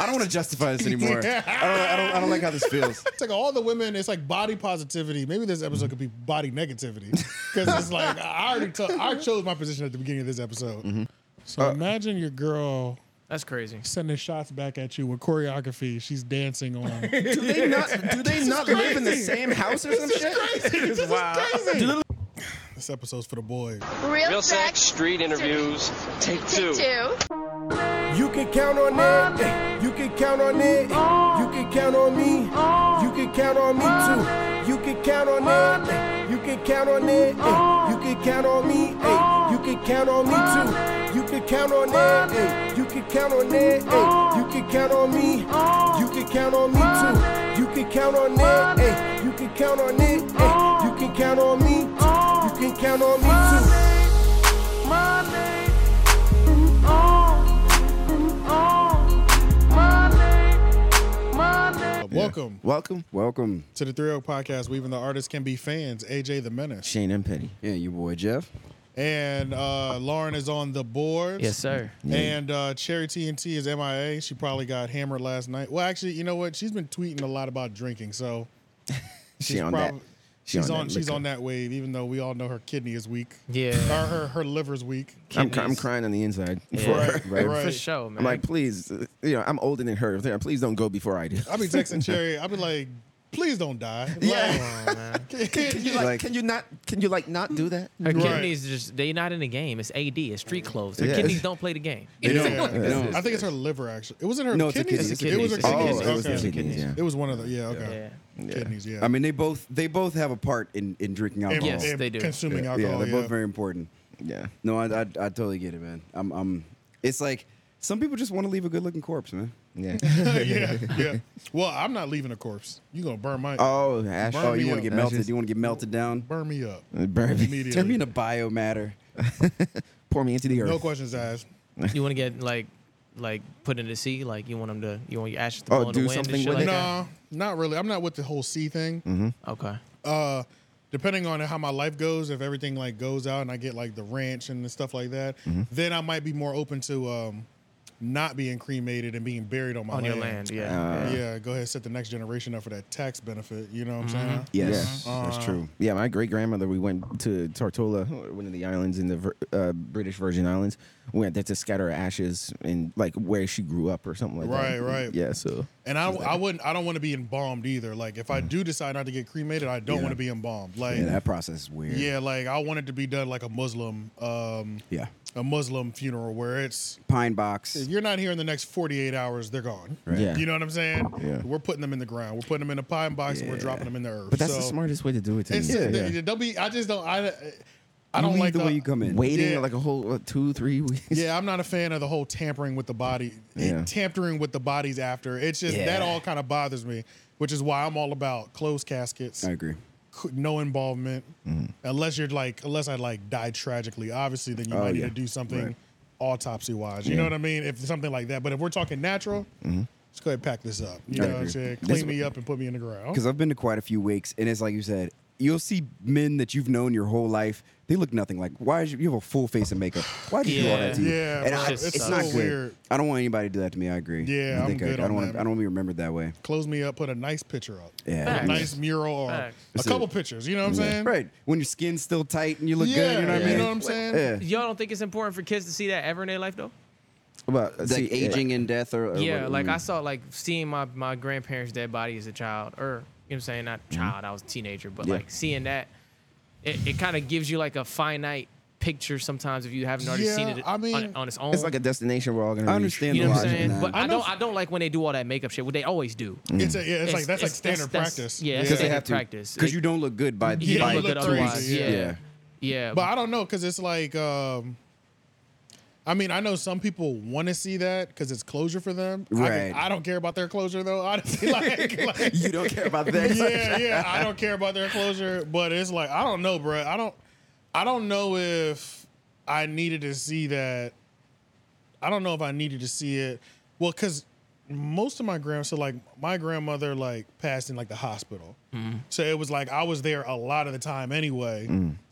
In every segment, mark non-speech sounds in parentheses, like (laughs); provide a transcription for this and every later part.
I don't want to justify this (laughs) anymore. I, don't, I, don't, I don't like how this feels. It's like all the women. It's like body positivity. Maybe this episode could be body negativity because it's like I already to- I chose my position at the beginning of this episode. So imagine your girl That's crazy. sending shots back at you with choreography. She's dancing on. (laughs) Do (laughs) they not? Do they not live in the crazy. same house or some shit? wow. this episode's for the boys. Real, Real sex, street interviews, take two. Take two. You can count on it. eh, You can count on it. eh, You can count on me. You can count on me too. You can count on it. eh, You can count on it. eh, You can count on me. eh, You can count on me too. You can count on it. eh, You can count on it. eh, You can count on me. You can count on me too. You can count on it. eh, You can count on it. eh, You can count on me. You can count on me too. Welcome Welcome, Welcome. to the Three O Podcast. We even the artists can be fans. AJ the Menace Shane and Penny. Yeah, your boy Jeff. and uh, Lauren is on the boards. Yes, sir. And uh, Cherry TNT is MIA. She probably got hammered last night. Well, actually, you know what? She's been tweeting a lot about drinking, so She on prob- that. She she's on that on she's liquor. on that wave. Even though we all know her kidney is weak, Yeah. or her her liver's weak. I'm, cr- I'm Kidneys. crying on the inside. Yeah. For her. Right, (laughs) Right. right. For sure, man. I'm like, please, uh, you know, I'm older than her. Please don't go before I do. I'll be texting Cherry. I'll be like, please don't die. Yeah. Come on, man. (laughs) can, you like, Like- can you not? Can you like not do that? Her Right. kidneys just they not in the game. It's AD. It's street clothes. Her Yeah. kidneys don't play the game. Like, yeah. They don't. I think it's her liver. Actually, it wasn't her No, it's the kidneys. kidneys. It's the It was her kidneys. Oh, kidneys. it was the okay. kidneys. Yeah. It was one of the yeah okay Yeah. kidneys yeah. I mean, they both they both have a part in, in drinking And- alcohol. Yes, and they do. Consuming yeah, alcohol. they're Yeah, both very important. Yeah. No, I, I I totally get it, man. I'm I'm. It's like some people just want to leave a good looking corpse, man. Yeah. (laughs) yeah, yeah. Well, I'm not leaving a corpse. You gonna burn my oh, Ash. Burn Oh, me you up. want to get That's melted? just- you want to get melted down? burn me up (laughs) Burn me. immediately. Turn me into biomatter. Pour me into the earth. No questions asked. You want to get like like put in the sea. Like you want them to you want your ashes to Oh, blow in do the wind something and shit with like it? that. No, not really. I'm not with the whole sea thing. Mm-hmm. Okay. Uh, depending on how my life goes, if everything like goes out and I get like the ranch and the stuff like that, Mm-hmm. then I might be more open to um, not being cremated and being buried on my Oh, On land. your land. Yeah. yeah, go ahead set the next generation up for that tax benefit. You know what Mm-hmm. I'm saying? Yes, Uh, that's true. Yeah, my great grandmother. We went to Tortola, one of the islands in the Vir- uh, British Virgin Islands. We went there to scatter her ashes and like where she grew up or something like Right, that. right. Yeah, so And I, I wouldn't I don't want to be embalmed either. Like if I do decide not to get cremated, I don't want to be embalmed. Like Mm-hmm. Yeah, yeah, that process is weird. like I want it to be done like a Muslim um Yeah. a Muslim funeral where it's Pine box. you're not here in the next 48 hours, they're gone. Right. yeah. You know what I'm saying? Yeah. We're putting them in the ground. We're putting them in a pine box and we're dropping them in the earth. but that's so the smartest way to do it. To It's, me. they- Yeah. They'll be. I just don't. I, I don't leave like the way you come in. Waiting Yeah. like a whole what, two, three weeks. Yeah, I'm not a fan of the whole tampering with the body, Yeah. tampering with the bodies after. It's just that all kind of bothers me, which is why I'm all about closed caskets, I agree. c- no involvement, Mm-hmm. unless you're like, unless I like die tragically. Obviously, then you might need Oh, yeah. to do something Right. autopsy wise. You know what I mean? If something like that. But if we're talking natural, Mm-hmm. let's go ahead and pack this up. You know what I'm agree. saying? That's Clean me up and put me in the ground. Because I've been to quite a few wakes, and it's like you said, you'll see men that you've known your whole life. They look nothing like. Why is you, you have a full face of makeup? Why did you do all that to you? Yeah, and bro, I, it's it's, so not good. weird. I don't want anybody to do that to me. I agree. Yeah, I I'm I, good I on don't that, want. I don't want to be remembered that way. Close me up. Put a nice picture up. Yeah, A Facts. nice mural or Facts. a couple pictures. You know what I'm saying? right. When your skin's still tight and you look Yeah, good, you know what I you mean. know what I'm saying? Yeah. Y'all don't think it's important for kids to see that ever in their life though? Well, (laughs) see, like aging and death, or, or Yeah, what- like I saw like seeing my my grandparents' dead body as a child, or you know what I'm saying, not child, I was a teenager, but Yeah. like seeing that, it, it kind of gives you like a finite picture sometimes if you haven't already seen Yeah, it I on- mean, on its own. It's like a destination we're all gonna. I reach. understand you the know what I'm logic in saying? that. But I I know- Mm. don't I don't like when they do all that makeup shit, what they always do. It's a, yeah, it's, like that's like standard that's- practice. Yeah, Yeah. because They they have have practice. because It- you don't look good by you Yeah, don't by look look good crazy, otherwise. yeah. Yeah. Yeah. yeah, But I don't know because it's like, um, I mean, I know some people want to see that because it's closure for them. I can- Right. I, don't care about their closure though. Honestly, (laughs) like, like you don't care about that. yeah, yeah, I don't care about their closure, but it's like I don't know, bro. I don't, I don't know if I needed to see that. I don't know if I needed to see it. Well, because most of my grand, so like my grandmother like passed in like the hospital, so it was like I was there a lot of the time anyway,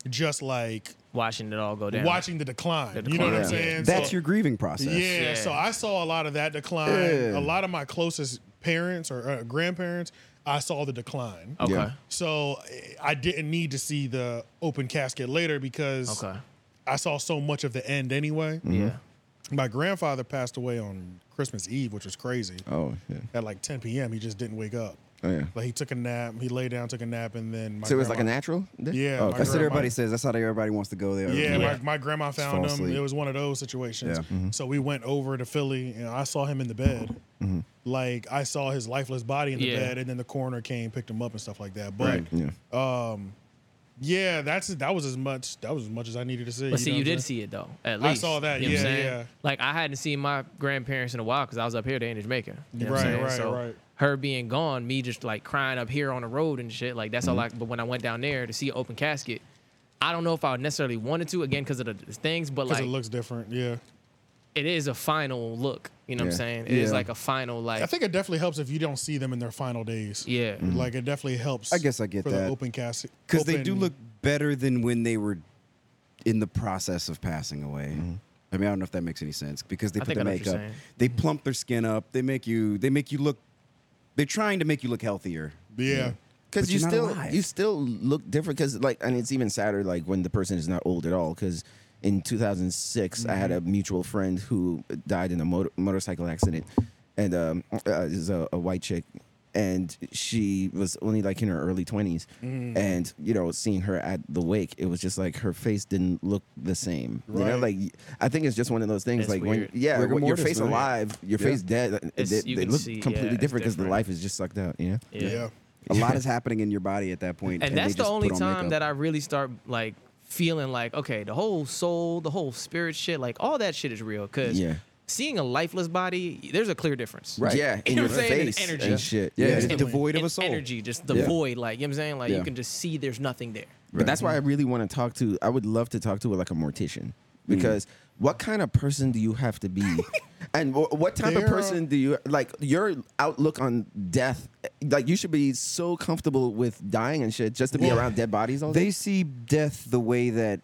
just like watching it all go down. watching the decline. The You know what I'm decline, yeah. saying? That's So- your grieving process. Yeah, Yeah. so I saw a lot of that decline. Yeah. A lot of my closest parents or uh, grandparents, I saw the decline. Okay. Yeah. So eh, I didn't need to see the open casket later because Okay. I saw so much of the end anyway. Mm. Yeah. My grandfather passed away on Christmas Eve, which was crazy. (laughs) Oh, yeah. At like 10 p.m., he just didn't wake up. Oh, yeah. Like he took a nap, he lay down, took a nap, and then my So it was like a grandma- natural? death? Yeah, Oh, my okay. That's what grandma- everybody says. That's how everybody wants to go there. Yeah, Yeah. My, my grandma found fall him. asleep. It was one of those situations. Yeah. Mm-hmm. So we went over to Philly, and I saw him in the bed. Mm-hmm. Like I saw his lifeless body in the Yeah. bed, and then the coroner came, picked him up, and stuff like that. But Yeah. yeah, that's that was as much that was as much as I needed to see. But see, know you what I'm did saying? see it though. At I least saw that, You know what I'm yeah, saying? yeah. Like I hadn't seen my grandparents in a while because I was up here. They ain't in Jamaica. You know what I'm Right, saying? right, so right. Her being gone, me just like crying up here on the road and shit. Like that's all Mm-hmm. I. But when I went down there to see an open casket, I don't know if I necessarily wanted to again because of the things. But like it looks different. Yeah, it is a final look. You know what Yeah. I'm saying? It is Yeah. like a final like. I think it definitely helps if you don't see them in their final days. yeah. Like it definitely helps. Mm-hmm. I guess I get for the that. open casket Because they do open- look better than when they were in the process of passing away. I mean, I don't know if that makes any sense because they Mm-hmm. I put think the I know what you're makeup, saying. Mm-hmm. they plump their skin up, they make you, they make you look. They're trying to make you look healthier. Yeah, But Because you you're not still alive. you still look different. Because like, and it's even sadder like when the person is not old at all. Because in 2006, I had a mutual friend who died in a motor- motorcycle accident, and um, uh, is a, a white chick, and she was only like in her early 20s, and you know, seeing her at the wake, it was just like her face didn't look the same. You know, Right. like I think it's just one of those things. It's like when weird. yeah, Rigor when your mortis, face man. alive, your Yeah. face dead, It's- they, you they can look see, yeah, completely it's different because the different. life is just sucked out. You know. Yeah. yeah. (laughs) A lot is happening in your body at that point, and that's the they just only put on time makeup. that I really start like feeling like okay, the whole soul, the whole spirit shit, like all that shit is real. Cause Yeah. seeing a lifeless body, there's a clear difference. Right. Yeah, You in know your what I'm saying? face And energy. and shit. yeah, it's Yeah. devoid of And a soul. energy, just the Yeah. void. Like you know what I'm saying, like Yeah. you can just see there's nothing there. But that's why I really want to talk to. I would love to talk to like a Mm. mortician because what kind of person do you have to be, and wh- what type uh, There of are- person do you like? Your outlook on death, like you should be so comfortable with dying and shit just to be Well, around dead bodies all day. They see death the way that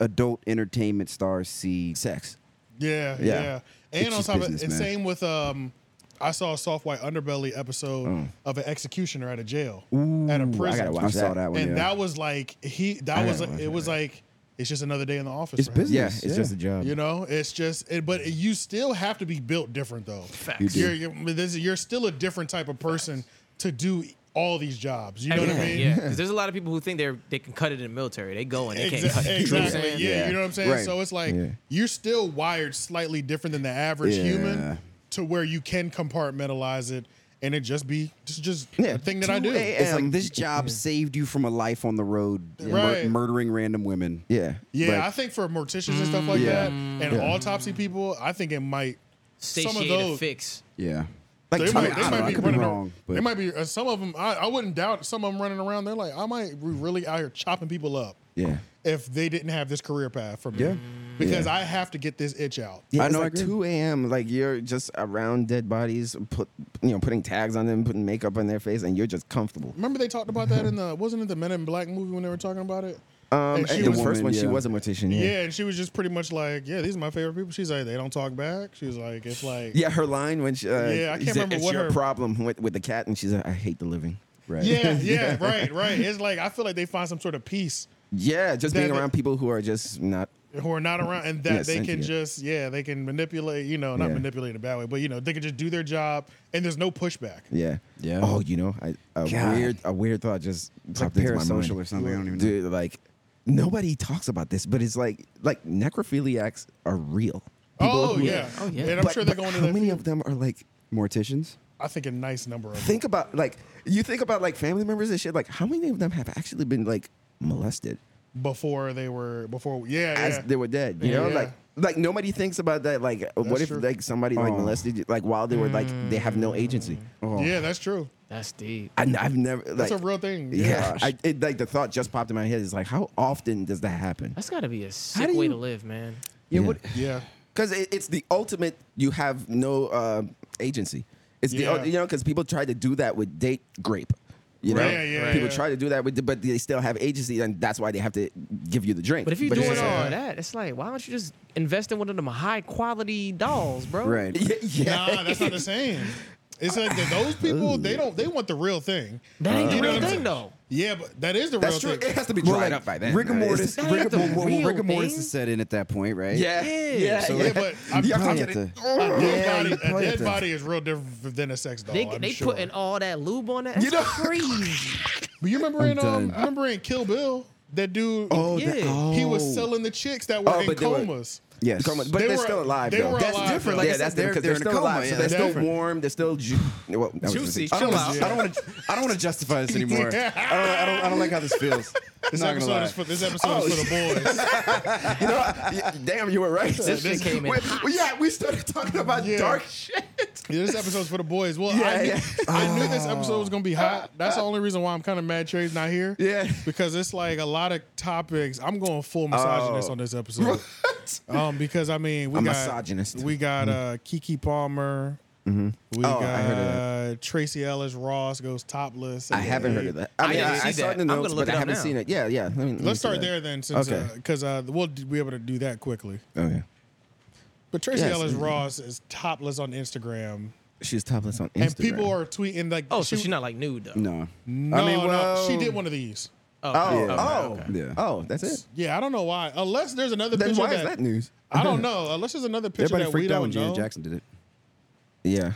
adult entertainment stars see. Sex. Yeah, yeah. Yeah. And It's on just top business, of and man. same with um I saw a soft white underbelly episode of an executioner at a jail. at a I prison. gotta watch I saw that. that one. and yeah. that was like he that I was gotta watch it was like it's just another day in the office. It's for him. business. Yeah, it's Yeah. just a job. You know, it's just it, but you still have to be built different though. Facts. You're you're, this, you're still a different type of person to do all these jobs. You know what I mean? (laughs) Yeah, 'cause there's a lot of people who think they're they can cut it in the military. They go and they can't cut Exactly. it. You know what I'm exactly. saying? Yeah, Yeah. You know what I'm saying? Right. So it's like Yeah. you're still wired slightly different than the average Yeah. human to where you can compartmentalize it and it just be just just Yeah. a thing that I do. 2 a.m. It's like this job saved you from a life on the road, mur- Right. murdering random women. Yeah. Yeah, Like- I think for morticians and stuff like Yeah. that and autopsy people, I think it might some of Satiate a those fix. Yeah. they Tommy- might, I they don't know, might I be could be running wrong, around. but- They might be uh, some of them. I, I wouldn't doubt some of them running around. They're like, I might be really out here chopping people up Yeah. if they didn't have this career path for me. Yeah. Because Yeah. I have to get this itch out. Yeah, I it's know, I like agree. 2 a.m. Like you're just around dead bodies, put you know, putting tags on them, putting makeup on their face, and you're just comfortable. Remember they talked about that in the wasn't it the Men in Black movie when they were talking about it? Um, and she and the was, woman- first one, she yeah. was a mortician. yeah. and she was just pretty much like, yeah, these are my favorite people. She's like, they don't talk back. She was like, it's like, Yeah, her line when she, uh, Yeah, I can't she said, remember it's what your her- problem with, with the cat, and she's like, I hate the living. Right. (laughs) yeah, yeah, right, right. It's like I feel like they find some sort of peace Yeah, just That- being that- around people who are just not. who are not around, and that Yeah, they can sentient. just, yeah, they can manipulate. You know, not Yeah. manipulate in a bad way, but you know, they can just do their job, and there's no pushback. Yeah. Yeah. Oh, you know, I, a God. weird a weird thought just It's like popped into my mind. parasocial or something. I don't even know. Dude, like nobody talks about this, but it's like like necrophiliacs are real. oh, who- yeah. Oh, yeah. and I'm but- sure they're but going to How that. many Many of them are like? Morticians? I think a nice number of them. Think about like you think about like family members and shit. Like how many of them have actually been like molested? before they were before. Yeah, as yeah. they were dead. You Yeah. know, Yeah. like like nobody thinks about that. Like, what if true. like somebody like Oh. molested you, like while they were like they have no agency. Oh. Mm. yeah, that's true. That's deep. I, have never. Like, That's a real thing. Yeah, I, it, like the thought just popped in my head. Is like, how often does that happen? That's got to be a sick do way you- to live, man. Yeah, what? yeah. Because it, it's the ultimate. You have no uh, agency. It's Yeah. the you know because people try to do that with date grape. You know, Right, yeah, yeah, people yeah. try to do that, with the, but they still have agency, and that's why they have to give you the drink. But if you're it's doing all just yeah. like- of that, it's like, why don't you just invest in one of them high quality dolls, bro? Right. (laughs) yeah, yeah. Nah, that's not the same. It's like that those people they don't they want the real thing. That ain't You know the real what I'm thing saying? though. Yeah, but that is the That's real true. It (laughs) thing. has to be dried Well, like, up by then. Rigor It's- mortis, It's not rigor, the well, well, real rigor mortis thing. is set in at that point, right? Yeah, Yeah. yeah, So, Yeah, (laughs) but I'm- You I'm play getting- it to- A dead, Yeah, body, you a play dead it. body is real different than a sex doll. They I'm they sure. putting all that lube on that. That's You know- crazy. But you remember in um, done. you remember in Kill Bill that dude? Oh, that- Yeah. oh. He was selling the chicks that were Oh, in but they were- comas. Yes. Come on, but They they are were- still alive. they though. were that's alive, different. though. Like Yeah, yeah, that's that's different, different. They're, still 'cause they're in a coma, alive. yeah, so they're that's still different. warm. They're still ju- well, that was Juicy. ridiculous. I don't Chill want out. to. I don't want to. I don't want to justify this anymore. Yeah. I don't. I don't. I don't like how this feels. It's This not episode gonna lie. Oh, is for this episode is for the (laughs) boys. You know, yeah, damn, you were right. This shit came in We- hot. we- yeah, we started talking about Yeah. dark (laughs) shit. Yeah, this episode's for the boys. Well, I, Yeah, knew, yeah. (laughs) I knew this episode was gonna be hot. That's the only reason why I'm kind of mad Trey's not here. Yeah. because it's like a lot of topics. I'm going full misogynist on this episode. Um, because I mean, we Oh. I'm got misogynist. Mm-hmm. We got uh, Kiki Palmer. We Oh, I heard of got Tracy Ellis Ross goes topless. I haven't heard of that. I I mean, didn't I, see I saw that. it in I'm the gonna notes, look but I it up haven't now. seen it. Yeah, yeah. Let me- let me Let's see start that. there then, since Okay. because uh, we'll d- be able to do that quickly. Okay. But Tracy Yes. Ellis Ross is topless on Instagram, She's topless on Instagram. and people are tweeting like, Oh, so she- she's not like nude though. No. No, I mean, no, well, she did one of these. Oh, Oh, okay, oh, okay. Yeah. oh, that's it. Yeah, I don't know why. Unless there's another Then picture why is that news? I don't know. Unless there's another picture Everybody that we freaked out don't when know. Janet Jackson did it. Yeah,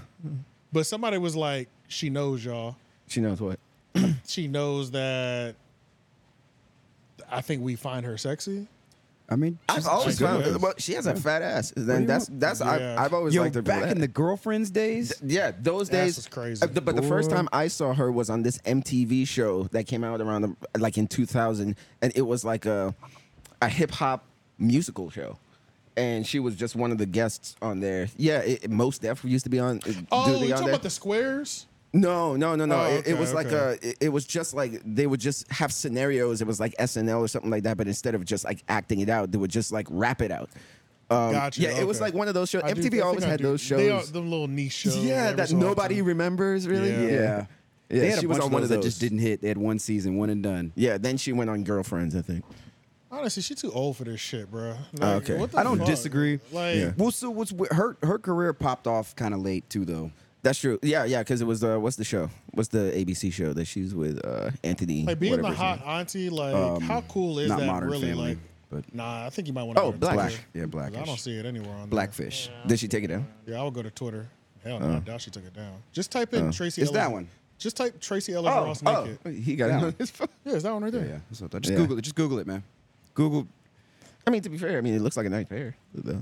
But somebody was like, "She knows y'all. she knows what. She knows that." I think we find her sexy. I mean, I've always she's good. found well, she has a fat ass. you Then that's want? that's Yeah. I, I've always yo, liked her. for back that. in the girlfriends days. Yeah, those days was crazy. uh, the- but the first Boy. time I saw her was on this MTV show that came out around the, like in 2000, and it was like a a hip hop musical show, and she was just one of the guests on there. Yeah, it, it- most def used to be on. uh, Oh, do you they talking on there? about the squares? No, no, no, no. Oh, it, it okay, was like okay. a. It, it was just like they would just have scenarios. It was like SNL or something like that. But instead of just like acting it out, they would just like rap it out. Um, Gotcha, Yeah, it was okay. like one of those shows. I do- MTV I think always I had do. those shows. They are them little niche shows. yeah, every that so often. nobody remembers really. Yeah. Yeah. Yeah, They had she a was bunch on of one those of that just those. didn't hit. They had one season, one and done. Yeah, then she went on Girlfriends, I think. Honestly, she's too old for this shit, bro. okay. I don't disagree. Like, Yeah. Well, so what's wi- her her career popped off kind of late too, though. That's true. Yeah, yeah, because it was uh, what's the show? What's the ABC show that she's with uh, Anthony? like being whatever the his hot name- auntie. Like, Um, how cool is not that? Modern really, Family, like, but- nah, I think you might want to. Oh, go to Black. Twitter, Yeah, 'cause I don't Blackish. see it anywhere on there. Blackfish. Did she take it down? Yeah, I would go to Twitter. Hell no, I doubt she took it down. Just type in Tracy. It's Ellis- that one. Just type Tracy Ellis Ross oh, naked. he got Yeah. it on his phone. Yeah, it's that one right there. Oh, Yeah, yeah. So just Yeah. Google it. Just Google it, man. Google. I mean, to be fair, I mean, it looks like a nice pair, though.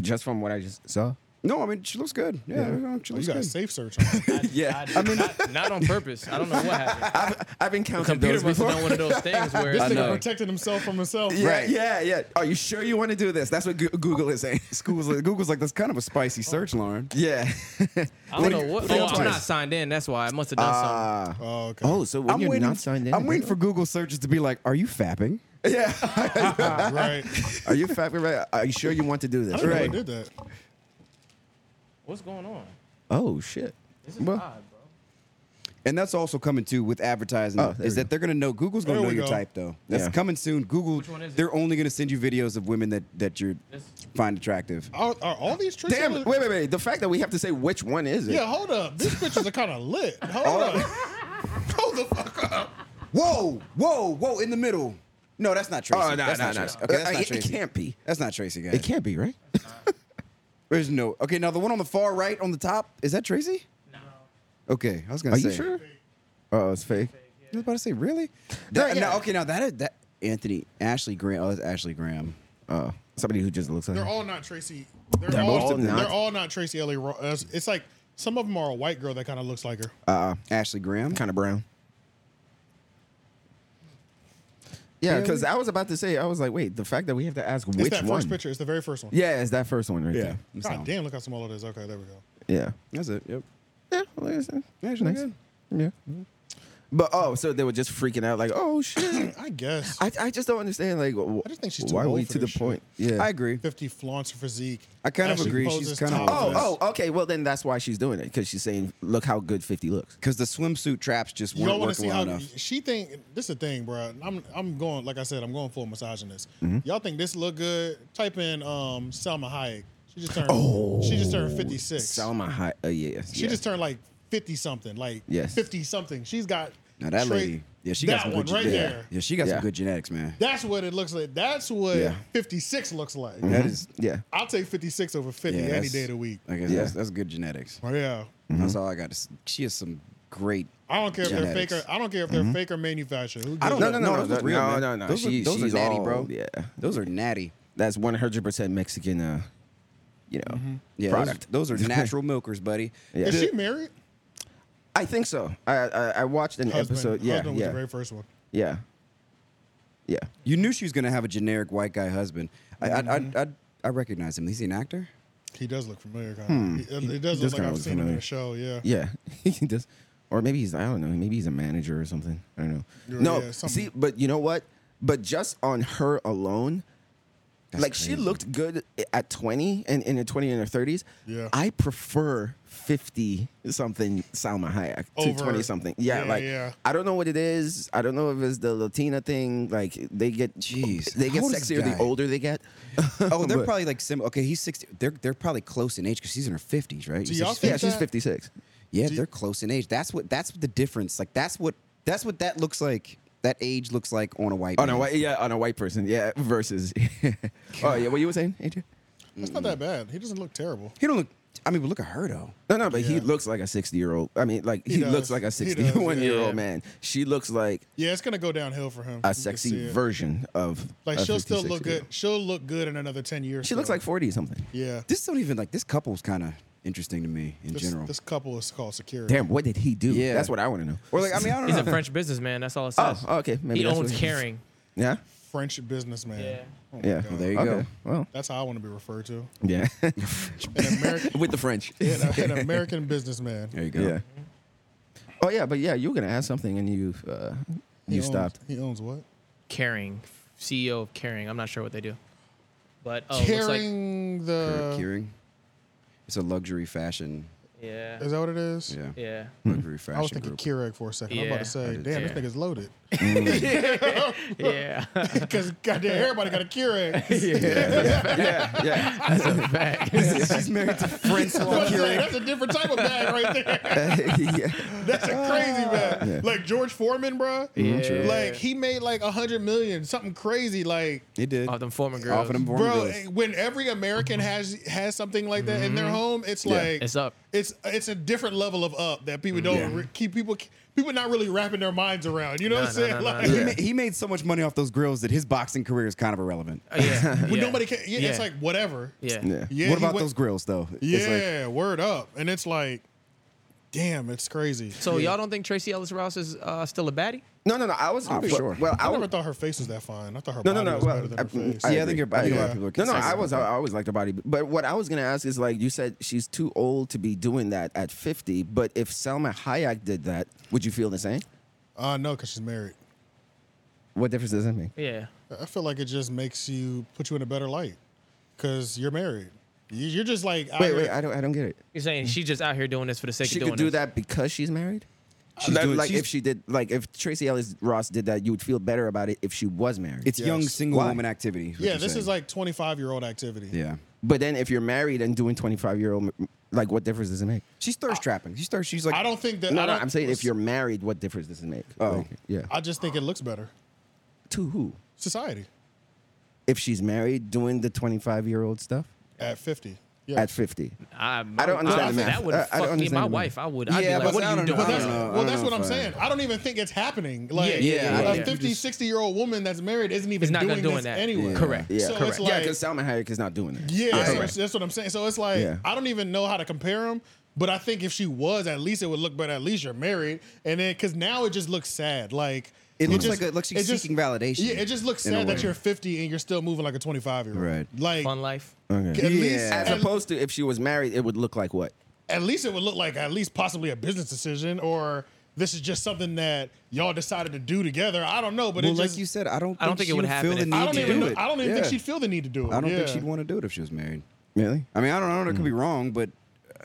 Just from what I just saw. No, I mean she looks good. Yeah, she Oh, you looks got a good. safe search. On it. (laughs) Yeah, I mean, (laughs) not, not on purpose. I don't know what happened. I've, I've encountered Computer those must have before. done one of those things where (laughs) this it's nigga like, protecting himself from himself. (laughs) Yeah, Right. yeah, yeah. Are you sure you want to do this? That's what Goo- Google is saying. (laughs) Google's like, Google's like that's kind of a spicy search, Lauren. yeah. I don't know what. Think Oh, I'm twice. not signed in. That's why I must have done Ah. something. Oh, okay. oh, so when (laughs) you're waiting. not signed in, I'm waiting for Google searches to be like, "Are you fapping?" Yeah. right. Are you fapping right? Are you sure you want to do this? I don't know who did that. What's going on? Oh shit. This is Well, odd, bro. And that's also coming too with advertising Oh, there is we that they're gonna know Google's gonna There know we your go. type though. That's Yeah. coming soon. Google, one is it? they're only gonna send you videos of women that that you This- find attractive. Are, are all these Tracy? Damn! Ellis- Wait, wait, wait. The fact that we have to say which one is it? Yeah, hold up. These bitches are kind of lit. Hold up. Hold the fuck up. Whoa, whoa, whoa! In the middle. No, that's not Tracy. Oh no, that's no, not no. Tracy. Okay, that's Uh, not it, it Tracy. can't be. That's not Tracy, guys. It can't be, right? There's no. Okay, now the one on the far right on the top is that Tracy? No. Okay, I was gonna Are say. you sure? Uh, Oh, it's fake. I was about to say really. No, That- yeah. now, okay, now that is that Anthony Ashley Graham. Oh, that's Ashley Graham. Oh, somebody who just looks like. They're her. all not Tracy. They're, They're all, all not- They're all not Tracy Ellie. Ro- uh, It's like some of them are a white girl that kind of looks like her. Uh, Uh-uh. Ashley Graham. kind of brown. Yeah, because I was about to say, I was like, wait, the fact that we have to ask It's which that one. first picture. It's the very first one. Yeah, it's that first one right Yeah. God damn, look how small it is. Okay, there we go. there. That's it. Yep. Yeah. Yeah, like I said, Yeah, she's Mm-hmm. nice. good. Yeah. But oh, so they were just freaking out, like, oh (coughs) shit. I guess. I, I just don't understand, like, wh- I just think she's too why old we for to the this shit. point? Yeah, I agree. 50 flaunts her physique. I kind of Actually agree. poses She's kind of topless. Oh, old. oh, okay. Well, then that's why she's doing it because she's saying, "Look how good Fifty looks." Because the swimsuit traps just You don't weren't want to working see well how enough. she think. This is the thing, bro. I'm I'm going like I said. I'm going full misogynist. Mm-hmm. Y'all think this look good? Type in um Selma Hayek. She just turned. Oh. she just turned 56. Salma Hayek. Uh, yeah, she yeah. just turned like 50 something. Like Yes. 50 something. She's got. Now that straight- lady, yeah, she that got some one good right yeah. there. Yeah, she got Yeah. some good genetics, man. That's what it looks like. That's what Yeah. Mm-hmm. 56 looks like. That is, yeah. I'll take 56 over 50 yeah, any that's- day of the week. I Mm-hmm. guess Yeah. Mm-hmm. that's, that's good genetics. Oh, yeah. That's all I got. to s- She has some great. I don't care if they're Genetics. fake or I don't care if they're fake or manufactured. Who I gives don't No, a- no, No, no, those no, look real, no, man. no, no. Those look- She- those are she's natty, all- bro. Yeah, Those are natty. that's one hundred percent Mexican. Uh, you know, Mm-hmm. Yeah, those- product. (laughs) Those, (laughs) are natural milkers, buddy. Yeah. Is she married? I think so. I I, I watched an Husband. episode. Yeah, Husband was yeah, the very first one. yeah, yeah. You knew she was gonna have a generic white guy husband. I I, I, I, I recognize him. Is he an actor? He does look familiar. Kind of. He- It does does look like kinda I've look seen him familiar. in a show. Yeah. Yeah, (laughs) he does. Or maybe he's I don't know. Maybe he's a manager or something. I don't know. Yeah, no, yeah, something. see, but you know what? But just on her alone, like she crazy. looked good at twenty and in her twenty and her thirties. Yeah. I prefer fifty something Salma Hayek to Over- twenty something. Yeah, yeah, like yeah. I don't know what it is. I don't know if it's the Latina thing. Like they get Jeez, they get how old is sexier the guy? older they get. (laughs) Oh, they're But- probably like sim. Okay, he's sixty. They're they're probably close in age because she's in her fifties, right? Do You said y'all she's (laughs) think yeah, she's that- fifty six. Yeah, they're close in age. That's what that's what the difference. Like that's what that's what that looks like. That age looks like on a white. On a man. white, yeah, on a white person, yeah. Versus, (laughs) oh yeah, what you were saying, Adrian? That's not that bad. He doesn't look terrible. He don't look. I mean, but look at her though. No, no, but he Yeah. looks like a 60 year old. I mean, like, he, He looks does. like a He does, 61 year yeah. old man. She looks like Yeah, it's gonna go downhill for him. You a can see sexy it. version of. Like a she'll still 56 look year old. good. She'll look good in another ten years. She looks though. like 40 something. Yeah. This don't even like this couple's kind of interesting to me in This, general. this couple is called security. Damn, what did he do? Yeah. That's what I want to know. or like, I mean, I don't He's know. a French businessman. That's all it Oh, says. okay. Maybe he that's owns what- Caring. Yeah? French businessman. Yeah. Oh my Yeah. God. there you okay. go. Well, That's how I want to be referred to. (laughs) yeah. (laughs) An American, With the French. an, an American businessman. There you go. Yeah. Oh, yeah, but yeah, you were going to ask something and you uh, He you owns- stopped. He owns what? Caring. CEO of Caring. I'm not sure what they do. But oh, it looks like- Carrying Keurig- the. Keurig. It's a luxury fashion. yeah. Is that what it is? Yeah. Yeah. (laughs) Luxury fashion. I was thinking group. Keurig for a second. I'm about Yeah. to say, did damn, too. this nigga's (laughs) loaded. (laughs) Yeah. Because goddamn, everybody got a Keurig. Yeah. That's a fact. She's married (laughs) to Francois But say, Keurig. that's a different type of bag right there. yeah. (laughs) That's a crazy bag. Like George Foreman, bruh. Yeah. Like he made like a hundred million, something crazy. Like, It did. Oh, them former girls. Off of them bro, Bro, when every American has has something like that in their home, it's like Mm-hmm. It's up. It's it's a different level of up that people don't Yeah. re- keep people people not really wrapping their minds around. You know No, what I'm no, saying? no, no, like, no. he, ma- he made so much money off those grills that his boxing career is kind of irrelevant. Uh, yeah. when yeah. nobody can. Yeah, it's Yeah. like whatever. Yeah. Yeah. Yeah, what he about went- those grills though? It's like- Yeah, word up, and it's like, damn, it's crazy. So Yeah. y'all don't think Tracy Ellis Ross is uh, still a baddie? No, no, no. I was. Oh, well, sure. Well, I I, never was. thought her face was that fine. I thought her No, no, body no. was Well, better than her I- mm, face. I Yeah, I agree. think your body. Yeah. A lot of people are No, no, concerned I was. about I always liked her body, but what I was gonna ask is like you said, she's too old to be doing that at fifty. But if Selma Hayek did that, would you feel the same? Uh, no, because she's married. What difference does that make? Yeah. I feel like it just makes you put you in a better light because you're married. You- You're just like out Wait, here- wait, I don't, I don't get it. You're saying she's just out here doing this for the sake She of doing could do this. that because she's married. She's Like- doing- like she's- if she did, like if Tracy Ellis Ross did that, you would feel better about it if she was married. It's young Yes. single Why? woman activity. what yeah, you're this saying. is like 25 year old activity. Yeah. but then if you're married and doing twenty five year old, like what difference does it make? She's thirst trapping. She's thirst. She's like. I don't think that. No, I no, don't, I'm saying if you're married, what difference does it make? Oh. Like, yeah. I just think it looks better. To who? Society If she's married, doing the twenty five year old stuff at 50. Yeah. at fifty. I, I don't understand the math. That would I- I don't fuck me and understand my the math. wife. I would. I'd Yeah, be but like, what I are you don't know. doing? Well, that's, I don't know. well, I that's don't what I'm know if I- saying. I don't even think it's happening. Like, Yeah, yeah, yeah, a yeah. 50, 60 year old woman that's married isn't even It's not doing gonna doing this that. anyway. Correct. Yeah, So correct. it's like, yeah, because Salma Hayek is not doing it. Yeah, so Correct. it's- that's what I'm saying. So it's like Yeah. I don't even know how to compare them, but I think if she was, at least it would look better. At least you're married, and then because now it just looks sad. Like It looks like it looks she's it just- seeking validation Yeah, it just looks in a sad that way. you're 50 and you're still moving like a 25 year old. Right. Like Fun life. at Okay. least Yeah. As at, opposed to if she was married, it would look like what? at least it would look like at least possibly a business decision or this is just something that y'all decided to do together. I don't know, but well, it like just, you said, I don't. Think I don't think it she would happen Feel the if- need I don't to even do know, it. I don't even think Yeah. she'd feel the need to do it. I don't Yeah. think she'd want to do it if she was married. Really? I mean, I don't know. That could be wrong, but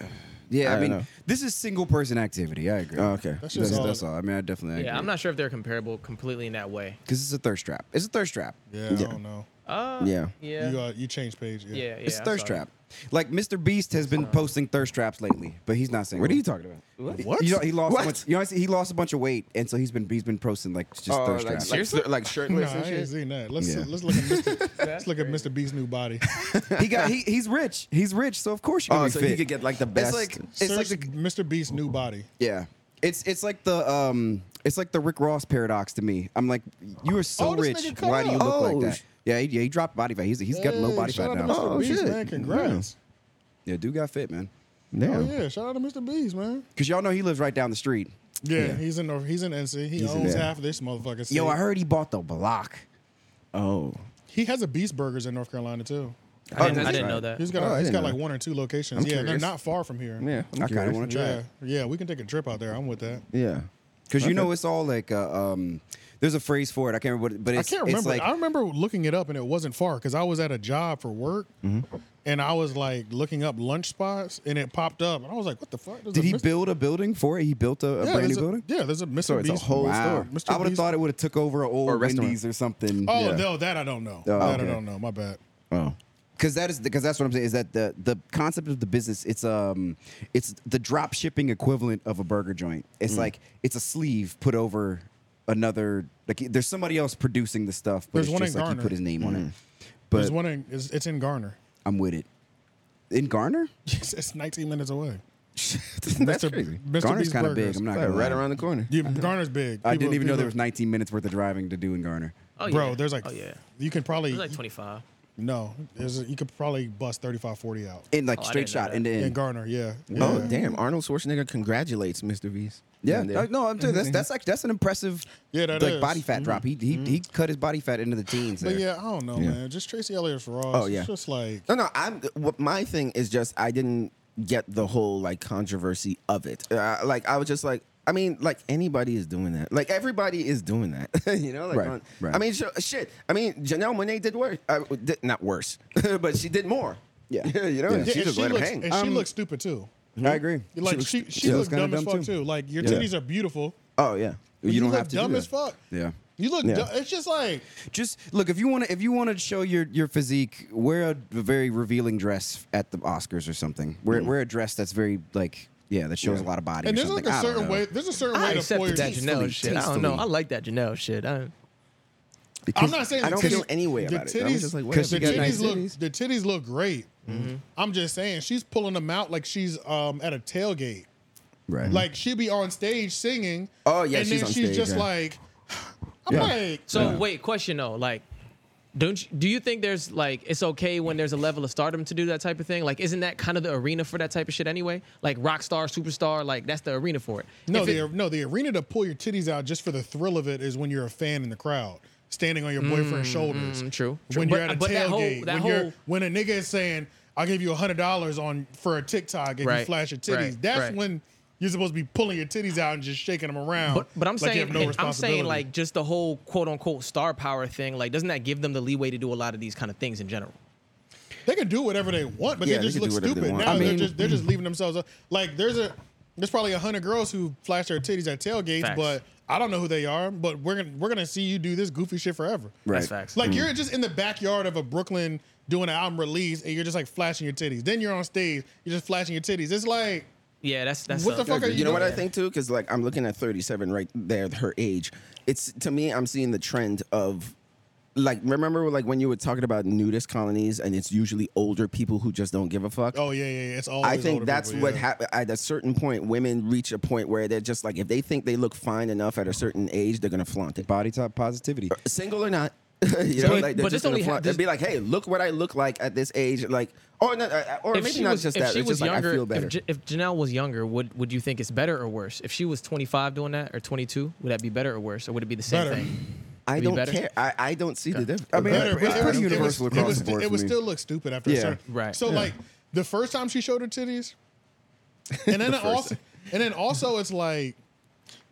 uh, I yeah, I, don't mean, know. this is single person activity. I agree. Oh, okay. That's just that's, all- that's all. I mean, I definitely. Yeah, I'm not sure if they're comparable completely in that way. because it's a thirst trap. It's a thirst trap. Yeah, Yeah. I don't know. Uh, Yeah. yeah, You got you changed page. Yeah. yeah, yeah. it's a I'm thirst sorry. trap. Like Mr. Beast has been posting thirst traps lately, but he's not single. What are you talking about? What? You know, he lost. What? A bunch, you know, he lost a bunch of weight, and so he's been he's been posting like just Oh, thirst like, traps. like, Seriously? like Nah, shirtless I ain't and shit. seen that. Let's Yeah. let's look at Mr. let's look at crazy. Mr. Beast's new body. (laughs) he got he, he's rich. He's rich, so of course you can Oh, be so fit. he could get like the it's best. like it's Search like the Mr. Beast's new body. yeah. It's it's like the um it's like the Rick Ross paradox to me. I'm like you are so Oh, this rich. nigga cut Why do you look up. like Oh, that? sh- Yeah, he, yeah, he dropped body fat. He's he's got low Hey, body shout fat out now. to Mr. Oh, Beast, shit. man. Congrats. Yeah, dude got fit, man. Damn. Oh yeah, shout out to Mr. Beast, man. Cause y'all know he lives right down the street. Yeah, he's in North, he's in NC. He in owns there. half of this motherfucker. Yo, city. I heard he bought the block. Oh. he has a Beast Burgers in North Carolina too. I didn't, Oh, I didn't right. know that. He's got Oh, I he's didn't got know like that. one or two locations. I'm yeah, curious. they're not far from here. Yeah. I kinda curious. wanna try yeah, it. yeah. We can take a trip out there. I'm with that. Yeah. Cause you Okay. know it's all like uh, um there's a phrase for it. I can't remember, what it- but I it's, can't it's remember. like I remember looking it up and it wasn't far because I was at a job for work Mm-hmm. and I was like looking up lunch spots and it popped up and I was like, what the fuck? There's did a he Mr. build a building for it? He built a, a Yeah, brand there's new a- building. Yeah, there's a Mr. So it's a Beast. whole Wow. store. Mr. I would have Beast- thought it would have took over an old Or a restaurant. Wendy's or something. Oh, Yeah. no, that I don't know. Oh, that okay. I don't know. My bad. Oh. Because that is because that's what I'm saying is that the the concept of the business it's um it's the drop shipping equivalent of a burger joint. It's Mm. like it's a sleeve put over another like there's somebody else producing the stuff, but There's it's one just in like he Garner. put his name on Mm. it. There's But one in, it's, it's in Garner. (laughs) I'm with it. In Garner, It's, it's 19 minutes away. (laughs) That's Mr. crazy. Mr. Garner's Beast kind of Burgers. big. I'm not Like, gonna right lie. Mm-hmm. around the corner. Yeah, Garner's big. I People- didn't even know there was people- 19 minutes worth of driving to do in Garner. Oh, yeah. Bro, there's like, oh yeah, you can probably, there's like 25. no, there's a, you could probably bust 35, 40 out. In like Oh, I straight didn't know shot that. and In then Garner, yeah. Oh Yeah. damn! Arnold Schwarzenegger congratulates Mr. Beast. Yeah, Down there. no, no, I'm saying that's that's like that's an impressive Mm-hmm. Yeah, that like is. Mm-hmm. body fat drop. He he, he cut his body fat into the teens. But there. yeah, I don't know, Yeah. man. Just Tracy Elliott's Ross. Oh, yeah. It's just like No, no. I'm. What my thing is just I didn't get the whole like controversy of it. Uh, like I was just like, I mean, like anybody is doing that. Like everybody is doing that. (laughs) you know, like Right, on- right. I mean, sh- shit. I mean, Janelle Monáe did worse. Uh, did, not worse, (laughs) but she did more. (laughs) Yeah. you know, Yeah. and Yeah, she and just she let him looks, hang. Um, And she looks stupid too. I agree. Like she, she, she looks looks kinda dumb as dumb, fuck too. too. Like your Yeah. titties are beautiful. oh yeah. you, don't look have to dumb do as that. fuck. Yeah. You look. Yeah. Dumb. It's just like Just look if you want to if you want to show your your physique, wear a very revealing dress at the Oscars or something. Wear wear a dress that's very like yeah that shows Yeah. a lot of body. Mm. and or there's like something. a I don't certain know. way. There's a certain I way to foil accepted that your. Janelle shit. I don't know. I like that Janelle shit. I, I'm not saying I the don't titties- feel any way the about it. I'm titties- just like, the whatever. she got nice titties look. titties. The titties look great. Mm-hmm. I'm just saying she's pulling them out like she's um at a tailgate. Right. Like she be on stage singing. Oh, yeah, and she's then on she's stage, just yeah. like, (sighs) I'm Yeah. like, So wait, question though, like. Don't you, do you think there's like it's okay when there's a level of stardom to do that type of thing? Like, isn't that kind of the arena for that type of shit anyway? Like rock star, superstar, like that's the arena for it. No, If the it- no the arena to pull your titties out just for the thrill of it is when you're a fan in the crowd, standing on your boyfriend's shoulders. Mm, true, When true. you're at But- a but that whole- tailgate, that when you're whole- when a nigga is saying, "I'll give you hundred dollars on for a TikTok if you Right, flash your titties," right, that's right. when you're supposed to be pulling your titties out and just shaking them around. But, but I'm like you saying have no and I'm saying responsibility. like just the whole quote unquote star power thing. Like, doesn't that give them the leeway to do a lot of these kind of things in general? They can do whatever they want, but Yeah, they they just can look do whatever they stupid. want. Now I they're mean- just they're just leaving themselves up. Like there's a there's probably a hundred girls who flash their titties at tailgates, Facts. but I don't know who they are. But we're gonna we're gonna see you do this goofy shit forever. That's Right. facts. Like you're just in the backyard of a Brooklyn doing an album release, and you're just like flashing your titties. Then you're on stage, you're just flashing your titties. It's like yeah, that's that's What a- the fuck are You know what I Yeah. think too? Because like I'm looking at 37 right there, her age. It's to me, I'm seeing the trend of like remember like when you were talking about nudist colonies, and it's usually older people who just don't give a fuck. oh yeah yeah, yeah. it's all. I think that's what happened. At a certain point, women reach a point where they're just like, if they think they look fine enough at a certain age, they're gonna flaunt it, Uh, Body type positivity. single or not. (laughs) you know, like But- they're but this just gonna only ha- flaunt. this- they'd be like, hey, look what I look like at this age, like, or no, uh, or If maybe she not was, just if that. she it's was just like, I younger, feel better. if, J- if Janelle was younger, would would you think it's better or worse? If she was 25 doing that or 22, would that be better or worse, or would it be the same Better. thing? I be don't better. care. I, I don't see the difference. I mean, Better, It's but pretty it was- universal it was, across it was, the board It for would me. still look stupid after a Yeah. certain. Right. So Yeah. like the first (laughs) time she showed her titties, and then also, and then also it's like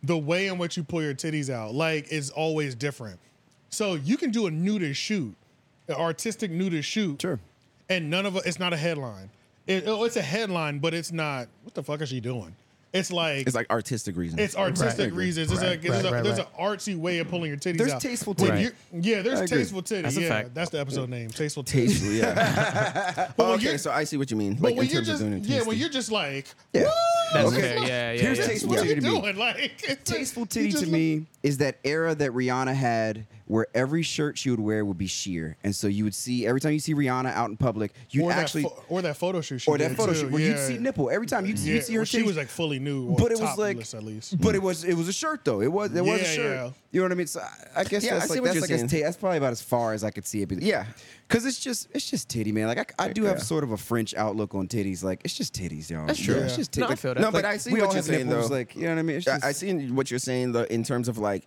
the way in which you pull your titties out, like, is always different. So you can do a nudist shoot, an artistic nudist shoot. Sure. And none of it, it's not a headline. It, oh, it's a headline, but it's not, what the fuck is she doing? It's like, It's like artistic reasons. it's artistic Right. reasons. It's Right, like there's, right, a, right, there's right. an artsy way of pulling your titties There's out. tasteful When titty. you- Yeah, I there's agree. tasteful titty. That's a yeah, fact. that's the episode name. Tasteful titty. Tasteful, yeah. (laughs) But when (laughs) okay, you're- so I see what you mean. but Like when in you're terms just of doing it yeah, when tasty. you're just like, "Oh, Yeah. That's Okay. fair. Yeah, yeah. Here's yeah. tasteful what are titty you to me. doing? (laughs) Like it's like- Tasteful you titty just to look- me is that era that Rihanna had where every shirt she would wear would be sheer. And so you would see, every time you see Rihanna out in public, you'd Or actually, that, pho- or that photo shoot. She or that did, photo too. shoot where you'd Yeah. see nipple. Every time you'd, Yeah, you'd see her well, she titties. was like fully nude, or but it was like, topless at least. but it was it was a shirt though. It was it was a Yeah, shirt. yeah. You know what I mean? So I- I guess Yeah, I that's see like what that's you're like as saying. ta- that's probably about as far as I could see it. Be- Yeah. because it's just it's just titty, man. Like I, I do have Yeah. sort of a French outlook on titties. Like it's just titties, y'all. That's true. It's Yeah. just No, titties. I feel that. No, Like, but like, I see we what all you're have saying, nipples, though. Like you know what I mean? It's I- just, I see what you're saying though in terms of like,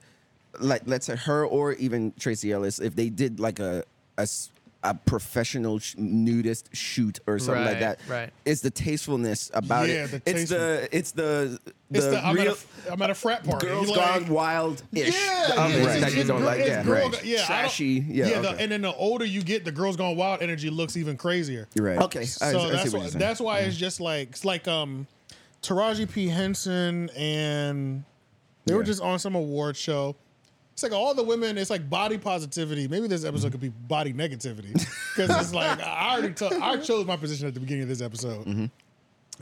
like let's say her or even Tracy Ellis if they did like a a, s- a professional sh- nudist shoot or something like Right, that. right. It's the tastefulness about Yeah, it. the it's the it's the the, it's the, I'm, at real a, I'm at a frat party. girls Like, gone wild ish Yeah, yeah, elements it's- that you it's don't gr- like. it's Yeah, girl- right. yeah, I don't- trashy. Yeah, yeah. The, okay. and then the older you get, the girls gone wild energy looks even crazier. you're right. Okay, I- So I, see that's what why you're saying. that's why Mm-hmm. it's just like it's like um, Taraji P Henson and they were Yeah. just on some award show. It's like all the women. It's like body positivity. Maybe this episode could be (laughs) body negativity because it's like I already told I chose my position at the beginning of this episode.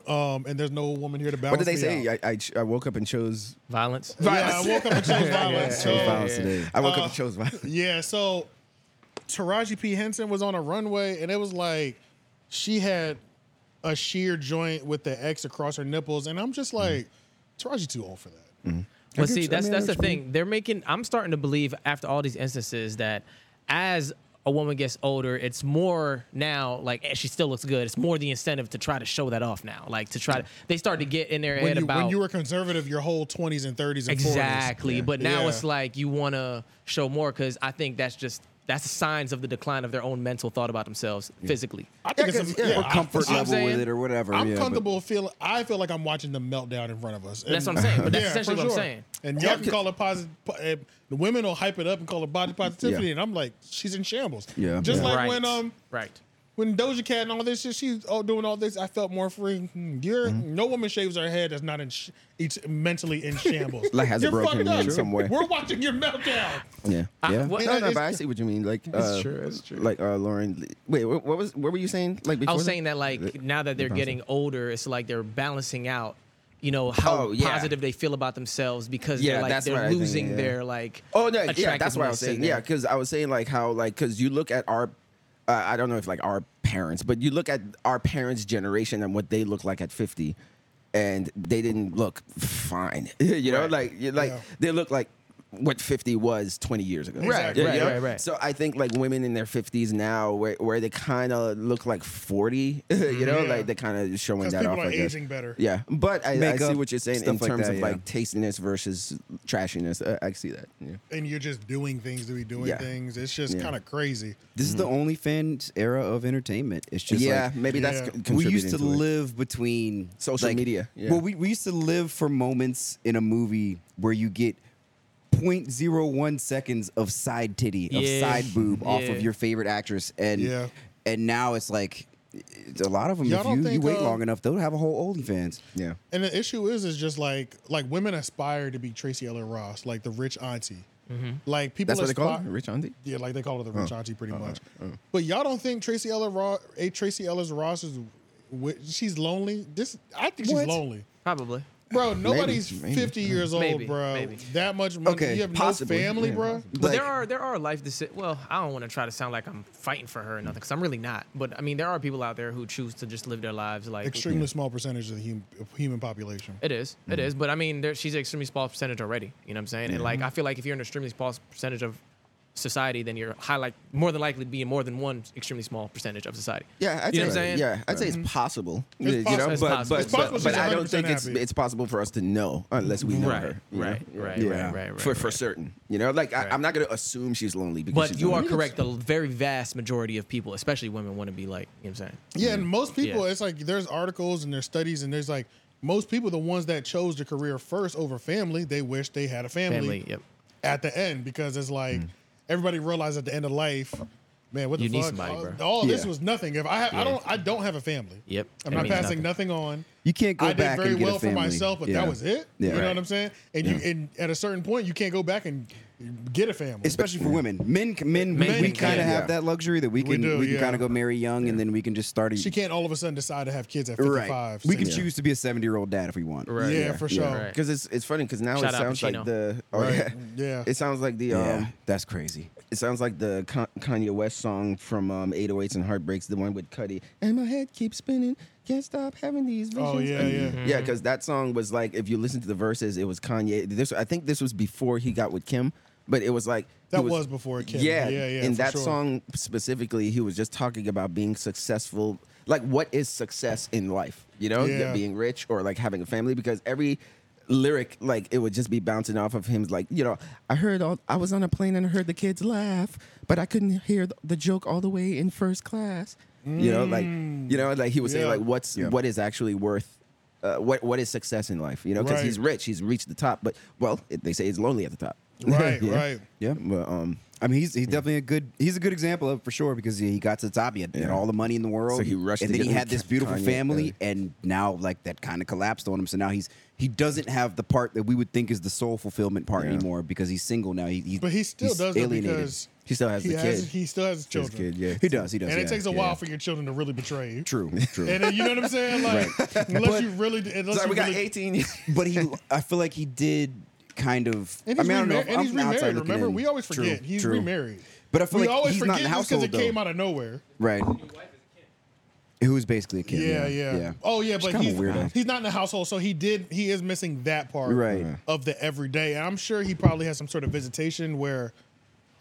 Um, and there's no woman here to balance. Mm-hmm. what did they me out. say? I, I I woke up and chose Violence. Yeah, I woke up (laughs) and chose violence. So, Chose violence today. I woke up Oh. and chose violence. yeah, so Taraji P. Henson was on a runway and it was like she had a sheer joint with the X across her nipples. And I'm just like, Taraji too old for that. But get see, you. I that's mean, that's the that's fine. thing. They're making. I'm starting to believe after all these instances that as a woman gets older, it's more now like eh, she still looks good. It's more the incentive to try to show that off now. Like to try to, they start to get in their When head you, about when you were conservative your whole 20s and 30s and 40s. exactly. But now Yeah. it's like you want to show more because I think that's just that's signs of the decline of their own mental thought about themselves physically. I think Yeah, it's 'cause, a, yeah, yeah, or I- Comfort I'm level with saying, it or whatever. I'm yeah, but- comfortable feeling. I feel like I'm watching the meltdown in front of us. That's what I'm saying, but that's Yeah, essentially for what I'm saying. And y'all can call it positive. The women will hype it up and call it body positivity, Yeah. and I'm like, she's in shambles. Yeah. just Yeah. like right. when um right. when Doja Cat and all this shit, she's all doing all this. I felt more free. Hmm, You're Mm-hmm. no woman shaves her head that's not in sh- it's mentally (laughs) in shambles. Like, has it You're broken fucked up. in some way. We're watching your meltdown. Yeah. Yeah. What- No, no, it's- but I see what you mean. Like, uh, true, it's true. Like, uh, Lauren, wait, what, what was? What were you saying? Like, before I was saying that like now that they're getting older, it's like they're balancing out, you know, how Oh, yeah. positive they feel about themselves because Yeah, they're like that's what I they're think, losing yeah. their like. Oh no, yeah, that's what I was attractiveness in saying. there. Yeah, because I was saying like how like because you look at our, uh, I don't know if like our parents, but you look at our parents' generation and what they look like at fifty, and they didn't look fine. (laughs) you know, like you like Yeah. they look like what 50 was 20 years ago Right, You right, know? right, right. so i think like women in their 50s now where, where they kind of look like 40 (laughs) you know Mm-hmm. Yeah. like they kind of showing 'Cause that people off are I guess. aging better. yeah but i, I see Makeup, what you're saying in stuff like terms that, of yeah. like tastiness versus trashiness i, I see that yeah And you're just doing things to be doing Yeah. things. It's just Yeah. kind of crazy. This is the OnlyFans era of entertainment. It's just Mm-hmm. yeah, like, maybe that's Yeah. con- we contributing used to it. live between Social like- media, yeah. Well, we, we used to live for moments in a movie where you get 0.01 seconds of side titty, Yeah. of side boob off Yeah. of your favorite actress, and Yeah. and now it's like it's a lot of them. Y'all if don't you, you think, wait uh, long enough, they'll have a whole OnlyFans. Yeah. And the issue is, is just like like women aspire to be Tracy Ellen Ross, like the rich auntie. Like people, That's what they call it? aspi- Rich Oh. Uh-huh. auntie? Yeah, like they call it the rich auntie, pretty much. But y'all don't think Tracy Ellen Ross, a Tracy Ellis Ross is, wi- she's lonely. This I think she's What? lonely, probably. bro. Nobody's maybe. fifty years old, Maybe, bro. maybe. That much money, Okay, you have possibly, no family, yeah. bro. But there are there are life decisions. Well, I don't want to try to sound like I'm fighting for her or nothing because I'm really not. But I mean, there are people out there who choose to just live their lives like Extremely small percentage of the hum, of human population. It is. It Mm-hmm. is. But I mean, there, she's an extremely small percentage already. You know what I'm saying? And like, I feel like if you're an extremely small percentage of society, then you're high like more than likely to be in more than one extremely small percentage of society. Yeah, I'd you say, know what I'm saying? yeah, I'd say it's possible. It's you possible. know, It's but possible. but, It's possible but, but she's I don't think 100% it's happy. it's possible for us to know unless we know Right, her. you know? right, right, right, right, right, For for right. certain, you know, like I, I'm not gonna assume she's lonely because. But she's you are lonely. correct. The very vast majority of people, especially women, want to be like, you know what I'm saying? Yeah, and most people, Yeah. it's like there's articles and there's studies and there's like most people, the ones that chose the career first over family, they wish they had a family, Family, yep. at the end because it's Hmm. like everybody realized at the end of life, man, what the You need fuck? somebody, all, bro. all this Yeah. was nothing. If I, ha- I Yeah. don't, I don't have a family. Yep. I'm It not means passing nothing. nothing, on. You can't go I did back very and get a well for family. myself, but Yeah. that was it. Yeah. You know Right. what I'm saying? And you, and at a certain point, you can't go back and get a family. especially for women. Men, c- men, Men we, we can, kind of yeah. have that luxury that we can we, do, can yeah. kind of go marry young, and then we can just start. A, she can't all of a sudden decide to have kids at 55. right. We can 60. choose to be a seventy year old dad if we want. Right. Yeah, for sure. Right. Because it's it's funny because now Shout it out sounds Pacino. like the oh, Right. yeah. Yeah. (laughs) it sounds like the um Yeah, that's crazy. it sounds like the Con- Kanye West song from um 808s and Heartbreaks the one with Cuddy and my head keeps spinning can't stop having these visions Oh, yeah, And- yeah. yeah because that song was like if you listen to the verses it was Kanye this I think this was before he got with Kim but it was like he That was before Kim. yeah Yeah, yeah, in for that sure. song specifically he was just talking about being successful like what is success in life you know Yeah. being rich or like having a family because every lyric like it would just be bouncing off of him like you know i heard all i was on a plane and i heard the kids laugh but i couldn't hear th- the joke all the way in first class you know like you know like he was saying Yeah. like what's Yeah. what is actually worth uh, what what is success in life you know because Right. he's rich he's reached the top but well it, they say it's lonely at the top (laughs) Right, Yeah. right. Yeah. but um I mean, he's he's definitely a good he's a good example of it for sure because he he got to the top, he had, had Yeah. all the money in the world, So he rushed and to then get he with had this beautiful Kanye, family, and now like that kind of collapsed on him. So now he's he doesn't have the part that we would think is the soul fulfillment part Yeah. anymore because he's single now. He, he But he still he's does alienated. it because He still has he the has, kid. He still has his children. kid yeah he does. He does. And yeah, it takes a yeah, while yeah. for your children to really betray you. True. True. And then, you know what I'm (laughs) saying? Like, unless you really, unless Sorry, you we got really, 18. but he I feel like he did kind of. And I he's, mean, I don't know. remarried, if and he's I'm outside remarried. looking Remember, in. we always True, forget he's true. remarried. But I feel we like always he's not forget in the because it household, came though. out of nowhere. Right. Who's basically a kid. Yeah, yeah. Oh yeah, She's but kinda he's weirdo. he's not in the household, so he did he is missing that part Right. Mhm. of the everyday. And I'm sure he probably has some sort of visitation where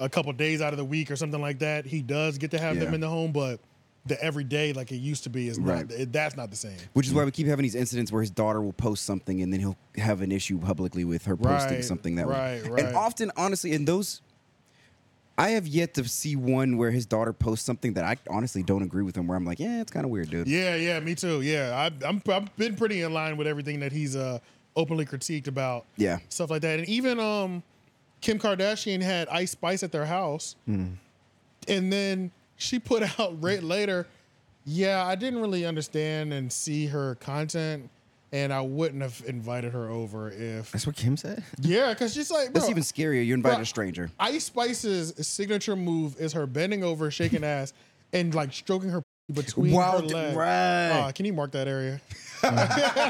a couple days out of the week or something like that, he does get to have them Yeah. in the home, but the everyday like it used to be is Right. not it- that's not the same. Which is why we keep having these incidents where his daughter will post something and then he'll have an issue publicly with her posting Right, something that right, was. right. And often, honestly, in those, I have yet to see one where his daughter posts something that I honestly don't agree with him. Where I'm like, yeah, it's kind of weird, dude. Yeah, yeah, me too. Yeah, I, I'm I've been pretty in line with everything that he's uh openly critiqued about. Yeah. stuff like that, and even um, Kim Kardashian had Ice Spice at their house, Hmm. and then she put (laughs) out right later. Yeah, I didn't really understand and see her content, and I wouldn't have invited her over if. That's what Kim said? Yeah, because she's like, That's bro, even scarier. You invite Bro, a stranger. Ice Spice's signature move is her bending over, shaking ass, (laughs) and like stroking her (laughs) between Wow, her d- legs. right. Uh, can you mark that (laughs) area?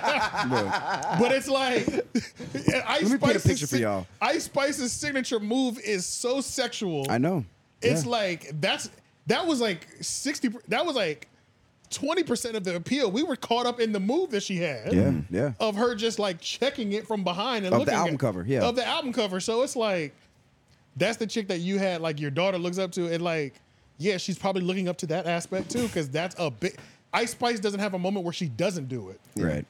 but it's like and Ice Let me paint a Spice's picture for sig- y'all. Ice Spice's signature move is so sexual. I know. It's Yeah. like that's that was like sixty. per- That was like twenty percent of the appeal. We were caught up in the move that she had Yeah, Mm-hmm. yeah. of her just like checking it from behind and Of the looking album at- cover, yeah. of the album cover. So it's like that's the chick that you had like your daughter looks up to, and like yeah, she's probably looking up to that aspect too because that's a big. Ice Spice doesn't have a moment where she doesn't do it. Right.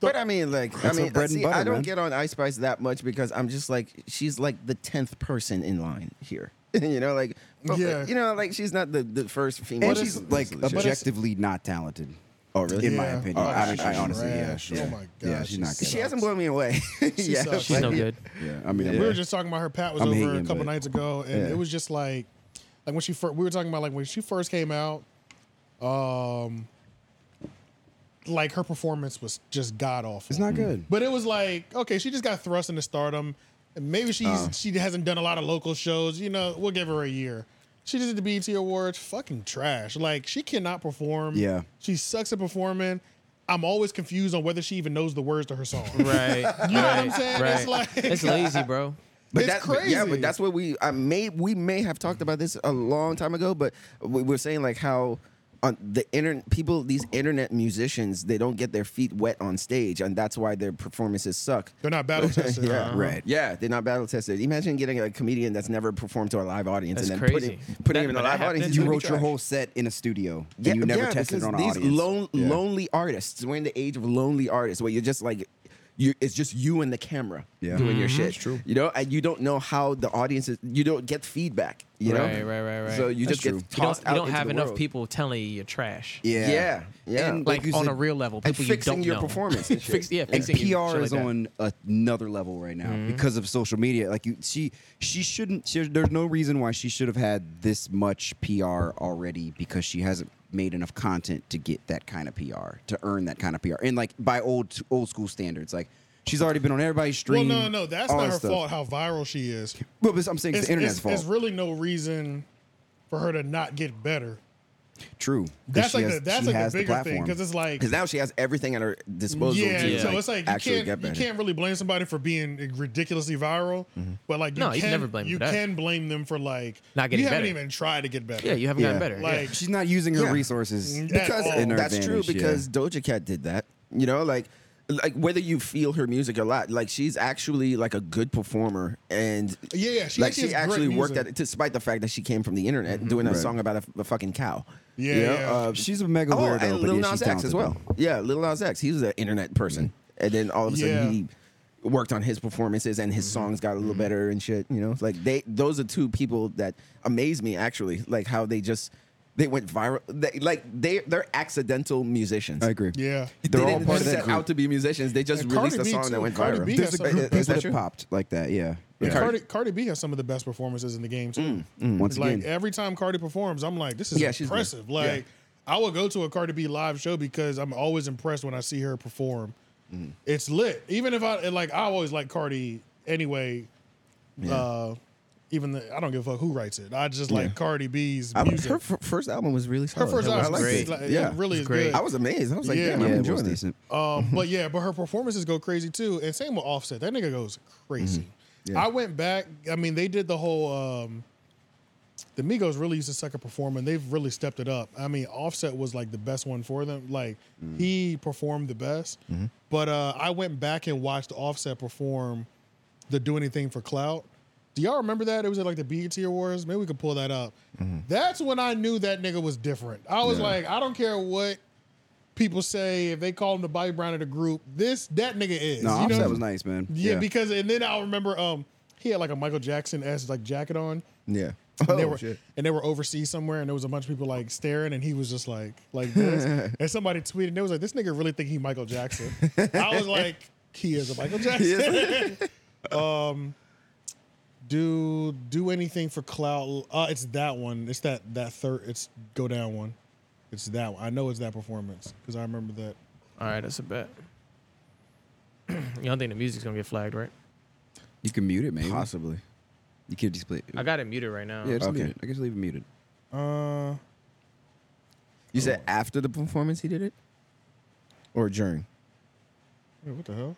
But I mean, like, That's I her mean, bread and see, butter, I don't man. get on Ice Spice that much because I'm just like, she's like the 10th person in line here. (laughs) you know, like, but, Yeah. you know, like, she's not the, the first female. And she's like But it's- objectively not talented. oh, really? in my Yeah. opinion. Oh, I, mean, she's I honestly, yeah, trash. yeah. Oh my Yeah, gosh, she's not she's- good. she hasn't blown me away. (laughs) yeah. sucks. She's no like- good. yeah, I mean, I'm We were like- just talking about her Pat was I'm over a hating, couple but- nights ago, and Yeah. it was just like, like when she first, we were talking about like when she first came out, um, like her performance was just god awful. it's not good. But it was like, okay, she just got thrust into stardom. And maybe she's Uh. she hasn't done a lot of local shows. You know, we'll give her a year. She just did the BET Awards, fucking trash. Like she cannot perform. Yeah. she sucks at performing. I'm always confused on whether she even knows the words to her (laughs) song. (laughs) Right. You know right, what I'm saying? Right. It's like- it's lazy, bro. But It's that- but Yeah, crazy. but that's what we I may we may have talked about this a long time ago, but we were saying like how on the internet people these internet musicians they don't get their feet wet on stage and that's why their performances suck. They're not (laughs) battle tested. Yeah, Right. Yeah, they're not battle tested. Imagine getting a comedian that's never performed to a live audience That's and then crazy. putting putting him That- in a but that live audience. happens. It's You gonna be wrote your trash. whole set in a studio and Yeah, you never yeah, tested it because on an these audience. lone- lonely artists. We're in the age of lonely artists where you're just like you it's just you and the camera Yeah. doing your shit. true. You know, and you don't know how the audience is. You don't get feedback. You Right, know, right, right, right. So you That's just true. You get You don't, tossed you out don't into have the enough world. people telling you you're trash. Yeah. Yeah, yeah. And Like, you on a real level, and people you fixing don't your know. performance and shit. (laughs) Fix- yeah, and fixing PR you, shit is like that. on another level right now Mm-hmm. because of social media. Like you, she, she shouldn't. She, there's no reason why she should have had this much PR already because she hasn't made enough content to get that kind of PR to earn that kind of PR. And like by old old school standards, like she's already been on everybody's Well, stream. no, no, no. That's all not that her stuff. fault. How viral she is. Well, but I'm saying it's, It's, the it's- internet's fault. it's really no reason for her to not get better. True. 'Cause That's she like has- the, that's she like has the bigger thing because it's like Because now she has everything at her disposal yeah, to yeah. so like, it's like you actually can't get you better. can't really blame somebody for being ridiculously viral, Mm-hmm. but like you No, can, you can never blame them you for that. can blame them for like Not getting you haven't better. even tried to get better. Yeah, you haven't Yeah. gotten better. Like, yeah. She's not using her Yeah. resources Mm, at because all. in her that's true. advantage, yeah. Because Doja Cat did that. You know, like like whether you feel her music a lot, like she's actually like a good performer, and Yeah, yeah, she like actually she has great actually worked music. Mm-hmm. at it, despite the fact that she came from the internet doing a Right. song about a, a fucking cow. Yeah, yeah. uh, She's a mega oh, weirdo, and but Lil yeah, she's Nas X as talented, well. Yeah, Lil Nas X, he was an internet person, and then all of a sudden Yeah. he worked on his performances and his songs got a little better and shit. You know, like they those are two people that amaze me actually, like how they just they went viral. They, like they they're accidental musicians. I agree. yeah, They They're all didn't part of set that group. out to be musicians. They just And Cardi released a B song too. that went Cardi viral. B There's Yes, a group I- of is that people that true? popped like that. Yeah. And Yeah. Mm. Cardi, Cardi B has some of the best performances in the game too. Once like again, every time Cardi performs, I'm like, this is Yeah, she's good. impressive. Like I will go to a Cardi B live show because I'm always impressed when I see her perform. Mm-hmm. It's lit. Even if I like, I always like Cardi anyway. Uh, even the, I don't give a fuck who writes it. I just like Cardi B's I- music. her f- first album was really Her solid. first I album liked is it. great. Like, Yeah. it really It's is great. great. I was Mm-hmm. amazed. I was like, Yeah. damn, yeah, I'm it was enjoying this. decent. (laughs) Um, but yeah, but her performances go crazy too, and same with Offset. That nigga goes crazy. Mm-hmm. I went back. I mean, they did the whole. Um, the Migos really used to suck at performing. They've really stepped it up. I mean, Offset was like the best one for them. Like Mm-hmm. he performed the best. But uh, I went back and watched Offset perform the "Do Anything for Clout." Do y'all remember that? It was at like the BET Awards. Maybe we could pull that up. Mm-hmm. That's when I knew that nigga was different. I was like, I don't care what people say if they call him the Bobby Brown of the group. This that nigga is. No, you know? offset was nice, man. Yeah, because and then I remember um he had like a Michael Jackson s like jacket on. Yeah. (laughs) And they Oh, were shit. and they were overseas somewhere, and there was a bunch of people like staring, and he was just like like this. and somebody tweeted, and they was like, "This nigga really think he Michael Jackson." I was like, "He is a Michael Jackson." (laughs) um, do do anything for clout? Uh, it's that one. It's that that third. It's go down one. It's that one. I know it's that performance because I remember that. All right, that's a bet. (clears throat) you don't think the music's gonna get flagged, right? You can mute it, maybe. Possibly. You can just play it. I got it muted right now. yeah, just okay. mute it. I guess leave it muted. Uh, You Oh. said after the performance he did it? Or during? wait, what the hell?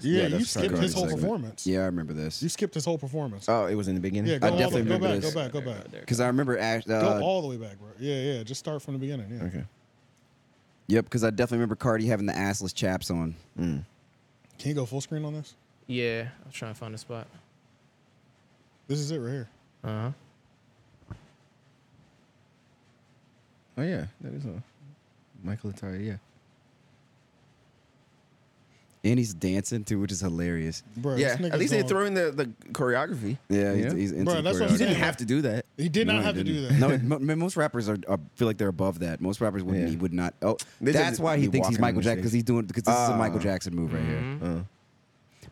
Yeah, you that's skipped Cardi his whole segment. performance. Yeah, I remember this You skipped his whole performance. Oh, it was in the beginning? yeah, go, all the- definitely go remember back, go this. back, go There, back. there, there. because I remember. Ash, uh, Go all the way back, bro. Yeah, yeah. Just start from the beginning. Yeah. Okay. Yep, because I definitely remember Cardi having the assless chaps on. Mm. Can you go full screen on this? Yeah, I'm trying to find a spot. This is it right here. Uh huh. Oh, yeah. That is a Michael Atari, yeah. And he's dancing too, which is hilarious. Bro, yeah, this nigga's at least they going- threw in the, the choreography. Yeah, you know? he's, he's into Bro, that's the what he I'm choreography. didn't Yeah. have to do that. He did No, not he have to do didn't. that. No, mo- most rappers are. I feel like they're above that. Most rappers wouldn't. Yeah. He would not. Oh, They that's just why he be thinks he's walking on Michael the Jackson because stage. he's doing because this is a Michael Ah. Jackson move right here. Uh,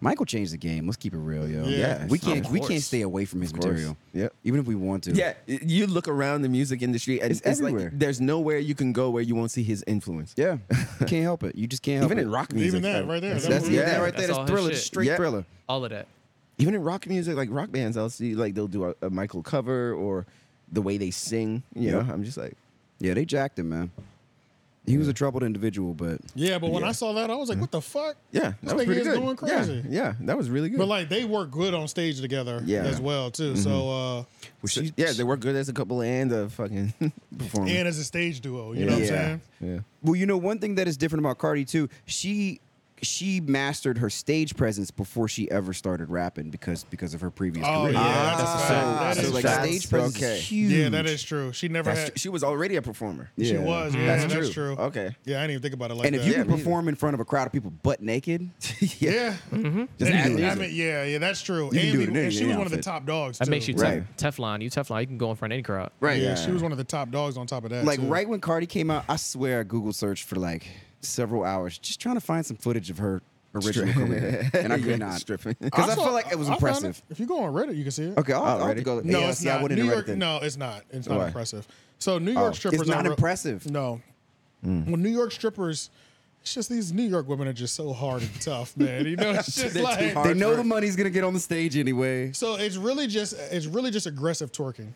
Michael changed the game. Let's keep it real, yo. Yeah. we Of can't. We can't course. stay away from his course. material. Yep. even if we want to. yeah, y- you look around the music industry and It's it's, everywhere. like there's nowhere you can go where you won't see his influence. yeah. You (laughs) can't help it. You just can't help Even it. in rock music. Even that right there. That's what yeah, we that did. right there. That's all his thriller, shit. just straight Yeah. thriller. All of that. even in rock music, like rock bands, I'll see like they'll do a, a Michael cover or the way they sing. You Yeah. know, I'm just like, Yeah, they jacked him, man. He was a troubled individual, but (laughs) Yeah, but when Yeah. I saw that, I Mm-hmm. was like, what the fuck? yeah, This that was nigga pretty is good. going crazy. Yeah, yeah, that was really good. But like they work good on stage together Yeah. as well too. So uh was she, yeah, they were good as a couple and a fucking (laughs) uh, performer. and as a stage duo, you know what I'm Yeah. saying? yeah, Well, you know, one thing that is different about Cardi too, she she mastered her stage presence before she ever started rapping because because of her previous Oh, career. yeah, that's a so, fact. That so, is like fact. stage presence is Okay. huge. Yeah, that is true. She never That's had. tr- she was already a performer. She Yeah. was. Yeah, that's, That's true. true. Okay. Yeah, I didn't even think about it like And if that. you Yeah, can me neither. perform in front of a crowd of people butt naked, (laughs) yeah. Just And- do it. I mean, yeah, yeah, that's true. can and do we- it in any and she was one of the outfit. top dogs. Too. That makes you Right. tef- Teflon. You Teflon. You can go in front of any crowd. right? Yeah, she was one of the top dogs. On top of that, like too. right when Cardi came out, I swear I Google searched for like several hours just trying to find some footage of her original career, (laughs) and I could Yeah, not (laughs) stripping. because I saw- felt like it was I found impressive. If you go on Reddit, you can see it. Okay, I'll, I'll have to Already? go. No, yeah, it's see, I not. wouldn't New have read York. then. No, it's not. It's not Why? impressive. So New Oh. York strippers. not are- impressive. No. Hmm. Well, New York strippers. It's just these New York women are just so hard and (laughs) tough, man. You know, it's just They're too like hard. They know for- the money's gonna get on the stage anyway. so. It's really just it's really just aggressive twerking.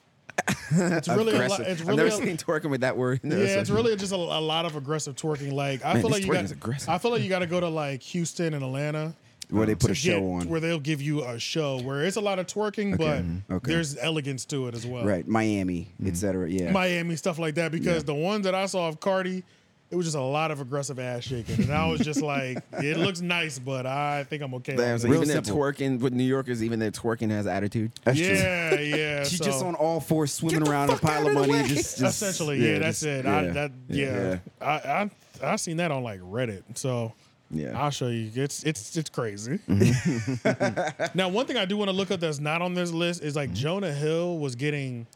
It's really a lot. Aggressive. It's I've really never a- seen twerking with that word. (laughs) yeah, it's really just a, a lot of aggressive twerking. Like I Man, feel this like you twerking got, is aggressive. I feel like you got to go to like Houston and Atlanta Where they put a to get- show on. where they'll give you a show where it's a lot of twerking, but okay. there's elegance to it as well. right, Miami, et cetera. Yeah. Miami stuff like that because the ones that I saw of Cardi, it was just a lot of aggressive ass shaking, and I was just like, it looks nice, but I think I'm okay. Damn, on so this. even their simple. twerking with New Yorkers, even their twerking has attitude. That's true. yeah, (laughs) yeah. She's so- just on all fours swimming Get the around in a fuck pile out of of the money. way. Just, just- essentially, yeah, that's just- it. I, yeah. that yeah, I I I seen that on like Reddit, so Yeah. I'll show you. It's it's it's crazy. Mm-hmm. (laughs) (laughs) now, one thing I do want to look up that's not on this list is like Jonah Hill was getting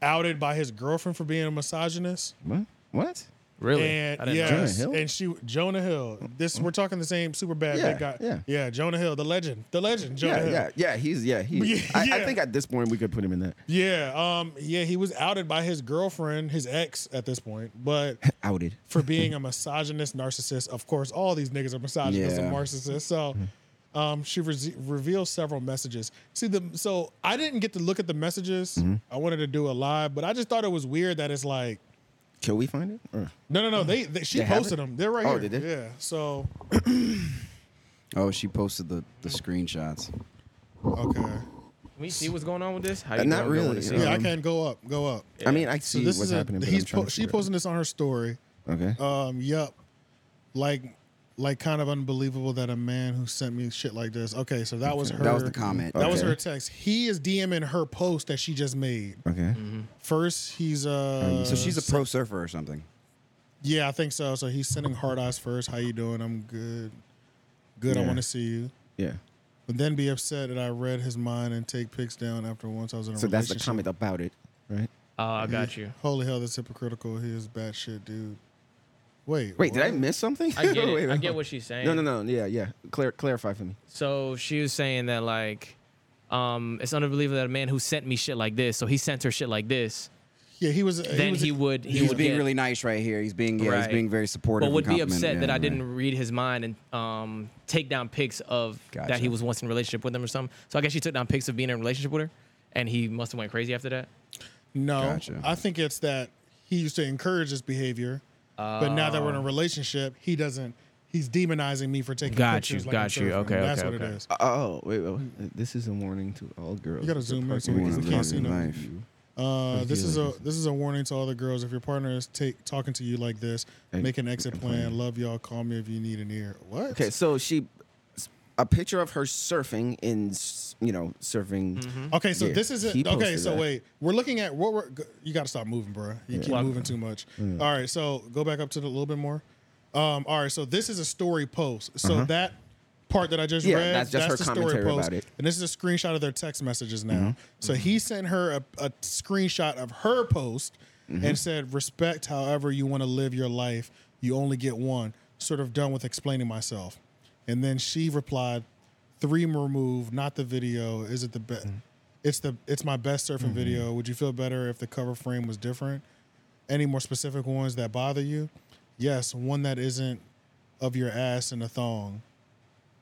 outed by his girlfriend for being a misogynist, What? What? Really? I and didn't know yes, that. Jonah Hill? and she Jonah Hill. This we're talking the same super bad Yeah, guy. yeah. Jonah Hill, the legend, the legend, Jonah Yeah, Hill. yeah, yeah. He's yeah. He. Yeah, I, I yeah. think at this point we could put him in that. Yeah, um, yeah, he was outed by his girlfriend, his ex at this point, but (laughs) (laughs) Outed. for being a misogynist narcissist. Of course, all these niggas are misogynists and Yeah. narcissists. So, um, she re- reveals several messages. See the so I didn't get to look at the messages. Mm-hmm. I wanted to do a live, but I just thought it was weird that it's like Can we find it? Or- no, no, no. They, they she They have posted it? them. They're right Oh, here. did they? Yeah. So Oh, she posted the, the screenshots. okay. Can we see what's going on with this? How you Uh, Not doing? I wanna really. see. Yeah, I Um, can go up. Go up. I mean, I So see this what's is a, happening. but he's I'm trying po- to she figure posting this on her story. out. Okay. Um, yep. Like, like kind of unbelievable that a man who sent me shit like this. Okay, so that was her. That was the comment. That was Okay. her text. He is DMing her post that she just made. okay. Mm-hmm. First, he's uh. So she's a pro surfer or something. Yeah, I think so. So he's sending hard eyes first. How you doing? I'm good. Good. I Yeah. want to see you. Yeah. But then be upset that I read his mind and take pics down after once Oh, I was in a So that's relationship. the comment about it, right? Oh, I (laughs) got you. Holy hell, that's hypocritical. He is bad shit, dude. Wait. Wait, did I what? miss something? (laughs) I get Wait, it. I no. get what she's saying. No, no, no. Yeah, yeah. Clar- clarify for me. So she was saying that like, um, it's unbelievable that a man who sent me shit like this, so he sent her shit like this, Yeah, he was. then was, he would he He's would being get, really nice right here. He's being yeah, he's Right. being very supportive. but would and be upset complimenting. that Yeah, I right. didn't read his mind and um take down pics of that he Gotcha. was once in a relationship with him or something. So I guess she took down pics of being in a relationship with her, and he must have went crazy after that. No, Gotcha. I think it's that he used to encourage this behavior, but now that we're in a relationship, he doesn't. He's demonizing me for taking Got pictures. you, like I'm got you. surfing. Okay, that's okay, what it okay. is. Oh, wait, wait, wait. This is a warning to all girls. You gotta The zoom in so parking we lot can is we can't see on them. you. Uh, this is a like this is a warning to all the girls. If your partner is take, talking to you like this, Hey, make an exit plan. Love y'all. Call me if you need an ear. What? Okay, so she, a picture of her surfing in, s- you know, surfing. Okay, so Yeah, this is he it. Okay, posted so that. wait, we're looking at what we're. g- You got to stop moving, bro. You keep Well, moving too much. All right, so go back up to the, a little bit more. Um, all right, so this is a story post. So that part that I just Yeah, read, that's just her the commentary story post, about it. Mm-hmm. and this is a screenshot of their text messages now. So he sent her a, a screenshot of her post Mm-hmm. and said, "Respect, however you want to live your life. You only get one." Sort of done with explaining myself, and then she replied, three remove, not the video. Is it the best? Mm-hmm. It's the it's my best surfing video. Would you feel better if the cover frame was different? Any more specific ones that bother you? Yes, one that isn't of your ass and a thong.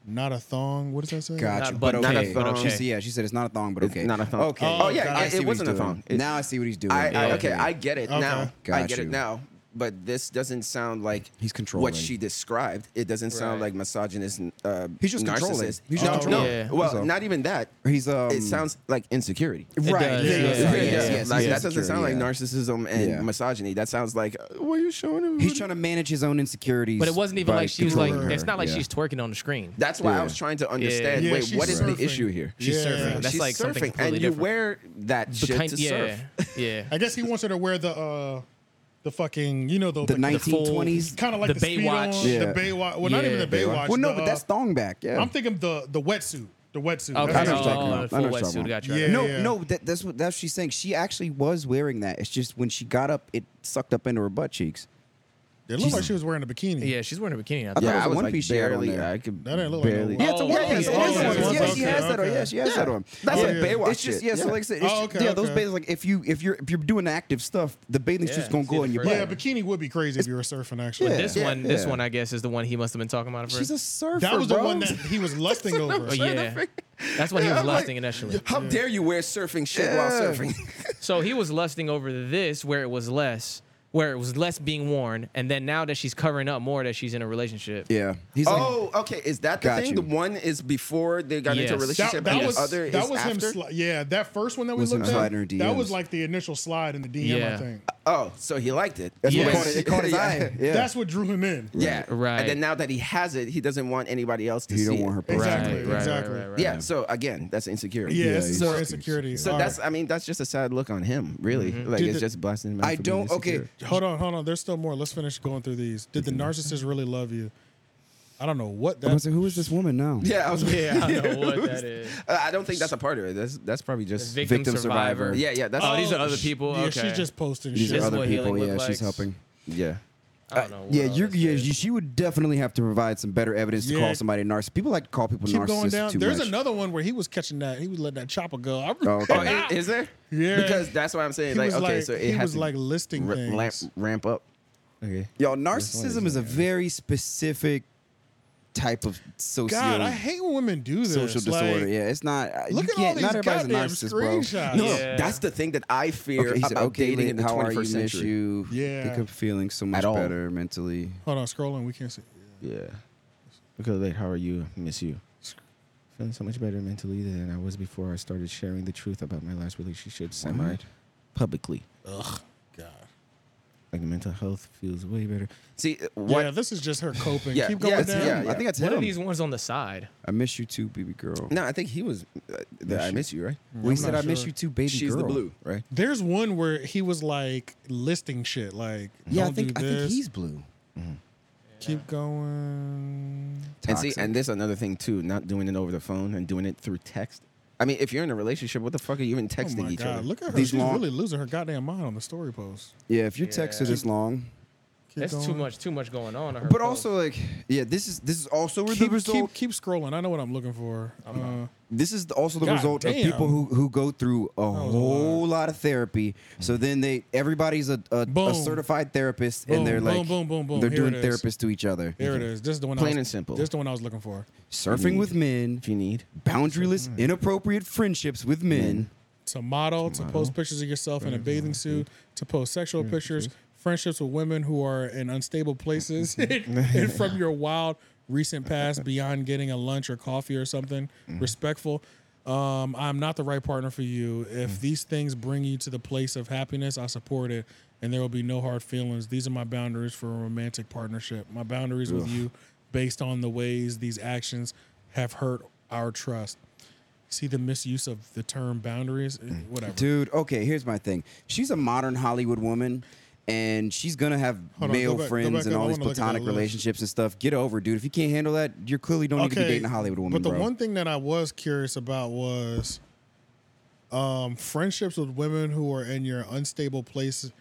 Not a thong. What does that say? Gotcha. Not- but, but okay. okay, but She okay. said, yeah, she said it's not a thong, but It's okay. not a thong. Okay. Oh, I yeah, see it what he's wasn't a doing. thong. It's- now I see what he's doing. I, I, Yeah. okay, I get it Okay. now. I Got get it you. now. but this doesn't sound like He's controlling. what she described. It doesn't sound Right. like misogynist. Uh, He's narcissist. just Oh. controlling. He's just no, controlling. no. Yeah. Well, So- not even that. He's, um, it sounds like insecurity. It Right. does, yeah, yeah. yeah, Yeah, sorry, yeah, yes, yeah. yes, like yes, that doesn't sound like yeah. narcissism and Yeah. misogyny. That sounds like uh, what are you showing him? He's trying to manage his own insecurities. But it wasn't even by like she was like. controlling It's her. not like Yeah. she's twerking on the screen. That's why Yeah. I was trying to understand. Yeah, Wait, she's what is surfing. the issue here? She's Yeah. surfing. That's She's like something surfing, completely and you different. wear that The shit kind- to yeah, surf. (laughs) yeah. I guess he wants her to wear the uh, the fucking you know the the like, full- 1920s. kind of like The the, speedo, Baywatch. Yeah. the Baywatch. Well, not Yeah. even the Baywatch. Well, no, the, but uh, that's thong back. Yeah. I'm thinking the the wetsuit, the wetsuit. Okay. I know That's what oh, you're talking about. the I know full what you're wetsuit. talking Got you. about. I got no, you. Yeah. no, that, that's what that's she's saying. She actually was wearing that. It's just when she got up, it sucked up into her butt cheeks. It looked like she was wearing a bikini. Yeah, she's wearing a bikini. I Out thought there. it Yeah, I was a was one like piece she had on barely. there. I could That didn't look like a barely. one- Yeah, it's a Oh, yeah, one piece. yeah, it is yeah, a one yeah, piece. Yeah, she okay, has that on. okay. Yeah, she has Yeah. that on. That's Yeah. like It's Baywatch. It's just shit. yeah, so like I said, it's Oh, just- okay, yeah, those okay. bathings like if you if you're if you're doing active stuff, the bathing's Yeah, just gonna see go the in your first- Yeah, butt. bikini would be crazy if you were surfing. Actually, Yeah. This Yeah. one, this Yeah. one, I guess, is the one he must have been talking about. at She's a first. surfer. that was the bro. one that he was (laughs) lusting over. Oh, yeah, that's what he Yeah, was I'm like- lusting initially. How dare you wear surfing shit while Yeah. surfing? So he was lusting over this, where it was less, where it was less being worn, and then now that she's covering up more, that she's in a relationship. Yeah. He's like, oh, okay. Is that the Got thing? you. The one is before they got into a Yes. relationship, That, that and was the other that is was him. after. Sli- yeah, that first one that we Was him looked at. sliding her That DMs. was like the initial slide in the DM. I Yeah. think oh, so he liked it. that's Yes. what caught it. It caught (laughs) his Yeah. eye. (laughs) Yeah. that's what drew him in. Yeah, Right. And then now that he has it, he doesn't want anybody else to He see. don't it. want her. Exactly. pregnant. exactly. Yeah. So again, that's insecurity. Yeah, Yeah, it's he's more fucking- insecurity. So All that's. right. Mm-hmm. I mean, that's just a sad look on him. Really, like Did it's the- just blasting him. out I for being don't. Okay. insecure. (laughs) Hold on, hold on. There's still more. Let's finish going through these. Did the Mm-hmm. narcissist really love you? I don't know what I that. was like, who is this woman now? Yeah, I (laughs) was. Yeah, (laughs) I don't know (laughs) what that is. Uh, I don't think that's a part of it. That's that's probably just. Victim, Victim survivor. survivor. yeah, yeah. That's Oh, these are other sh- people. Yeah, okay. she's just posting shit. These are This other what people. healing Yeah, look she's like. helping. yeah. I don't know. what Uh, Yeah, all you're, this yeah, is. you, she would definitely have to provide some better evidence to Yeah. call somebody a narcissist. People like to call people Keep narcissists going down. too There's much. another one where he was catching that. He was letting that chopper go. I, Oh, Oh, okay. i- is there? (laughs) Yeah. Because that's what I'm saying. He like, was okay, like- so it he has was to like listing ra- things. lamp- ramp up. Okay. Y'all, narcissism is a very specific type of socio God, I hate when women do this. social Like, disorder. yeah, it's not. uh, Look you at all can't- these not everybody's a goddamn narcissist, bro. screenshots. No, Yeah. that's the thing that I fear Okay, he's about okay, dating in the how are 21st you, miss century. you? Yeah. Think of feeling so much all. better mentally. Hold on, scrolling. We can't see. Yeah. Because like, how are you? Miss you. Feeling so much better mentally than I was before I started sharing the truth about my last relationship semi publicly. Ugh, God. Like mental health feels way better. See uh, what? Yeah, this is just her coping. Yeah, Keep going yeah, down. yeah, I think that's What him. are these ones on the side? I miss you too, baby girl. No, I think he was. Uh, the, I miss you, right? we I'm said I not miss sure. you too, baby She's girl. the blue, right? There's one where he was like listing shit. Like, Yeah, I don't think do I think this. he's blue. Keep going. And see, and this another thing too, not doing it over the phone and doing it through text. I mean, if you're in a relationship, what the fuck are you even Oh texting my each God! other? Look at her. These She's long- really losing her goddamn mind on the story post. Yeah, if you text her Yeah. this long. Keep That's too going. much. Too much going on. on her But post. also like, yeah, this is this is also the Keep, result. keep, keep scrolling. I know what I'm looking for. Uh, this is also the God result of damn. people who, who go through a was a whole lot of therapy. So then they everybody's a, a, a Boom. certified therapist, Boom, and they're boom, like boom, boom, boom. they're Here doing it is. therapists to each other. here it is. This is the one. I Plain was, and simple. This is the one I was looking for. Surfing with men, if you need, boundaryless, inappropriate friendships with men. To model, to post pictures of yourself in a bathing suit, to post sexual pictures, friendships with women who are in unstable places, (laughs) and from your wild recent past beyond getting a lunch or coffee or something. Respectful. Um, I'm not the right partner for you. If these things bring you to the place of happiness, I support it, and there will be no hard feelings. These are my boundaries for a romantic partnership. My boundaries with you, based on the ways these actions have hurt our trust. See the misuse of the term boundaries, Eh, whatever. Mm. Dude, okay, here's my thing. She's a modern Hollywood woman. And she's gonna have Hold on, male go back- go friends back and up. all I these wanna look at that platonic list. relationships and stuff. Get over, it, dude. If you can't handle that, you clearly don't need to be dating a Hollywood woman, But the bro. one thing that I was curious about was um, friendships with women who are in your unstable places,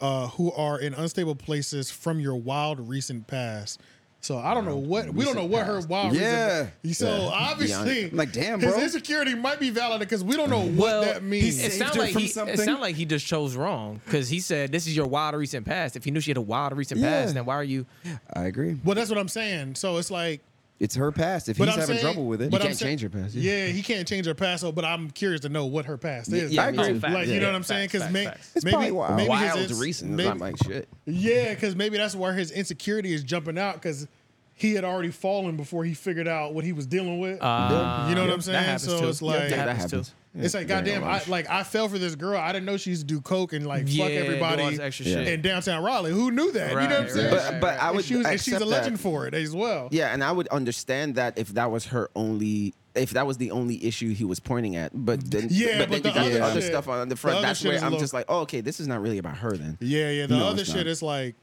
uh, who are in unstable places from your wild recent past. So I don't know what we don't know what her wild Yeah. recent. So obviously, I'm like, damn, his bro. insecurity might be valid because we don't know what Well, that It means. saved sounds her like from he. something. It sounds like he just chose wrong because he said this is your wild recent past. If he knew she had a wild recent Yeah. past, then why are you? I agree. Well, that's what I'm saying. So it's like It's her past. If But he's I'm having saying- trouble with it, but You I'm can't saying- change your past, Yeah. yeah. he can't change her past. So, but I'm curious to know what her past is. yeah, I agree. Like, Facts, you know yeah. what I'm saying? Because Facts, maybe, facts. It's maybe, probably wild. maybe his wild ins- reason. maybe- I'm like shit. yeah, because maybe that's where his insecurity is jumping out. Because he had already fallen before he figured out what he was dealing with. Uh, you know what I'm that saying? happens So too. it's Yeah, like that Yeah, that happens too. happens. it's like Yeah, goddamn. no I worries. like I fell for this girl. I didn't know she used to do coke and like Yeah, fuck do all everybody this extra Yeah. shit. in downtown Raleigh. Who knew that? you Right, know what I'm right, saying? but but I And would she was, and she's accept a legend that. for it as well. Yeah, and I would understand that if that was her only, if that was the only issue he was pointing at. (laughs) But then, but, Yeah, but then the you got other the other shit- stuff on the the front. other that's shit where is I'm low- just like, oh, okay, this is not really about her then. Yeah, yeah. The No, other it's shit not. is like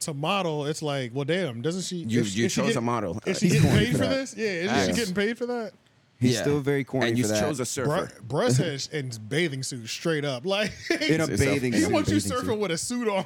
to model. It's like, well, damn, doesn't she? You- is she- you is she chose get- a model. Is she He's getting corny paid for for that. this? Yeah, is she Yes. getting paid for that? he's still very corny. And you for that. chose a surfer. Bruh, bruh says in his bathing suit, straight up, (laughs) like in a (laughs) It's bathing a- he suit. in a wants you bathing surfing suit. with a suit on.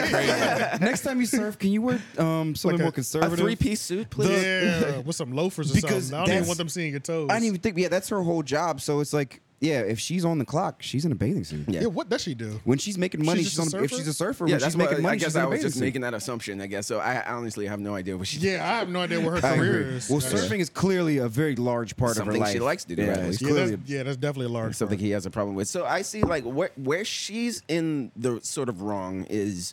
Next time you surf, can you wear um, Like something (laughs) a- a more A conservative? three piece suit, please. (laughs) yeah, with some loafers or Because something. I don't even that's- want them seeing your toes. I didn't even think. Yeah, that's her whole job. So it's like, yeah, if she's on the clock, she's in a bathing suit. Yeah. Yeah, what does she do? When she's making money, She's she's, just a on. If surfer? she's a surfer, Yeah, when that's she's what making money, I guess she's in I a was bathing just suit. making that assumption. I guess so. I honestly have no idea what she. Yeah, I have no idea what her I career agree. is. Well, Actually. surfing is clearly a very large part of Something her life. she likes to do, Yeah, right? it's Yeah, yeah, clearly. that's, yeah, that's definitely a large. (laughs) something he has a problem with. So I see like where where she's in the sort of wrong is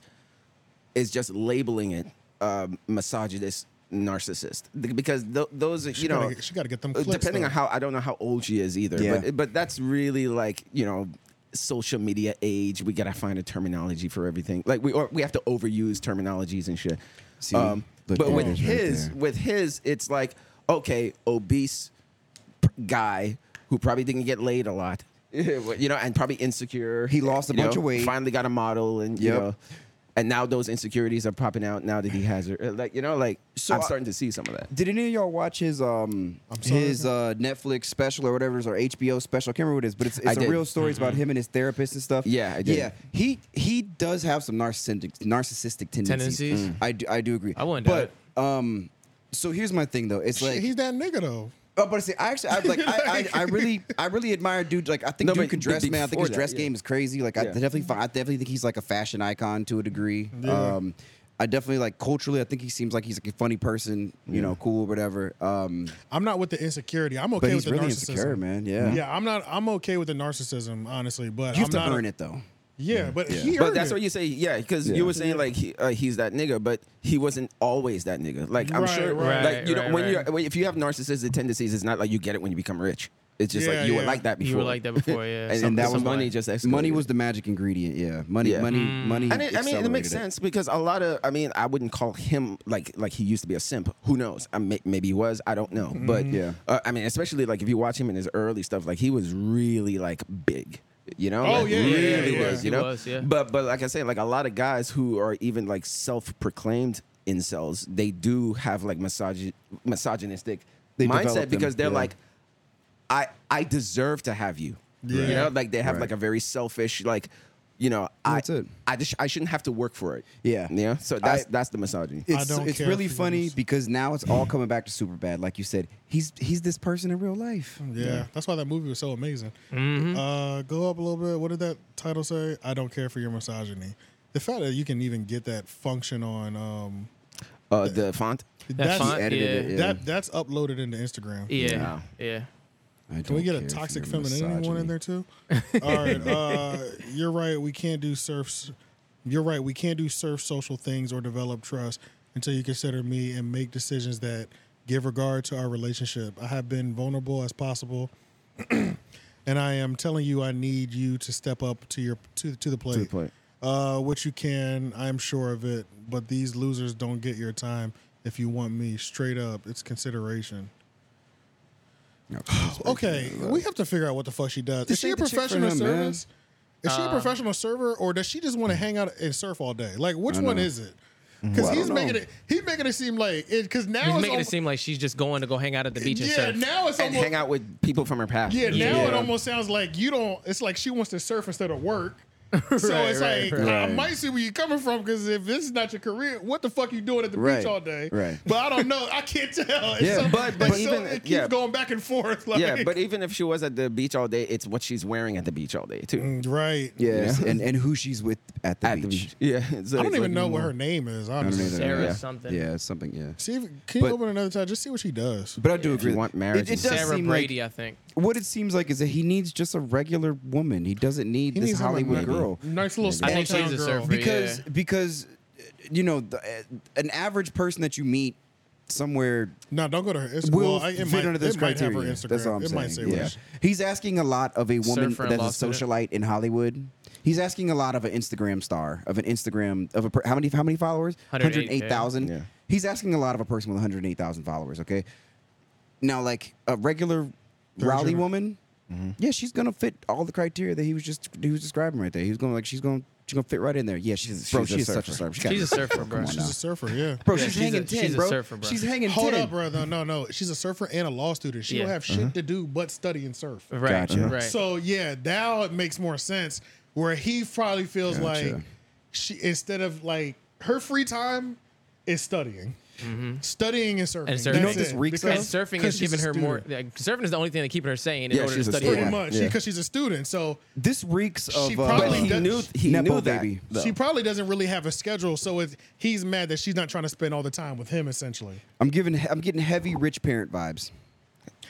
is just labeling it um, misogynist narcissist Th- because th- those She you know gotta get- she gotta get them uh, clicks, depending though. on how I don't know how old she is either Yeah. but but that's really like you know social media age we gotta find a terminology for everything like we or we have to overuse terminologies and shit See, um, look, but there with it is right his there. with his it's like okay obese p- guy who probably didn't get laid a lot, (laughs) you know, and probably insecure. He lost a you bunch know, of weight. Finally got a model, and you Yep. know, and now those insecurities are popping out now that he has her. uh, Like you know, like So I'm I- starting to see some of that. Did any of y'all watch his um sorry? his uh, Netflix special or whatever it is, or HBO special? I can't remember what it is, but it's, I it's a did. real story. It's about him and his therapist and stuff. Yeah, I did. Yeah, he he does have some narcissistic narcissistic tendencies. Tendencies? Mm. I do I do agree. I wouldn't doubt But um, so here's my thing though. It's Shit, like he's that nigga though. Oh, but see, I actually, I like, I, (laughs) I, I really, I really admire dude. Like, I think No, dude but can dress, be- man. I think before his that, dress yeah. game is crazy. Like, I Yeah. definitely, fi- I definitely think he's like a fashion icon to a degree. Um, I definitely like culturally. I think he seems like he's like a funny person. You know, cool, whatever. Um, I'm not with the insecurity. I'm but okay with he's the really narcissism. insecure, man. Yeah, Yeah, I'm not. I'm okay with the narcissism, honestly. But You I'm have not to earn it though. Yeah, but he But earned that's it. what you say, yeah, because Yeah. you were saying like he, uh, he's that nigga, but he wasn't always that nigga. Like I'm Right, sure, right. like you know, Right, when right, you're when- if you have narcissistic tendencies, it's not like you get it when you become rich. It's just Yeah, like you were yeah. like that You before. were like that before, (laughs) yeah. and, Some- and that was some money way. just escalated. Money was the magic ingredient. Yeah, money, Yeah. money, Mm. money. And it, I mean, it makes accelerated sense because a lot of, I mean, I wouldn't call him like like he used to be a simp. Who knows? I may, maybe he was. I don't know. But Mm-hmm. Yeah. uh, I mean, especially like if you watch him in his early stuff, like he was really like big. You know? Oh, Like, yeah, yeah, yeah, really yeah. was. You He know? was, yeah. But but like I say, like a lot of guys who are even like self-proclaimed incels, they do have like misogy- misogynistic They develop them, mindset because they're yeah. like, I I deserve to have you. Yeah. You know, like they have Right. like a very selfish like. You know, I That's it. I just I shouldn't have to work for it. Yeah. Yeah. So that's I- that's the misogyny. It's, don't it's care really if he Mm. funny was- because now it's all coming back to super bad. Like you said, he's he's this person in real life. Yeah, that's why that movie was so amazing. Uh, go up a little bit. What did that title say? I don't care for your misogyny. The fact that you can even get that function on um, Uh, the font. that's font, He edited yeah. it, yeah. that that's uploaded into Instagram. Yeah, Wow. yeah. I Can we don't get care a if toxic you're femininity one in misogyny. there (laughs) too? All right, uh, you're right. We can't do surfs. You're right. We can't do surf social things or develop trust until you consider me and make decisions that give regard to our relationship. I have been vulnerable as possible, (clears throat) and I am telling you, I need you to step up to your to to the plate. the plate. Uh, which you can, I'm sure of it. But these losers don't get your time. If you want me, straight up, it's consideration. Okay, we have to figure out what the fuck she does. Is This she a ain't the chick for professional him, man. service? Is she a professional server, or does she just want to hang out and surf all day? Like, which one is it? Because Well, I he's don't making know. it. He's making it seem like it. Because now He's it's making it almost- seem like she's just going to go hang out at the beach and yeah. surf. Now it's And almost hang out with people from her past. yeah. Now Yeah. it almost sounds like you don't. It's like she wants to surf instead of work. So Right, it's right, like right. I might see where you're coming from because if this is not your career, what the fuck you doing at the Right, beach all day? right. But I don't know. I can't tell. It's Yeah, so- but- it's but so- even- it keeps yeah. going back and forth. Like, yeah, but e even if she was at the beach all day, it's what she's wearing at the beach all day too. right. Yes, Yeah. (laughs) and and who she's with at the At the Mm. beach. beach, yeah. (laughs) I don't even mm. know what her name is. Honestly, either. Sarah Yeah. something. Yeah, something. Yeah, see, if, can you But- open another time? Just see what she does. but I do agree. you want marriage, it, it does Sarah seem Brady, like I think. what it seems like is that he needs just a regular woman. He doesn't need He this needs to have a Hollywood nice- girl. Nice little I small think town she's a girl. surfer. because yeah. because uh, you know the, uh, an average person that you meet somewhere No, don't go to her. It's, will well, I, it fit might, under this it might have criteria. her Instagram. That's all I'm it saying. might say yeah. yeah. he's asking a lot of a woman Surfer in that's a Lost in it. socialite in Hollywood. He's asking a lot of an Instagram star, of an Instagram of a per- how many how many followers? 108K. Yeah. He's asking a lot of a person with 108,000 followers, okay? Now like a regular rowdy gender. woman, yeah, she's going to fit all the criteria that he was just he was describing right there. He was going to like she's going to she's going to fit right in there. Yeah, she's, She's- bro, she's a she's such a surfer. surfer. She's a surfer, bro. (laughs) Come on She's now. She's a surfer, yeah. Bro, Yeah, she's, she's a- hanging she's 10, a bro. surfer, bro. She's hanging Hold 10. up, bro. No, no, no. She's a surfer and a law student. She Yeah. don't have Uh-huh. shit to do but study and surf. Right, Gotcha. right. So yeah, now it makes more sense. Where he probably feels Gotcha. like she instead of like her free time is studying, studying and surfing. Mm-hmm. And surfing. That's You know what this it. reeks Because- and surfing because is she's giving a her more. student. Like, surfing is the only thing that keeping her sane in Yeah, order to she's a study. student. Pretty Yeah, much, yeah. because she's a student. So This reeks of She uh, probably But he does- knew he Nepo knew that. baby. though. she probably doesn't really have a schedule. So it, he's mad that she's not trying to spend all the time with him. Essentially, I'm giving I'm getting heavy rich parent vibes.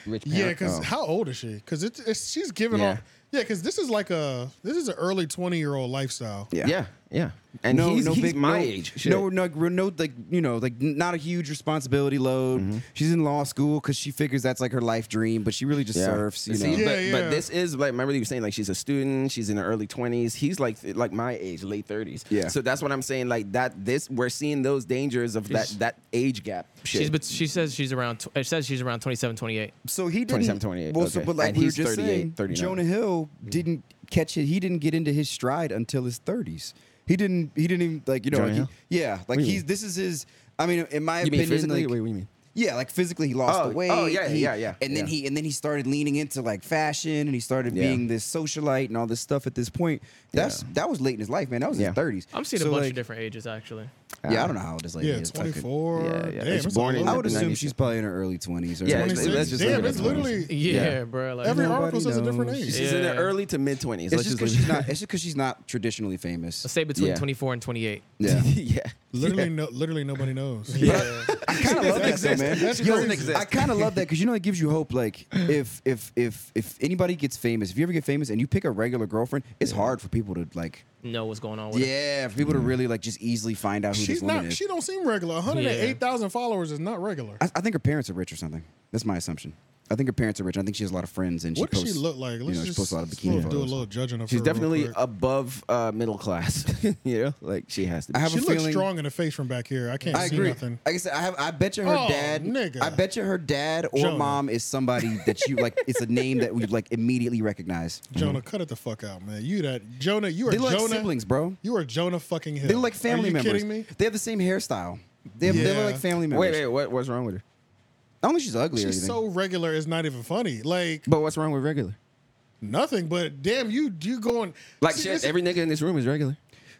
Rich yeah. parent. Because oh. how old is she? Because it's, it's she's giving Yeah. off. Yeah, because this is like a this is an early twenty year old lifestyle. yeah, yeah, And no, he's, no he's big, my no, age. Shit. No, no, no, like you know, like n- not a huge responsibility load. Mm-hmm. She's in law school because she figures that's like her life dream, but she really just Yeah. surfs. You See, know, Yeah, but, yeah. but this is like remember you were saying like she's a student, she's in her early twenties. He's like like my age, late thirties. Yeah. So that's what I'm saying. Like that, this we're seeing those dangers of that She's- that age gap. Shit. She's, but she says she's around. Tw- it says she's around 27, 28. so he didn't. 27, 28, Well, so, okay. but like And we were he's just 38, saying, 39. Jonah Hill didn't catch it. He didn't get into his stride until his 30s. He didn't. He didn't even like you know. Jonah Like Hill? he, yeah, like do you he's. mean? This is his. I mean, in my you mean opinion, physically? like, Wait, what do you mean? Yeah, like physically, he lost Oh, the weight. oh, yeah, he- yeah, yeah, And then yeah. he and then he started leaning into like fashion, and he started Yeah. being this socialite and all this stuff. At this point, that's Yeah. that was late in his life, man. That was Yeah. his thirties. I'm seeing a bunch of different ages actually. Yeah, I don't know how old this lady Yeah, is. I could- twenty four. Yeah, yeah. Damn, It's it's born all in over. I would assume 90s. she's probably in her early twenties. Yeah, early let's- Twenty-six. let's just look Damn, at it's the literally Yeah, Yeah. bro. Like, every Nobody article says a different knows. age. She's in the Yeah. early to mid twenties. It's just because she's not. (laughs) yeah, It's just because she's not traditionally famous. let's say between Yeah. 24 and 28. Yeah. (laughs) yeah. Literally, no, literally nobody knows. (laughs) I kind of love that though, exist. man. That's Yo, crazy. exist. I kind of love that because you know it gives you hope. Like if if if if anybody gets famous, if you ever get famous and you pick a regular girlfriend, it's hard for people to like Know what's going on with it. Yeah, for people to really like just easily find out who She's this woman not. is. She don't seem regular. One hundred and eight thousand followers is not regular. I, I think her parents are rich or something. That's my assumption. I think her parents are rich. I think she has a lot of friends and What she does posts. she look like? you Let's know, she just posts a lot of let's bikini do a photos. little judging of She's her. real definitely quick. above uh, middle class. (laughs) you know, like she has to. Be. I have She a looks feeling- strong in the face from back here. I can't I see agree. nothing. Like I said, I have. I bet you her Oh, dad. nigga. I bet you her dad or Jonah. mom is somebody that you like. It's a name that we like immediately recognize. Jonah, cut it the fuck out, man. You that Jonah? You are They look like Jonah siblings, bro. You are Jonah fucking Hill. They look like family are you members. Kidding me? They have the same hairstyle. They, have, they Yeah. look like family members. wait, wait, what, what's wrong with her? I don't think she's ugly or She's anything. so regular. It's not even funny. Like But what's wrong with regular? nothing. But damn, you you going Like See, shit, it's- every nigga in this room is regular.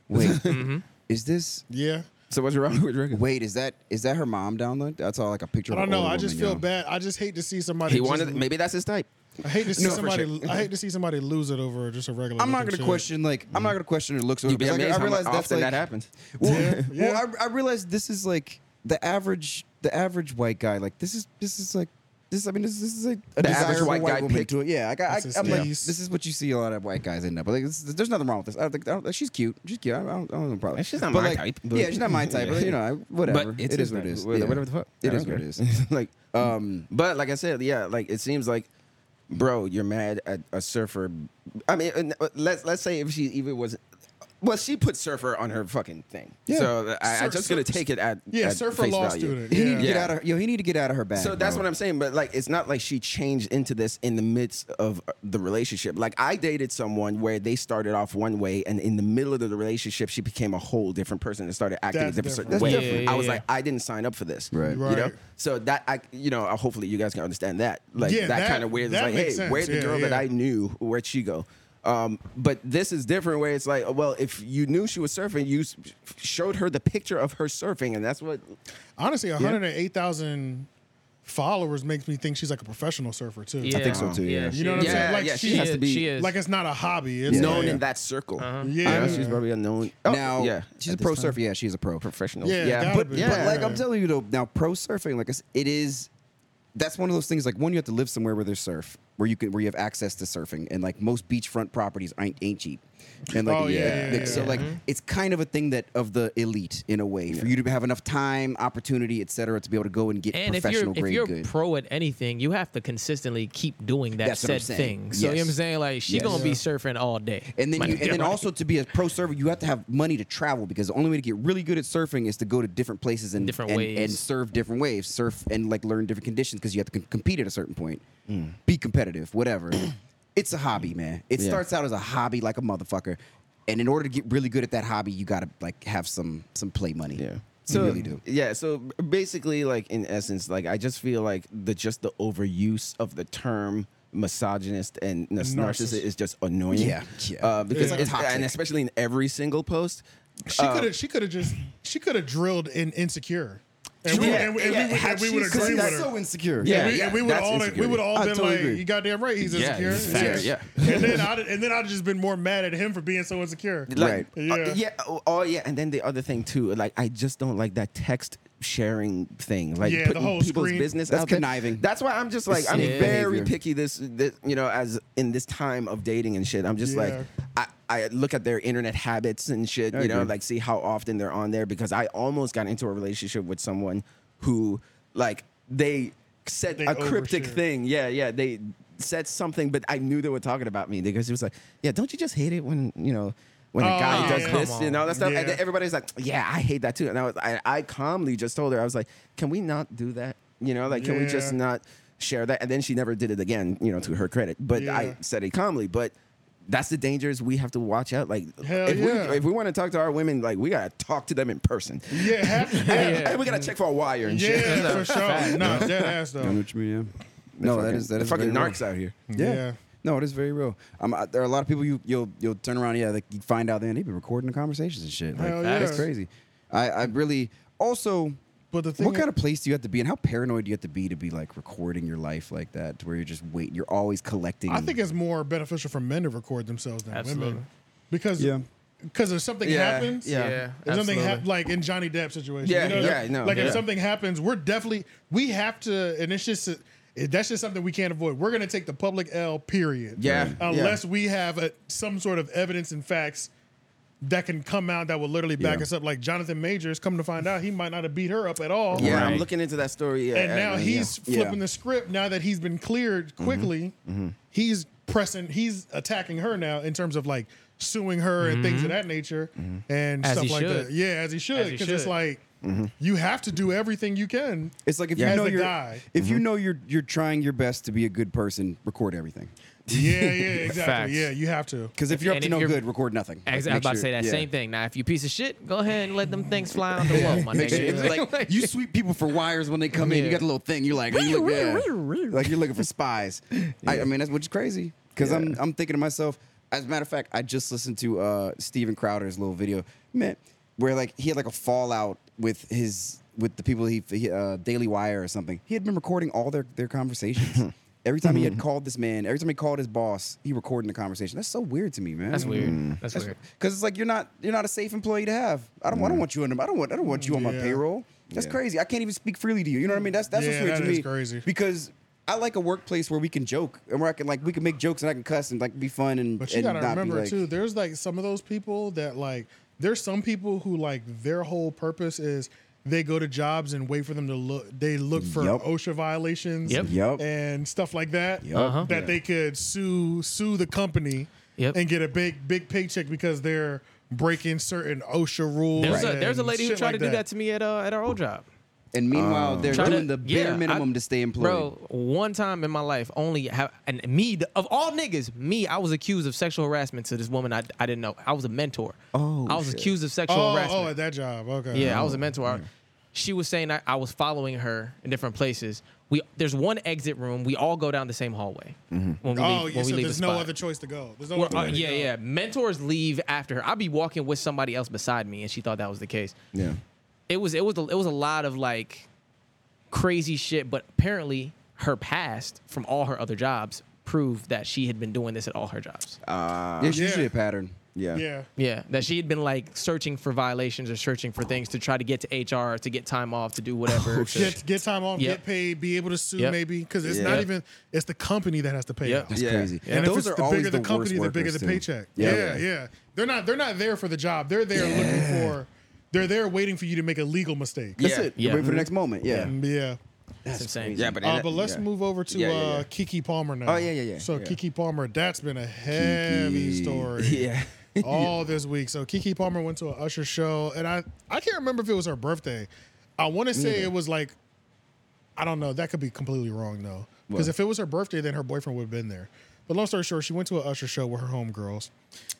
wait, Mm-hmm. is this? yeah. So what's wrong (laughs) with regular? Wait, is that is that her mom down there? That's all like a I picture. of don't an know. older I just woman, feel yo. bad. I just hate to see somebody. He just- wanted. Maybe that's his type. I hate to see No, for somebody. sure. I hate to see somebody lose it over just a regular. I'm not looking gonna chick. question like I'm not gonna question her looks. or You'd be whatever, amazed because I, I how realize often that's like, that happens. Well, (laughs) Yeah. well I, I realize this is like the average the average white guy. Like this is this is like this. I mean this, this is like a The average desirable white guy woman picked- to it. Yeah, like, I, I, That's his I'm like taste. this is what you see a lot of white guys end up. Like this, there's nothing wrong with this. I don't think I don't, like, she's cute. She's cute. I don't, I don't have a problem. And she's not But, my like, type, but- Yeah, she's not my type. But you know, I, whatever. But it is what it is. Whatever, Yeah. whatever the fuck. It I is don't what it care. (laughs) is. (laughs) like, Um, but like I said, yeah, like it seems like, bro, you're mad at a surfer. I mean, and, uh, let's let's say if she even was, well, she put surfer on her fucking thing. Yeah. So I, Sur- I'm just gonna sur- take it at Yeah, at surfer face law value. student. He need Yeah. to get Yeah. out of yo. He need to get out of her bag. So that's bro. what I'm saying. But like, it's not like she changed into this in the midst of uh, the relationship. Like, I dated someone where they started off one way, and in the middle of the relationship, she became a whole different person and started acting That's a different, different. way. That's different. I was Yeah, yeah, like, I didn't sign up for this. Right. You know. Right. So that I, you know, uh, hopefully you guys can understand that. Like Yeah, that, that- kind of weird. It's that like, hey, makes sense. where'd the Yeah, girl that yeah. I knew? Where'd she go? Um, but this is different where it's like, well, if you knew she was surfing, you s- showed her the picture of her surfing, and that's what Honestly, 108,000 followers makes me think she's like a professional surfer too. Yeah. think so too, yeah. she You know what I'm is. saying? Like yeah, she, she has to is, be she is. like it's not a hobby. It's known like, in that circle. Yeah. Uh, she's probably unknown. Oh, now, yeah, she's a at this pro time. surfer. Yeah, she's a pro. professional. Yeah, yeah, gotta but be. yeah, But like I'm Yeah. telling you though, now pro surfing, like it's- it is, that's one of those things. Like one, you have to live somewhere where there's surf, where you can, where you have access to surfing, and like most beachfront properties ain't ain't cheap. And like, Oh, yeah, yeah, like, yeah, so yeah. Mm-hmm. like it's kind of a thing that of the elite in a way for you to have enough time, opportunity, et cetera, to be able to go and get And if you're professional if grade you're good. pro at anything, you have to consistently keep doing that That's what I'm said saying. thing. So you know what I'm Yes. saying? Like she Yes. gonna be Yeah. surfing all day. And then, Like, you, and then also to be a pro surfer, you have to have money to travel because the only way to get really good at surfing is to go to different places and Different and, waves. and surf different waves, surf and like learn different conditions because you have to com- compete at a certain point, be competitive, (clears throat) whatever. it's a hobby, man. It Mm. Yeah. starts out as a hobby like a motherfucker, and in order to get really good at that hobby, you gotta like have some some play money. Yeah. so, you really do. Yeah, so basically, like in essence, like I just feel like the just the overuse of the term misogynist and narcissist, Narcissist. is just annoying. Yeah, yeah. Uh, because It's it's, toxic. and especially in every single post. She uh, could have. She could have just. She could have drilled in insecure. And we, Yeah, and, we- and yeah. we, would- and we would Had she agree with that's her. so insecure. Yeah. and we, would that's all we insecurity. would all I been totally like, agree. "You goddamn right, he's Yeah, insecure." it's fair, yeah. and then I and then I'd just been more mad at him for being so insecure. Like, Right. uh, Yeah. yeah. Oh, oh, yeah. And then the other thing too, like I just don't like that text sharing thing. Like Yeah, the putting whole people's screen- business That's out there. conniving. That's why I'm just like I'm sneaky very behavior. picky. This, this, you know, as in this time of dating and shit, I'm just Yeah. like. I, I look at their internet habits and shit, you know, agree. like see how often they're on there because I almost got into a relationship with someone who, like, they said They a cryptic overshare. thing. Yeah, yeah. They said something, but I knew they were talking about me because it was like, yeah, don't you just hate it when, you know, when Oh, a guy does yeah. this Come and all that stuff. Yeah. And then everybody's like, yeah, I hate that too. And I, was, I, I calmly just told her, I was like, can we not do that? You know, like, can we just Yeah. not share that? And then she never did it again, you know, to her credit. But Yeah. I said it calmly. But that's the dangers we have to watch out. Like, Hell if, yeah. we, if we want to talk to our women, like, we got to talk to them in person. Yeah, (laughs) half, yeah, And, and we got to check for a wire and shit. (laughs) for sure. Nah, dead ass though. Which me, yeah. No, that is that is fucking very real. narcs out here. Yeah. Yeah. No, it is very real. Um, I, there are a lot of people you you'll you'll turn around, yeah, like you find out then they've been recording the conversations and shit. Like Hell that's yeah. crazy. I, I really also But the thing what is- kind of place do you have to be and how paranoid do you have to be to be like recording your life like that to where you're just waiting you're always collecting I think it's more beneficial for men to record themselves than Mm. Absolutely. women because Yeah. because if something Yeah, happens, yeah. Yeah, if something absolutely. hap- like in Johnny Depp situation, Yeah, you know, yeah, like, no, like yeah. if something happens, we're definitely we have to, and it's just it- that's just something we can't avoid. We're gonna take the public L, period. Yeah, yeah. unless we have a, some sort of evidence and facts. That can come out that will literally back Yeah. us up. Like Jonathan Majors, come to find out, he might not have beat her up at all. Yeah, I'm Right. looking into that story. Yeah, And now yeah. he's Yeah. Mm-hmm. flipping the script. Now that he's been cleared quickly, he's pressing, he's attacking her now in terms of like suing her and things of Mm-hmm. that nature and As stuff he like that. should. Yeah, as he should, As he because it's should. like you have to do everything you can. Mm-hmm. it's like if Yeah. you As know a you're (laughs) guy. if Mm-hmm. you know you're you're trying your best to be a good person, record everything. Yeah, yeah, exactly. Facts. Yeah, you have to. Because if you're up And to if no you're- good, record nothing. Like, Exactly. I make was about to sure- say that yeah. same thing. Now, if you piece of shit, go ahead and let them things fly on the wall, my Make sure nigga. it's like (laughs) you sweep people for wires when they come in. You Yeah. got the little thing. You're like, you look- yeah. (laughs) like you're looking for spies. I, I mean, that's which is crazy because I'm I'm thinking to myself. As a matter of fact, I just listened to uh, Steven Crowder's little video, man, where like he had like a fallout with his with the people he, he uh, Daily Wire or something. He had been recording all their their (laughs) conversations. Every time he had called this man, every time he called his boss, he recorded the conversation. That's so weird to me, (laughs) man. That's Mm. weird. That's weird. Because it's like you're not you're not a safe employee to have. I don't I don't want you on I don't want I don't want you on my Mm. Yeah. payroll. That's Yeah. crazy. I can't even speak freely to you. You know what I mean? That's that's what's Yeah, weird that to is me. crazy. Because I like a workplace where we can joke and where I can like we can make jokes and I can cuss and like be fun and But you and gotta not be, remember like- too, there's like some of those people that like there's some people who like their whole purpose is they go to jobs and wait for them to look they look for Yup. OSHA violations Yep. Yup. and stuff like that. Yup. Uh-huh. That they could sue sue the company Yep. and get a big big paycheck because they're breaking certain OSHA rules. There's, a, and there's a lady who shit tried like to do that to me at uh, at our old job. And Uh, meanwhile, they're Tryna- doing the bare yeah, minimum I- to stay employed. Bro, one time in my life, only have and me the- of all niggas, me I was accused of sexual harassment to this woman I, I didn't know. I was a mentor. Oh, I was shit. accused of sexual Oh, harassment. oh, at that job. Okay. yeah, I was a mentor. she was saying I, I was following her in different places. We there's one exit room. We all go down the same hallway Mm-hmm. when we leave, Oh, yeah. when we So leave there's the no spot. other choice to go. There's no We're- other way uh, to yeah, go. yeah. Mentors leave after her. I'd be walking with somebody else beside me, and she thought that was the case. Yeah. It was it was it was a lot of like crazy shit, but apparently her past from all her other jobs proved that she had been doing this at all her jobs. There's yeah. usually a pattern. Yeah. Yeah. Yeah, that she had been like searching for violations or searching for things to try to get to HR to get time off to do whatever. to- Get, get time off, Yep. get paid, be able to sue Yep. maybe because it's Yeah. not even it's the company that has to pay. Yep. out. That's Yeah. crazy. Yeah. And Those if are it's the always bigger the, worst company, the bigger workers, the too. paycheck. Yeah. Yeah, yeah, They're not they're not there for the job. They're there looking for they're there waiting for you to make a legal mistake. Mm, That's Yeah. it. You're Yeah. waiting for the next moment. Yeah. Yeah. That's insane. Yeah, but Uh, but let's yeah. move over to Yeah, yeah, yeah. Uh, Kiki Palmer now. Oh, yeah, yeah, yeah, So yeah. Kiki Palmer, that's been a heavy Kiki. story. (laughs) Yeah. all this week. So Kiki Palmer went to an Usher show, and I I can't remember if it was her birthday. I want to say it was like, I don't know. That could be completely wrong though, because What? if it was her birthday, then her boyfriend would have been there. But long story short, she went to an Usher show with her homegirls,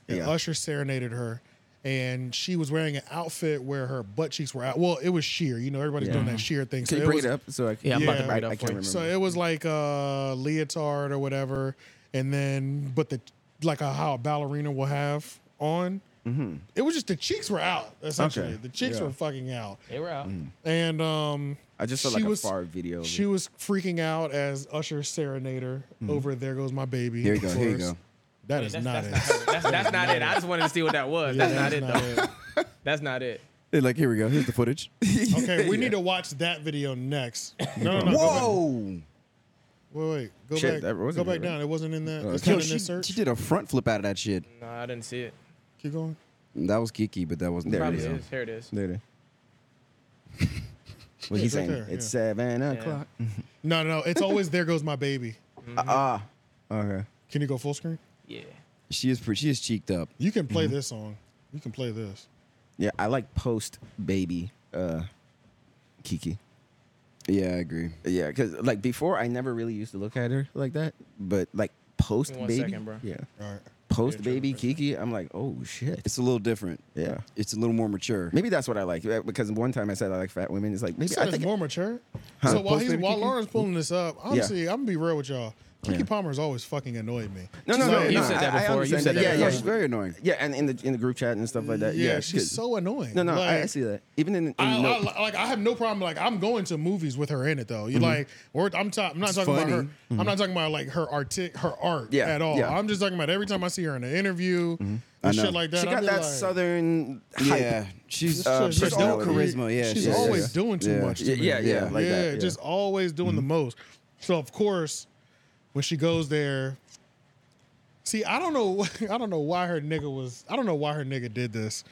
and Yeah. Usher serenaded her, and she was wearing an outfit where her butt cheeks were out. Well, it was sheer. You know, everybody's doing that sheer thing. Can you it bring was- it up? So I can, Yeah, I'm about to bring I- it up I for can't you. remember. so it was like a leotard or whatever, and then but the like a, how a ballerina will have on. Mm-hmm. It was just the cheeks were out essentially. Okay. The cheeks Yeah. were fucking out, They were out. and um, I just saw she like was- a far video. (laughs) of She it. was freaking out as Usher serenader over "There Goes My Baby." Here you go, of here you course. go. That is That's, not that's it. not, her. that's, that's not it. I just wanted to see what that was. Yeah, that's not that it, is though. not That's not it. They're like, here we go. Here's the footage. it. Okay, we need to watch that video next. No, no, no. Go back. (laughs) (laughs) Whoa. Wait, wait. Go Shit, back. that wasn't Go it, back right? down. It wasn't in that. it's not Yo, in Uh, she, this search. she did a front flip out of that shit. No, I didn't see it. Keep going. That was Kiki, but that wasn't There Probably it video. is. is. Here it is. Later. what he it's right saying? there, It's yeah. seven o'clock. No, no. It's always "There Goes My Baby." Ah. okay. Can you go full screen? Yeah. She is pretty. She is cheeked up. You can play Mm-hmm. this song. You can play this. Yeah, I like post baby uh, Kiki. Yeah, I agree. Yeah, because like before, I never really used to look at her like that. But like post Give me one baby, second, bro. yeah, All right. post baby Kiki, I'm like, oh shit, It's a little different. yeah. It's a little more mature. Maybe that's what I like uh, because one time I said I like fat women. It's like maybe Said I it's think more mature. So while he's Post-baby while Kiki? Lauren's pulling this up, honestly, I'm gonna be real with y'all. Kiki Palmer's always fucking annoyed me. no, no, She's no, like- no. You said that I- I before. You understand that. said that Yeah, yeah, yeah, before. she's very annoying. yeah, and in the in the group chat and stuff like that. Yeah, Yeah, she's 'cause- so annoying. No, no, I, I Like- see that. Even in, in I, no, I, like I have no problem. Like I'm going to movies with her in it though. You like, or I'm, ta- I'm not It's talking about her. funny. I'm not talking about like her artic, her art Yeah, at all. yeah. I'm just talking about every time I see her in an interview I and know. shit like that. she I'll got be that like, southern hype. Yeah, she's Uh, she's all personality. charisma. Yeah, she's she is. always doing too Yeah. much. To Yeah, me. yeah, yeah, like yeah, that, yeah. just always doing the most. So of course, when she goes there, see, I don't know, (laughs) I don't know why her nigga was, I don't know why her nigga did this,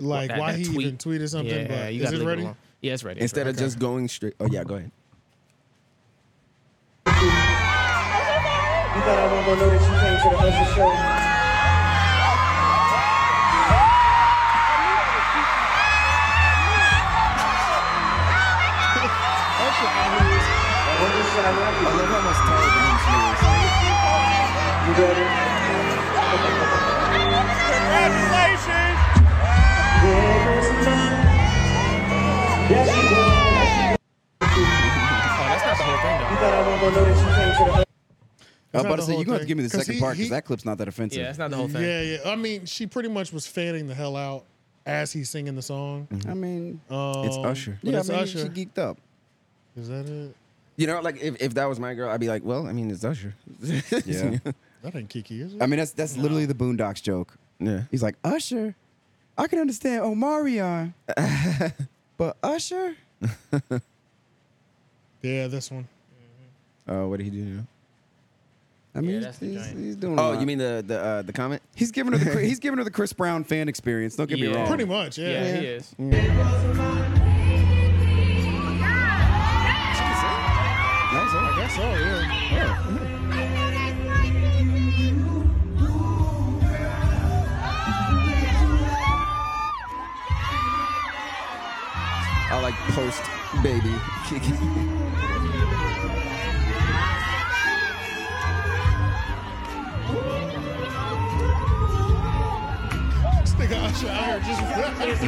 like That- why that he tweet. even tweeted something. Yeah, but you is gotta it leave ready? alone. Yeah, it's ready. Instead of just going straight. Oh yeah, go ahead. You thought I wasn't gonna know that you came to the Usher show. I love how much taller than him she is. You ready? Oh, that's not the whole thing, You thought I wasn't gonna know that you came to the Usher I was not about to the say whole you're gonna have to thing. give me the 'Cause second he- part because he- that clip's not that offensive. though. Yeah, it's not the whole thing. Yeah, yeah. I mean, she pretty much was fanning the hell out as he's singing the song. I mean, Um, It's Usher. but yeah, I it's mean, she Usher. geeked up. Is that it? You know, like if, if that was my girl, I'd be like, well, I mean, it's Usher. (laughs) Yeah, That ain't Kiki, is it? I mean that's that's literally the Boondocks joke. yeah. He's like Usher. I can (laughs) understand Omarion, but Usher. yeah, this one. Uh, what did he do? Now? I mean, Yeah, he's, that's the he's, giant. he's doing. a Oh, lot. you mean the the uh, the comment? he's giving her (laughs) the Chris- he's giving her the Chris Brown fan experience. Don't get me Yeah. wrong. Pretty much, yeah. Yeah, he is. That was it. I guess so, yeah. I like post baby (laughs) Kiki. (laughs) This nigga Usher out here just. he loves doing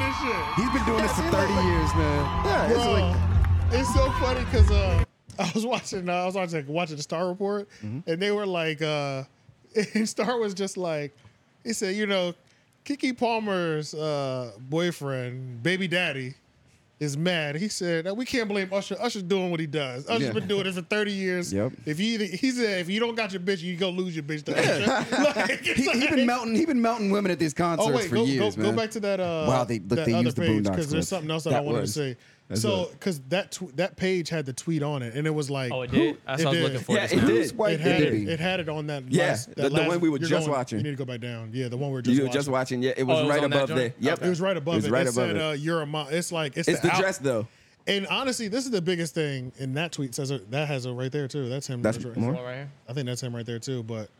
this this shit. He's been (laughs) doing this for 30 years, man. Yeah, it's Bro, like it's so funny because uh, (laughs) I was watching, uh, I was watching, watching the Star Report, Mm-hmm. and they were like, uh, (laughs) and Star was just like, he said, you know, Kiki Palmer's uh, boyfriend, baby daddy, is mad. He said, we can't blame Usher. Usher's doing what he does. Usher's Yeah. been doing it for thirty years. Yep. If you, he said, if you don't got your bitch, you go lose your bitch (laughs) to Usher. (laughs) Like, it's He, he like- been melting. He been melting women at these concerts Oh wait, for go, years, go, man. go back to that. Uh, Wow, they- look, that they other used the page Boondocks there's clip. something else that, I That wanted was. to say. That's so, what- because that tw- that page had the tweet on it, and it was like, Oh, it (gasps) did. That's what I was did. looking for. Yeah, just it now. did. Who's white It had baby? it, it had it on that. Yeah, last, that the- the last- one we were you're just going- watching. You need to go back down. Yeah, the one we were just you were watching. just watching. Yeah, it was Oh, it was right on that above joint? there. Yep, Okay. It was right above It was it. right it above said, it. Uh, "You're a mom." It's like it's, It's the out- dress though. And honestly, this is the biggest thing. And that tweet says it, that has it right there too. That's him. That's right. more? Oh. All right here. I think that's him right there too. But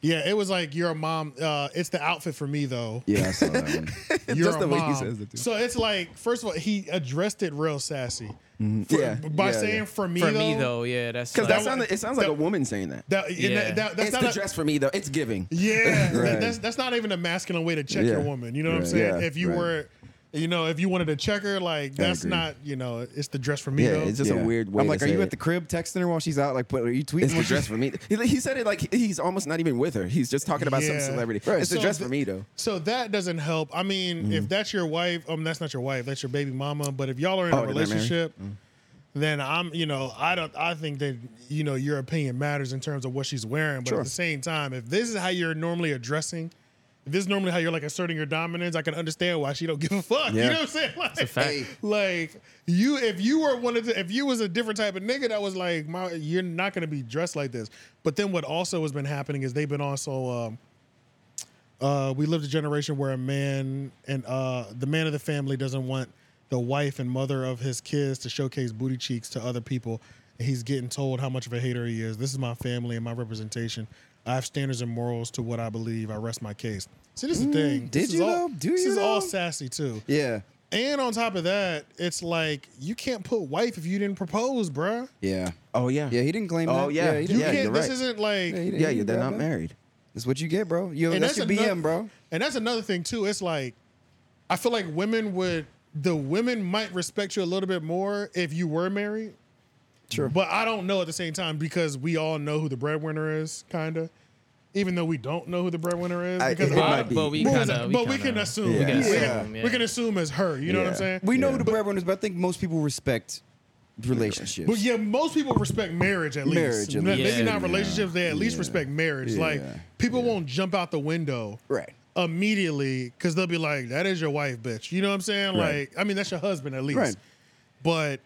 yeah, it was like you're a mom. Uh, it's the outfit for me though. Yeah, I saw (laughs) that one. (laughs) You're Just a the way he mom. says it, too. So it's like, first of all, he addressed it real sassy Mm-hmm. Yeah, by saying "for me." For though, me though, yeah, that's because like- that sounded, it sounds like that- a woman saying that. that, and Yeah. that, that- that's it's not the a- dress for me though. It's giving. (laughs) (laughs) Yeah, that- Right. that's that's not even a masculine way to check your Yeah. woman. You know what I'm Right. saying? Yeah, If you right. were, you know, if you wanted to check her, like that's agree. not, you know, it's the dress for me. Yeah, though. it's just a Yeah. weird way. I'm to like, are say you it. at the crib texting her while she's out? Like, put, are you tweeting? It's the while she's- dress for me. He, he said it like he's almost not even with her. He's just talking about some Yeah. celebrity. Right. It's the So dress th- for me though. Mm-hmm. So that doesn't help. I mean, if that's your wife, um, that's not your wife. That's your baby mama. But if y'all are in Oh, they're a not married? relationship, then I'm, you know, I don't. I think that you know your opinion matters in terms of what she's wearing. But Sure. at the same time, if this is how you're normally addressing. If this is normally how you're like asserting your dominance. I can understand why she don't give a fuck. You Yeah. know what I'm saying? (laughs) Like, a fact. Hey. like you, if you were one of the, if you was a different type of nigga that was like, my, you're not gonna be dressed like this. But then what also has been happening is they've been also um, uh, we lived a generation where a man and uh, the man of the family doesn't want the wife and mother of his kids to showcase booty cheeks to other people. And he's getting told how much of a hater he is. This is my family and my representation. I have standards and morals to what I believe. I rest my case. See, this is the thing. Mm, did This is you all, though? Do This you is all though? sassy too. Yeah, And on top of that, it's like you can't put wife if you didn't propose, bruh. yeah, Oh yeah. yeah. He didn't claim. Oh, that. yeah. he You didn't- can't. you're this right. isn't like. Yeah, he didn't- Yeah, he yeah, didn't they're grab not that. married. That's what you get, bro. You, and that's, that's, your another, BM, bro. And that's another thing too. It's like I feel like women would the women might respect you a little bit more if you were married. Sure. But I don't know at the same time because we all know who the breadwinner is, kinda. Even though we don't know who the breadwinner is, I- because it I- might be. but we but kind we- of, but we can assume. Yeah. We, can, Yeah. we can assume as her. You know what I'm Yeah. saying? We know Yeah. who the breadwinners, but I think most people respect relationships. But yeah, most people respect marriage at least. Marriage at Maybe least. not Yeah. relationships. They at least Yeah. respect marriage. Like Yeah. people won't jump out the window Right. immediately because they'll be like, "That is your wife, bitch." You know what I'm saying? Right. Like, I mean, that's your husband at least. Right. But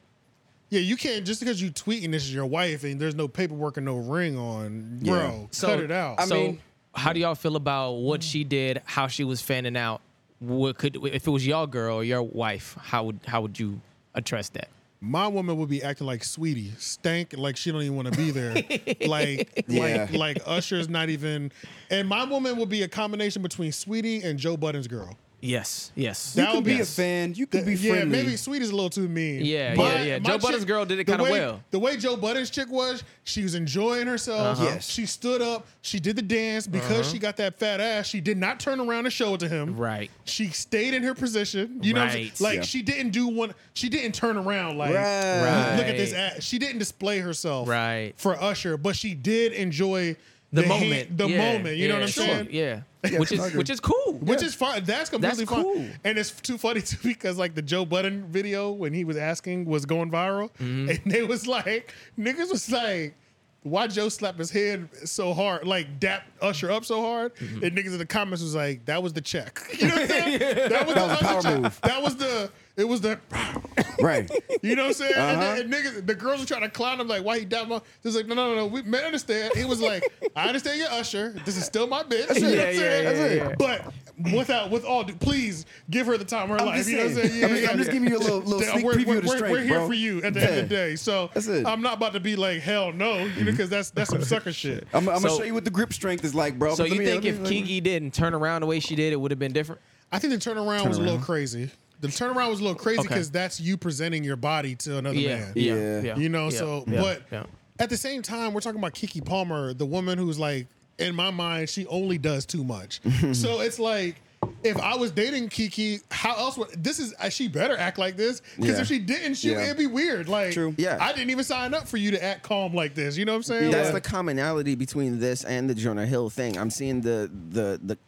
yeah, you can't just because you tweeting this is your wife and there's no paperwork and no ring on, bro. Yeah. cut it out. So, mean- how do y'all feel about what she did? How she was fanning out? What could if it was your girl or your wife? How would how would you address that? my woman would be acting like sweetie, stank, like she don't even want to be there. like, Yeah. like, like Usher's not even. And my woman would be a combination between sweetie and Joe Budden's girl. Yes, yes. you That can would be be- a fan. You can be yeah, friendly. maybe sweetie's a little too mean. Yeah, yeah, yeah. my Joe Budden's girl did it the kinda way- well. The way Joe Budden's chick was, she was enjoying herself. Uh-huh. Yes. She stood up. She did the dance because she got that fat ass. She did not turn around and show it to him. Uh-huh. Right. She stayed in her position. You know, what I'm saying? Right. like Yeah. she didn't do one. She didn't turn around. Like Right. Right. look at this ass. She didn't display herself Right. for Usher, but she did enjoy The, hand- moment, the yeah, moment. You know yeah, what I'm sure, saying? Yeah, which is which is cool. Which is fine. That's completely That's fine. cool. And it's too funny (laughs) too because like the Joe Budden video when he was asking was going viral, and they was like niggas was like. Why Joe slap his head so hard, like dap Usher up so hard? And niggas in the comments was like, "That was the check." (laughs) You know what I'm saying? That was was a the power Usher check. move. That was the. It was the. (laughs) right. You know what I'm saying? And Uh-huh. then- And, niggas, the girls were trying to clown him like, why he died? My, just like, no, no, no, no. We men understand. He was like, I understand your usher. This is still my bitch. You know what I'm Yeah, saying? yeah, yeah, yeah. But without, with all, due- please give her the time of her I'm life. just You know what I'm saying. saying? Yeah, I'm just- yeah, I'm just yeah. giving you a little- little Yeah, sneak we're, preview we're, of the we're- strength, we're here bro. for you at the end of the Yeah. day. So That's it. I'm not about to be like, hell no, you know, because that's that's some sucker shit. I'm, I'm So- gonna show you what the grip strength is like, bro. so Let you me- think let if me- let me- Kiki didn't turn around the way she did, it would have been different? I think the turnaround was a little crazy. The turnaround was a little crazy Okay. because that's you presenting your body to another Yeah, man. yeah, Yeah. yeah, You know, yeah, so yeah, but yeah. at the same time, we're talking about (laughs) Kiki Palmer, the woman who's like, in my mind, she only does too much. so it's like if I was dating Kiki, how else would this is uh, she better act like this? Because Yeah. if she didn't, she Yeah. it'd be weird. Like, True. Yeah. I didn't even sign up for you to act calm like this. You know what I'm saying? That's the Like, commonality between this and the Jonah Hill thing. I'm seeing the the the. the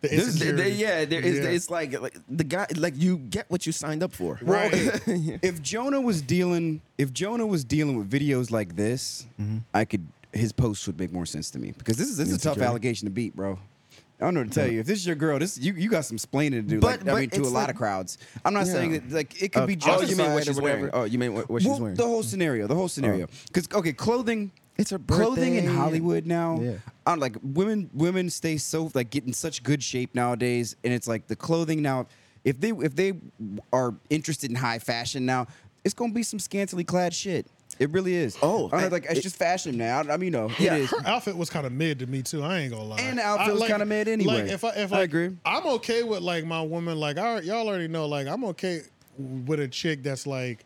This, there- there- insecurity. yeah, there is. Yeah. It's like, like the guy, like you get what you signed up for. Right. (laughs) if Jonah was dealing, if Jonah was dealing with videos like this, Mm-hmm. I could his posts would make more sense to me because this is this is a tough Insecurity. allegation to beat, bro. I don't know what to tell you. If this is your girl, this you, you got some splaining to do. Mm-hmm. But- like, but I mean, to a it's lot like- of crowds. I'm not Yeah. saying that like it could be oh, justified you mean what or she's whatever. wearing? Oh, you mean what, what she's Well, wearing? Oh. The whole scenario, the whole scenario. Because okay, clothing. It's her clothing in birthday. Hollywood now. Yeah. I'm like women. Women stay so like get in such good shape nowadays, and it's like the clothing now. If they if they are interested in high fashion now, it's gonna be some scantily clad shit. It really is. Oh, I don't know, I- like it's it- just fashion now. I, I mean, you know, Yeah, (laughs) it is. her outfit was kind of mid to me too. I ain't gonna lie. And the outfit I- was kinda mid anyway. Like if I if I I, agree. I'm okay with like my woman. Like I, y'all already know. Like I'm okay with a chick that's like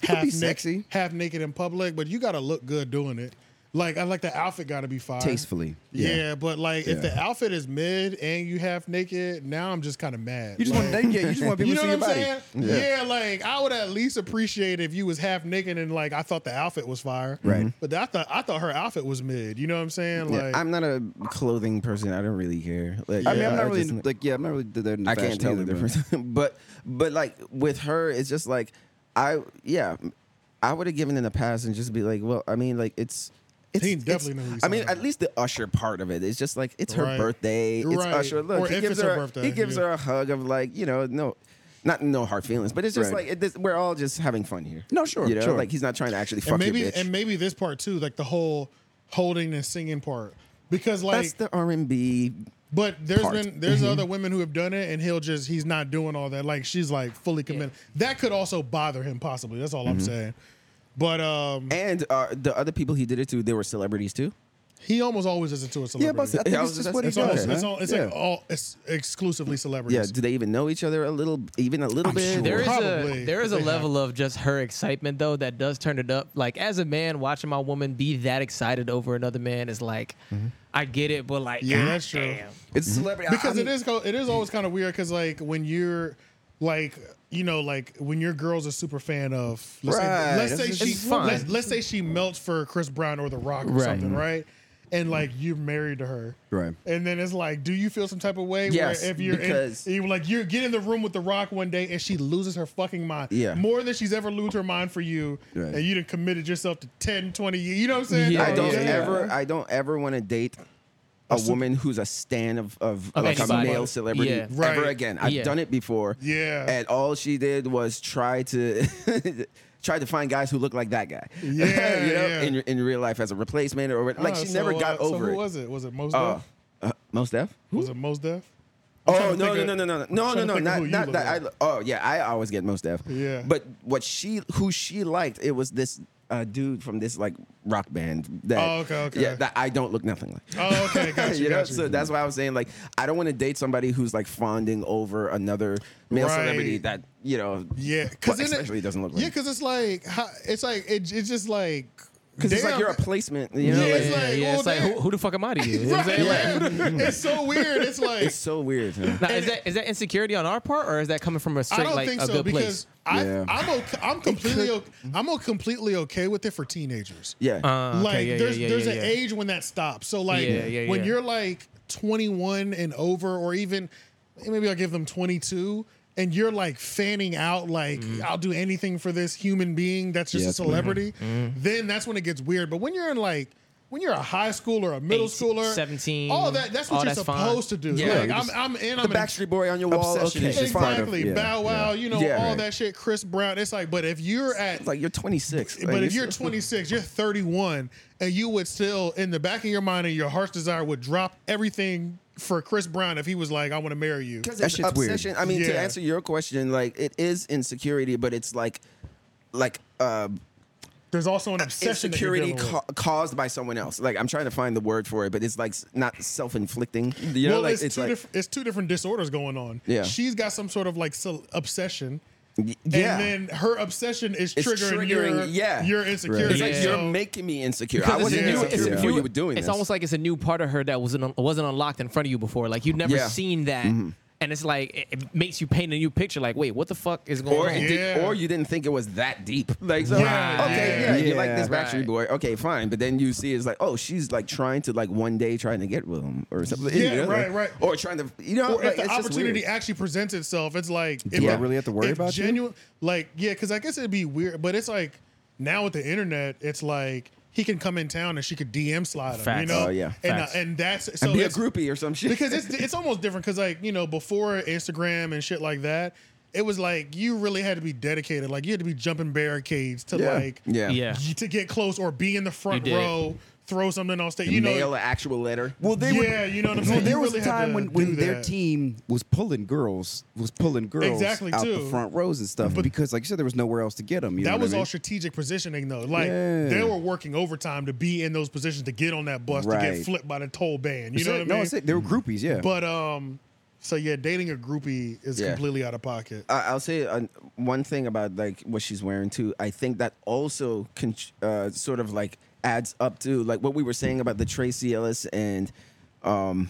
could half be naked, sexy. half naked in public, but you gotta look good doing it. Like I like the outfit gotta be fire. Tastefully, Yeah, yeah. but like if the outfit is mid and you half naked, now I'm just kind of mad. You just like, want to, yeah, you just want people you know to see what your I'm body. saying? Yeah. like I would at least appreciate if you was half naked and like I thought the outfit was fire. Right. Mm-hmm. But I thought I thought her outfit was mid. You know what I'm saying? Yeah, Like I'm not a clothing person. I don't really care. Like, I mean, I'm yeah, not really just- like yeah, I'm not really that. into I fashion can't tell either, the but- difference. (laughs) but but like with her, it's just like I yeah, I would have given in the past and just be like, well, I mean, like it's. It's, He it's- definitely knew what he was I mean, talking at about. least the Usher part of it. It's just like it's her Right. birthday. It's Right. Usher. Look, Or he if gives it's her, her a- he birthday, gives yeah. her a hug of like you know no, not no hard feelings, but it's just Right. like it, this, we're all just having fun here. No, sure, you know, sure. like he's not trying to actually fuck and maybe your bitch. and maybe this part too, like the whole holding and singing part. Because like That's the R and B. but there's part. been there's Mm-hmm. other women who have done it and he'll just he's not doing all that. Like she's like fully committed. That could also bother him possibly. That's all Mm-hmm. I'm saying. But um And uh, the other people he did it to, they were celebrities too. he almost always is into a Yeah, celebrity. but I think Yeah, I it's was just just- what he it's that's does. all- almost, man. it's, all, it's yeah. like all it's exclusively celebrities. Yeah, do they even know each other a little, even a little bit? sure. or- There is Probably, a there is a they have. level of just her excitement though that does turn it up. Like as a man watching my woman be that excited over another man is like, Mm-hmm. I get it, but like, Yeah, God that's true. damn. It's celebrity (laughs) because I it is co- it is always kind of weird because like when you're like you know like when your girl's a super fan of let's Right, say, it's let's just- say it's she fine. let's, let's say she melts for Chris Brown or The Rock or Right. something right and like you're married to her Right. and then it's like do you feel some type of way Yes, where if you're in- because- you like you get in the room with The Rock one day and she loses her fucking mind Yeah. more than she's ever lose her mind for you Right. and you done committed yourself to 10 20 years you know what I'm saying Yeah, I don't yeah, yeah. ever, I don't ever want to date a woman who's a stan of, of, Of like anybody. a male celebrity Yeah. Right. ever again. I've Yeah. done it before. Yeah. and all she did was try to. (laughs) Try to find guys who look like that guy, (laughs) Yeah, you know, yeah. in, in real life as a replacement or what- like Uh, she so, never got uh, so over who it. was it was it Mos Uh, Def? uh, most Def? Was it Mos Def? I'm trying Oh to no no think no of- no no I'm no trying no to no think of not who you not look that. I, at. lo- oh yeah, I always get most F. Yeah. But what she who she liked it was this uh, dude from this like rock band that. Oh, okay, okay. Yeah, that I don't look nothing like. (laughs) Oh, okay, gotcha, you know, gotcha. so that's why I was saying like I don't want to date somebody who's like fonding over another male Right. celebrity that you know. yeah, well, because especially it, doesn't look. Yeah, because it's like how- it's like it, it's just like because it's like damn, you're a placement. You know, Yeah, like, it's Yeah, like, yeah, well, it's like who, damn. who the fuck am I to you? You (laughs) know what Right, I'm saying? like, (laughs) it's so weird. It's like it's so weird. man. Now, is that is that insecurity on our part, or is that coming from a I straight don't like think a so good because place? I, Yeah. I'm okay, I'm completely okay, I'm o- completely okay with it for teenagers. Yeah. Uh, okay, like yeah, yeah, there's yeah, there's yeah, an yeah. age when that stops. So like Yeah, yeah, when yeah. you're like 21 and over, or even maybe I'll give them 22, and you're like fanning out like Mm-hmm. I'll do anything for this human being that's just Yeah, a that's weird. celebrity. Mm-hmm. Then that's when it gets weird. But when you're in like when you're a high schooler, a middle 18, schooler, 17, all that that's all what you're that's fine. supposed to do. Yeah, like you're I'm, just- I'm in. the I'm in, Backstreet Boy on your wall. Obsession Okay. is just part of- exactly. yeah, Bow Wow, you know Yeah. all Right. that shit. Chris Brown. It's like, but if you're at It's like you're 26. like, but it's- if you're 26, you're 31, and you would still, in the back of your mind and your heart's desire, would drop everything for Chris Brown if he was like, "I want to marry you." because That it's shit's weird. obsession. I mean, to Yeah. answer your question, like it is insecurity, but it's like, like uh, There's also an obsession. that you're insecurity dealing with. ca- caused by someone else. Like I'm trying to find the word for it, but it's like s- not self-inflicting. You know, well, like it's, it's, two like different. It's two different disorders going on. Yeah. she's got some sort of like so- obsession. yeah. and then her obsession is It's triggering, your triggering- yeah. your It's insecurity. it's like Yeah. you're So- making me insecure. I Because wasn't new- insecure it's a before new- you were doing It's this. almost like it's a new part of her that wasn't wasn't unlocked in front of you before. Like you'd never Yeah. Mm-hmm. seen that and it's like it, it makes you paint a new picture. Like, wait, what the fuck is going Or, on? it did, Yeah. or you didn't think it was that deep. Like, so, Yeah, okay, yeah. yeah, you like Yeah. this Backstreet Right. Boy. Okay, fine. But then you see it's like, oh, she's like trying to like one day trying to get with him or something. Yeah, you know? right, right. Or trying to, you know, Or like, if the it's just opportunity weird. actually presents itself, it's like, Do I really have to worry if about you? genuine, Like, yeah, because I guess it'd be weird, but it's like now with the internet, it's like he can come in town and she could DM slide him, you Facts. know? Oh, yeah. and uh, Facts. and that's so and be a it's- (laughs) groupie or some shit. because it's it's almost different because like you know before Instagram and shit like that, it was like you really had to be dedicated, like you had to be jumping barricades to yeah. like yeah. Yeah. to get close or be in the front You did. row, throw something on stage, you know, Nail an actual letter. Well, they were- Yeah, you know what I'm so saying? There You was really a had time to when, do when their that. team was pulling girls, was pulling girls Exactly, out too. the front rows and stuff because, like you said, there was nowhere else to get them. You know that what was I mean? all strategic positioning though. Like they Yeah. were working overtime to be in those positions to get on that bus to get Right. flipped by the toll band. You know what I mean? Mm-hmm. No, it's it. They were groupies, yeah. But um, so yeah, dating a groupie is Yeah. completely out of pocket. I- I'll say uh, one thing about like what she's wearing too. I think that also con- uh, sort of like adds up to like what we were saying about the Tracy Ellis and um,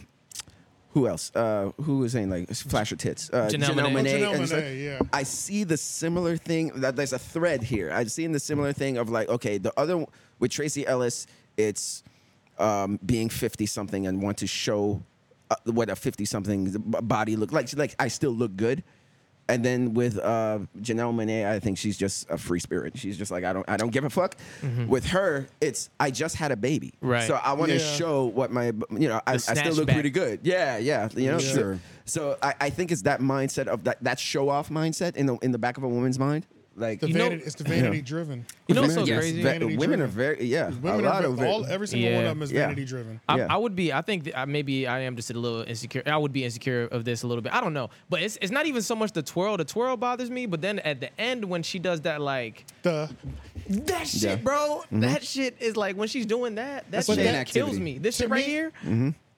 who else? Uh, who was saying like flasher tits? Uh, Janelle Monáe. Oh, Janelle and stuff. Monáe, yeah. I see the similar thing that there's a thread here. I've seen the similar thing of like okay, the other with Tracy Ellis, it's um, being 50 something and want to show uh, what a 50 something body look like. She's like, I still look good. And then with uh, Janelle Monet, I think she's just a free spirit. She's just like, I don't, I don't give a fuck. With her, it's I just had a baby, Right. So I want to Yeah. show what my, you know, I, I still look snatchback. pretty good. Yeah, yeah, you know. Yeah. Sure. So I, I think it's that mindset of that, that show off mindset in the in the back of a woman's mind. Like The know- vanity, it's the vanity driven. You know what's so Yes, crazy? va- Vanity women driven. are very yeah. Women a lot are of va- it. all every single one Yeah. of them is Yeah. vanity driven. I, Yeah. I would be. I think that I, maybe I am just a little insecure. I would be insecure of this a little bit. I don't know, but it's it's not even so much the twirl. The twirl bothers me, but then at the end when she does that, like The that shit, Yeah. Mm-hmm. bro. That shit is like when she's doing that. That That's shit fan kills activity. me. This To shit right me- here.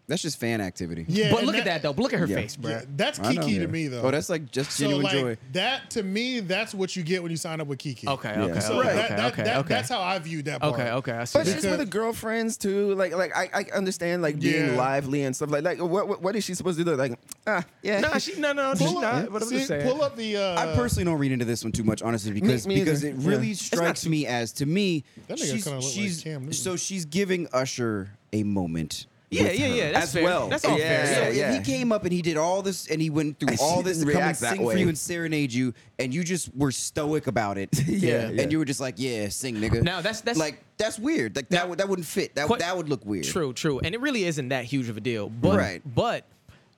that's just fan activity. yeah, but and look at that though. But look at her Yeah. face, bro. yeah, that's I know. Kiki to me though. Oh, that's like just so genuine like joy. that to me. That's what you get when you sign up with Kiki. Okay, Yeah. okay, so okay, that, okay, that, okay, that- okay. that's how I viewed that part. okay, okay. I see. But she's Because- with her girlfriends too. Like, like I, I understand like being Yeah. lively and stuff. Like, like what, what, what is she supposed to do? Like, ah, yeah. Nah, she no no she's Pull not. But up, I'm see, just saying. pull up the. Uh, I personally don't read into this one too much, honestly, because me either. because it really Yeah. It's strikes me as to me That nigga she's, kinda look like she's Cam Newton. so she's giving Usher a moment. Yeah, with yeah, her. yeah. That's as fair. well. That's all Yeah, fair. So Yeah, if yeah. he came up and he did all this and he went through And she all this to didn't come and react that sing for way. you and serenade you, and you just were stoic (laughs) about it. Yeah, yeah. and you were just like, "Yeah, sing, nigga." Now, that's- that's- like that's weird. Like that would that wouldn't fit. That Quite- that would look weird. True, true. And it really isn't that huge of a deal. But Right. but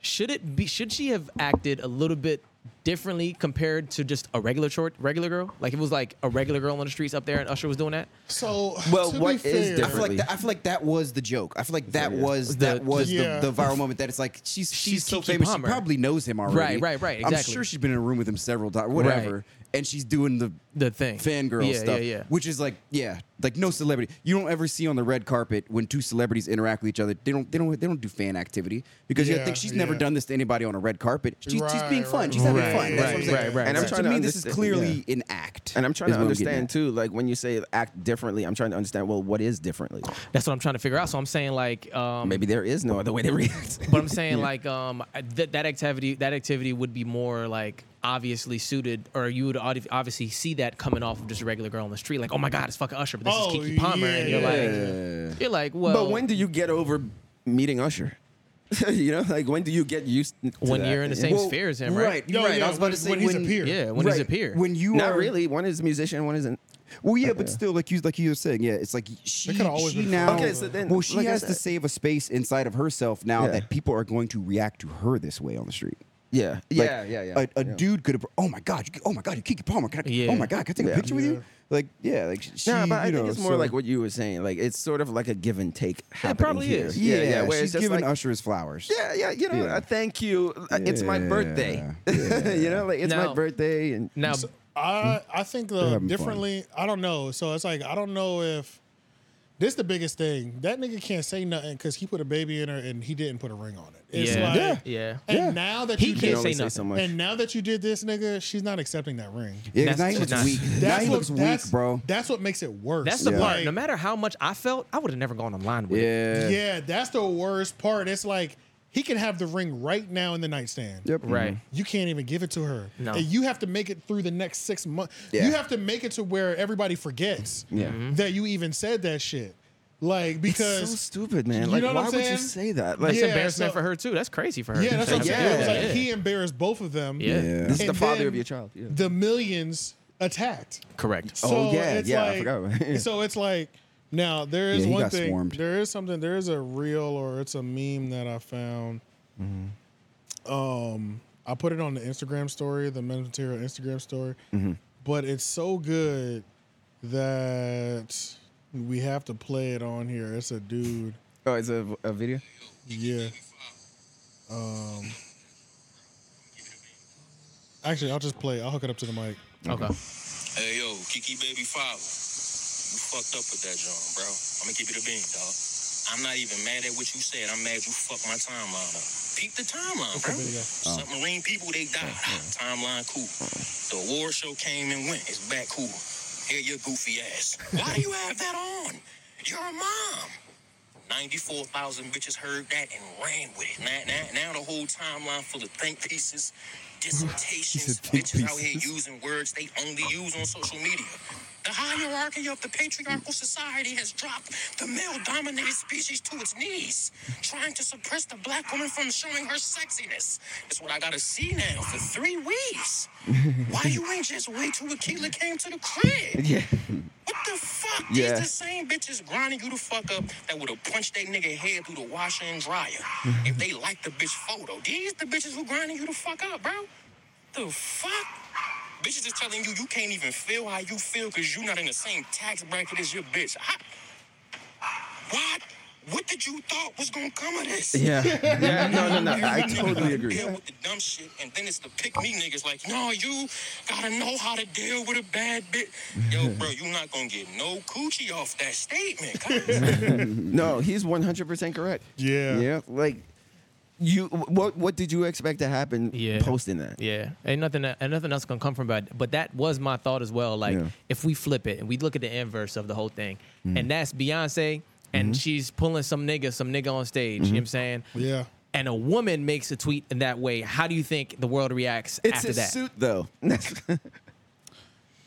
should it be should she have acted a little bit differently compared to just a regular short regular girl? Like if it was like a regular girl on the streets up there and Usher was doing that? So Well, to what be is fair, I feel like Differently. that, I feel like that was the joke. I feel like that yeah. was The- that was Yeah. the, the viral moment that it's like she's she's, She's so Keke famous Palmer. she probably knows him already. Right, right, right, I'm exactly. sure she's been in a room with him several times, whatever, Right. and she's doing the The thing. fangirl Yeah, stuff, yeah, yeah. which is like yeah, like no celebrity. You don't ever see on the red carpet when two celebrities interact with each other. They don't they don't they don't do fan activity because you Yeah, gotta think she's never yeah. done this to anybody on a red carpet. She's, she's being Right, fun. right, she's having right, right, fun. That's what I'm saying. right, right, And right. I'm trying to me, this is understand- clearly yeah. an act. And I'm trying is to what getting understand at. too, like when you say act differently, I'm trying to understand. Well, what is differently? That's what I'm trying to figure out. So I'm saying like um Maybe there is no other way to (laughs) react. but (laughs) I'm saying like um I- that that activity that activity would be more like obviously suited or you would obvi- obviously see that coming off of just a regular girl on the street like oh my god it's fucking Usher but this Oh, is Kiki Palmer and you're yeah. like you're like well but when do you get over meeting Usher? (laughs) you know, like when do you get used? To When that? you're in the same Well, sphere as him right, right No, right. yeah, I was about when- to say when he's a peer. yeah when he's a Right. peer When you Not are, really. One is musician, one isn't. Well, yeah, but still, like you, like you were saying, yeah, it's like she, could've always she been now. friends. Okay, so then, well, she like I has to said- save a space inside of herself now Yeah. that people are going to react to her this way on the street. Yeah, Like, yeah, yeah, yeah. A, a dude could have. Oh my god! You, oh my god! You Kiki Palmer. Can I, Yeah. Oh my god! Can I take a Yeah. picture with Yeah. you? Like, yeah, like she. No, but I you think know, it's more so- like what you were saying. Like it's sort of like a give and take happening probably here. is. Yeah, yeah. yeah where she's it's just giving like, Usher his flowers. Yeah, yeah. You know, Yeah. uh, thank you. Uh, It's my birthday. (laughs) you know, like it's Now- my birthday, and now I Hmm? I think uh, having fun. differently. I don't know. So it's like I don't know if this the biggest thing. That nigga can't say nothing because he put a baby in her and he didn't put a ring on it. It's yeah. like, yeah yeah And now that He you you can't can did, only say nothing. so much. and now that you did this, nigga, she's not accepting that ring. Yeah, 'cause That's- now he she's looks not- weak. Now he looks weak, that's, bro. That's what makes it worse. that's the Yeah. part Like, no matter how much I felt I would have never gone online with it Yeah. yeah, that's the worst part. It's like He can have the ring right now in the nightstand. Yep. Right. You can't even give it to her. No. And you have to make it through the next six months. Yeah. You have to make it to where everybody forgets Yeah. Mm-hmm. Mhm. that you even said that shit. Like because so stupid, man. You Like, know what why I'm would you saying? say that? Like, It's Yeah, embarrassment so- for her too. That's crazy for her. yeah, that's what I'm Yeah. saying. It was like Yeah. he embarrassed both of them. Yeah. Yeah. this is And the father then of your (laughs) child. Yeah. The millions attacked. Correct. So Oh, yeah, it's yeah, I like, forgot. so it's like now there is Yeah, he one got thing. swarmed. There is something. There is a reel or it's a meme that I found. Mm-hmm. Um, I put it on the Instagram story, the men's material Instagram story. Mm-hmm. But it's so good that we have to play it on here. It's a dude. Oh, it's a, a video. Yeah. Um. Actually, I'll just play. I'll hook it up to the mic. Okay. Mm-hmm. Hey yo, Kiki Baby Father. You fucked up with that John, bro. I'ma keep it a bean, dog. I'm not even mad at what you said. I'm mad you fucked my timeline up. Peep the timeline, bro. there you go. Submarine people, they died. Timeline cool. The award show came and went. It's back cool. Here your goofy ass. Why do you have that on? You're a mom. 94,000 bitches heard that and ran with it. Now, now, now the whole timeline full of think pieces, dissertations, think bitches out here using words they only use on social media. The hierarchy of the patriarchal society has dropped the male dominated species to its knees, trying to suppress the black woman from showing her sexiness. That's what I gotta see now for three weeks. (laughs) Why you ain't just wait till Akila came to the crib? Yeah. What the fuck? Yeah. These the same bitches grinding you the fuck up that would have punched that nigga head through the washer and dryer (laughs) if they liked the bitch photo. These the bitches who grinding you the fuck up, bro. The fuck? Bitches is telling you you can't even feel how you feel because you're not in the same tax bracket as your bitch. I, what? What did you thought was gonna come of this? Yeah. (laughs) yeah. No, no, (laughs) no. I totally agree. Deal with the dumb shit, and then it's the pick me niggas like, no, you gotta know how to deal with a bad bitch. Yo, bro, you not gonna get no coochie off that (laughs) statement. cuz. No, he's one hundred percent correct. Yeah. Yeah. Like, you. What What did you expect to happen? Yeah. Posting that. Yeah, ain't nothing, ain't nothing else gonna come from that. But that was my thought as well. Like, Yeah. if we flip it and we look at the inverse of the whole thing, Mm-hmm. and that's Beyonce, and she's pulling some nigga, some nigga on stage. You know what I'm saying? Mm-hmm. Yeah. And a woman makes a tweet in that way. How do you think the world reacts It's after a that? suit, though. (laughs) yeah,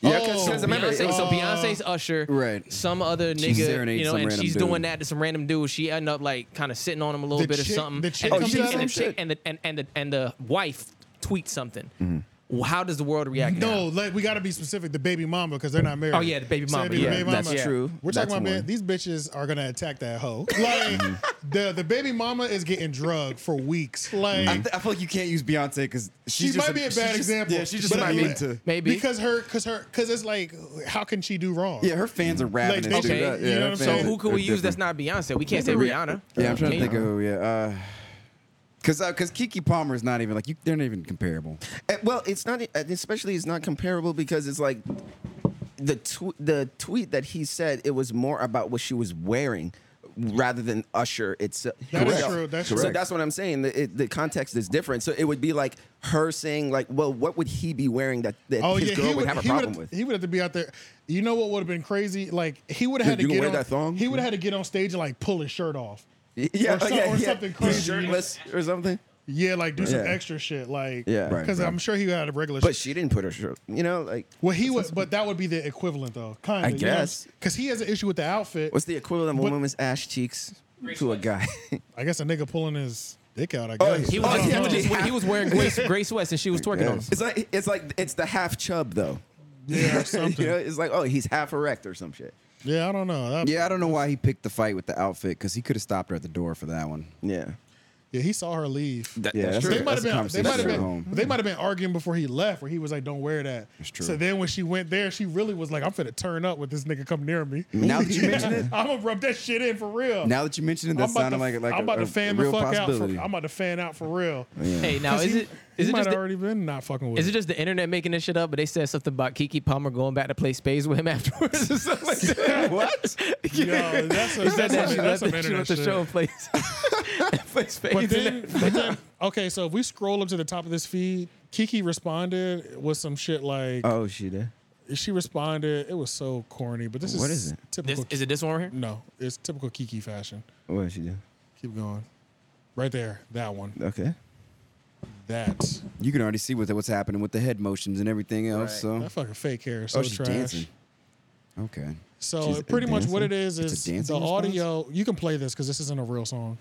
because Oh, there's a member. Beyonce, so Uh, Beyonce's Usher, right. Some other She's nigga, serenading you know, some and random she's dude. doing that to some random dude. She end up like kind of sitting on him a little The bit or chick- something. the chick and, comes she- out? Oh, and the Some chick- shit. and the and and the and the wife tweets something. Mm-hmm. Well, How does the world react? No, now? like, we got to be specific. The baby mama, because they're not married. Oh, yeah, the baby So mama, it'd be the yeah, baby that's mama. true. We're talking That's about one. Mm-hmm. man, these bitches are gonna attack that (laughs) hoe. Like the the baby mama is getting drugged for Mm-hmm. weeks. Like I, th- I feel like you can't use Beyonce because she might be a bad example. yeah, she's just but not I- mean to. Maybe. because her because her because it's like how can she do wrong? Yeah, her fans are Like, ravenous. they- dude. Okay, you Yeah, know her what I'm fans saying? So who are- could are we use that's different. not Beyonce? We can't say Maybe Rihanna. Yeah, I'm trying to Can't- think of who. Yeah, uh, because because Kiki Palmer is not even like you. They're not even comparable. Uh, Well, it's not, and especially it's not comparable because it's like the tw- the tweet that he said it was more about what she was wearing rather than Usher itself. That is true, that's so true. that's what I'm saying. The, it, the context is different. So it would be like her saying like, well, what would he be wearing that, that his girl would, have a Oh, he problem would've- with? He would have to be out there. You know what would have been crazy? Like he would have You- had to you gonna get wear on, that thong? He would have had to get on stage and like pull his shirt off. yeah, or so- or something crazy. shirtless or something. Yeah, like do some Yeah. extra shit. Like Yeah. Right, because right. I'm sure he had a regular. But she didn't put her shirt. You know, like Well, he would, but that would be the equivalent, though. Kind of, I guess. because he has an issue with the outfit. what's the equivalent of a But- woman's ass cheeks to a guy? (laughs) I guess a nigga pulling his dick out. I guess. He was, Oh, he, yeah. was just- he was wearing Grace, Grace West and she was twerking on him. it's like it's like it's the half chub though. (laughs) yeah, (laughs) or You something. know, it's like oh, he's half erect or some shit. Yeah, I don't know. That- yeah. Yeah, I don't know why he picked the fight with the outfit because he could have stopped her at the door for that one. Yeah. he saw her leave. Yeah, that's, they might have been. that's a They conversation might have at been. home. They might have been arguing before he left, where he was like, "Don't wear that." It's true. So then when she went there, she really was like, "I'm finna turn up with this nigga come near me." Now (laughs) that you mention it, I'm gonna rub that shit in for real. now that you mention it, I'm that about, sounded to, like like I'm a, about a to fan the real fuck out. For, possibility. I'm about to fan out for real. Hey, now 'Cause is he, it is he it might just have the, already been not fucking with? is it her. just the internet making this shit up? But they said something about Kiki Palmer going back to play spades with him (laughs) afterwards. or something like that. what? (laughs) Yo, that's a, He that's, said that some- that's she left some the, she internet left the shit. show and plays, plays (laughs) spades. But and then, that- but then- okay, so if we scroll up to the top of this feed, Kiki responded with some shit like Uh. Oh, she did. she responded. It was so corny, but this is What is it? Typical. this, is it this one right here? No, it's typical Kiki fashion. What did she do? Keep going. Right there, that one. Okay. That You can already see what, what's happening with the head motions and everything else. that fucking fake hair is so So, oh, she's trash. dancing. Okay. So She's it- pretty much what it dancing? is It's a is the dancing response? audio. You can play this because this isn't a real song.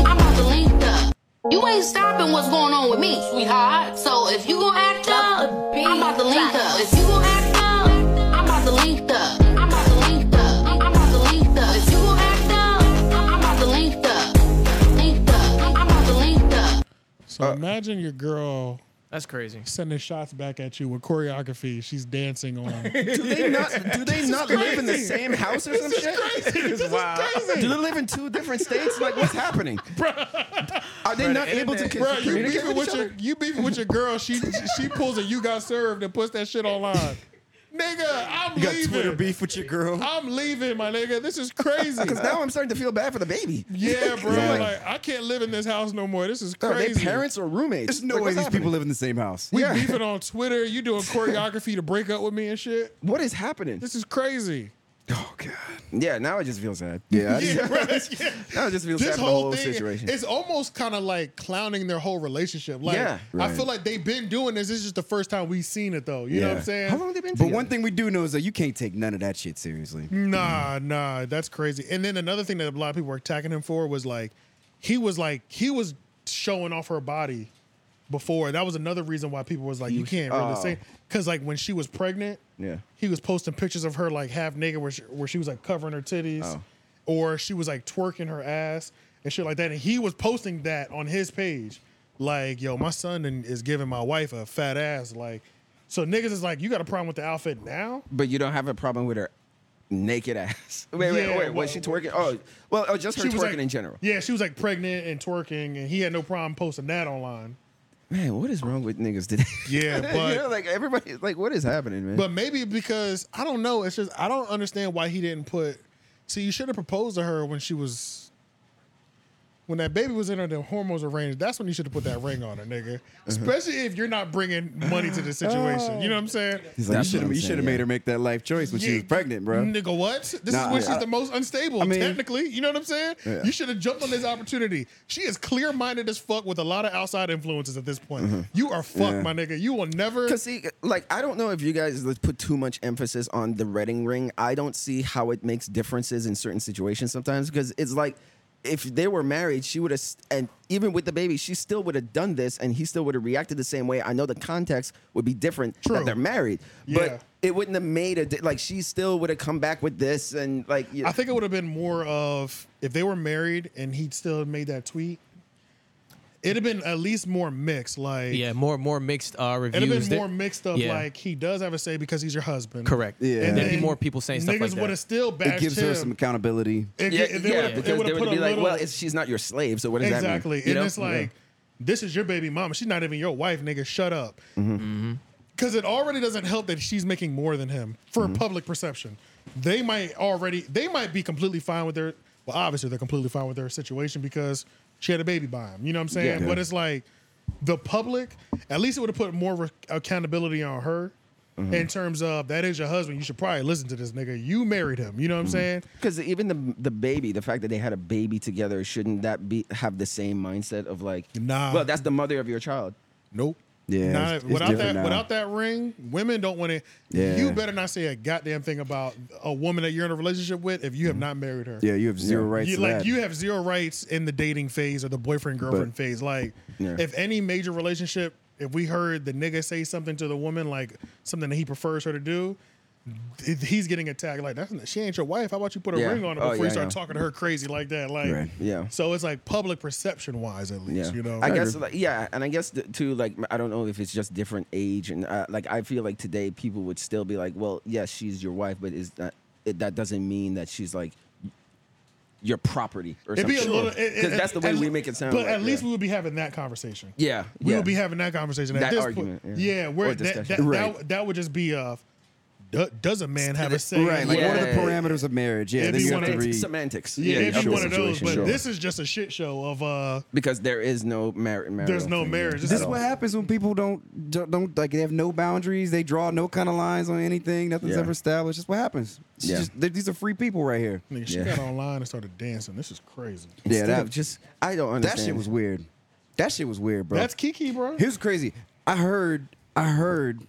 I'm about to link up. You ain't stopping what's going on with me, sweetheart. So if you gon' act up, I'm about to link up. If you gon' act up, I'm about to link up. I'm about to link up. I'm about to link up. If you gon' act up, I'm about to link up. Link up. I'm about to link up. So Uh. imagine your girl That's crazy. sending shots back at you with choreography. She's dancing on. Do (laughs) they not? Do they not live in the same house or some shit? (laughs) Do they live in two different states? Like, what's (laughs) happening? Are they not able to Bro, you communicate with each beefing with your other? you beefing with your girl. She she pulls a you got served and puts that shit online. nigga, I'm You got leaving. Twitter beef with your girl. I'm leaving, my nigga. This is (laughs) crazy. Because now I'm starting to feel bad for the baby. (laughs) yeah, bro. Yeah. Like I can't live in this house no more. This is Are crazy. they parents or roommates? There's no Like, way what's these people happening? live in the same house. (laughs) We Yeah. beefing on Twitter. You doing choreography to break up with me and shit. What is happening? This (laughs) is crazy. Oh god. Yeah, now I just feel sad. Yeah. I- Yeah, bro. Yeah. Now I just feel sad This for the whole, whole thing situation. it's almost kind of like clowning their whole relationship. Like Yeah. I Right. feel like they've been doing this. This is just the first time we've seen it though. You know what I'm Yeah. saying? How long have they been But together? Mm-hmm. one thing we do know is that you can't take none of that shit seriously. Nah, nah, that's crazy. And then another thing that a lot of people were attacking him for was like, he was like, he was showing off her body before. That was another reason why people was like, you can't really say, because like when she was pregnant, Oh. Yeah. he was posting pictures of her like half naked, where she, where she was like covering her titties, Oh. or she was like twerking her ass and shit like that. And he was posting that on his page, like, yo, my son done- is giving my wife a fat ass, like. So niggas is like, you got a problem with the outfit now? But you don't have a problem with her naked (laughs) ass. Wait, wait, Yeah, wait. well- was she twerking? Oh, well, oh, just her twerking like, in general. Yeah, she was like pregnant and twerking, and he had no problem posting that online. Man, what is wrong with niggas today? Yeah, (laughs) but- you know, like everybody, like what is happening, man? But maybe because I don't know, it's just I don't understand why he didn't put. See, you should have proposed to her when she was, when that baby was in her, the hormones were ranged. That's when you should have put that ring on her, Uh-huh. nigga. Especially if you're not bringing money to the situation. You know what I'm saying? He's like, That's you should what have I'm you should have saying, made yeah. her make that life choice when she Yeah. was pregnant, bro. Nigga, what? This is Nah, when she's I- the most unstable, I mean- technically. You know what I'm saying? You should have jumped on this opportunity. She is clear minded as fuck with a lot of outside influences at this point. Mm-hmm. You are fucked, my nigga. You will never. Cause see, like I don't know if you guys like, put too much emphasis on the wedding ring. I don't see how it makes differences in certain situations sometimes because it's like if they were married, she would have, and even with the baby, she still would have done this, and he still would have reacted the same way. I know the context would be different True. that they're married, Yeah. but it wouldn't have made a di- like she still would have come back with this and like. You, I think it would have been more of if they were married and he'd still made that tweet. It'd have been at least more mixed, like Yeah, more more mixed uh, reviews. It'd have been There- more mixed up, Yeah. like he does have a say because he's your husband. Correct. Yeah. And there'd be then more people saying stuff niggas like that. would have still bashed It gives him. her some accountability. It, yeah, it- they yeah, would've- it because would've they put would a be like, little- "Well, it's, she's not your slave, so what does that mean?" exactly. You and know? it's like, this is your baby mama. She's not even your wife, nigga. Shut up. Mm-hmm. Because it already doesn't help that she's making more than him for Mm-hmm. public perception. They might already, they might be completely fine with their, well, obviously they're completely fine with their situation because she had a baby by him. You know what I'm saying? Yeah. But it's like, the public, at least it would have put more re- accountability on her. Mm-hmm. In terms of that is your husband, you should probably listen to this nigga. You married him. You know what I'm Mm-hmm. saying? Because even the the baby, the fact that they had a baby together, shouldn't that be have the same mindset of like, Nah. well, that's the mother of your child. Nope. Yeah, Not- it's- it's without different that, now. without that ring, women don't want to. Yeah. You better not say a goddamn thing about a woman that you're in a relationship with if you have not married her. Mm-hmm. Yeah, you have zero rights You, to like that. you have zero rights in the dating phase or the boyfriend girlfriend But- phase. Like, Yeah. if any major relationship, if we heard the nigga say something to the woman like something that he prefers her to do, th- he's getting attacked. Like that's she ain't your wife. How about you put a Yeah. ring on her Oh, before yeah, you start yeah. talking to her crazy like that? Like, Right. Yeah. So it's like public perception wise, at least Yeah, you know. I guess like, yeah, and I guess th- too like I don't know if it's just different age and uh, like I feel like today people would still be like, well, yes, she's your wife, but is that it, that doesn't mean that she's like your property or It'd something? be a little. it- it- Because that's the way at we le- make it sound. But like, at least yeah. we would be having that conversation. yeah, we yeah. would be having that conversation at That this argument, point. yeah. Yeah, where Or that, that, discussion. that, Right. that would just be a. do- does a man have a say? Right, like what are Yeah. the parameters of marriage? Yeah, It'd then be you have one to of- read. semantics. yeah, you it'd have be to one of read those. situation, But sure. this is just a shit show of uh, because there is no marriage. There's no marriage. This is at what all. happens when people don't don't- don't like they have no boundaries. They draw no kind of lines on anything. Nothing's Yeah. ever established. That's what happens. It's Yeah. just- they- these are free people right here. Nigga, she Yeah. got online and started dancing. This is crazy. Yeah, Instead that- of just I don't That understand. shit was weird. That shit was weird, bro. That's Kiki, bro. Here's crazy. I heard. I heard.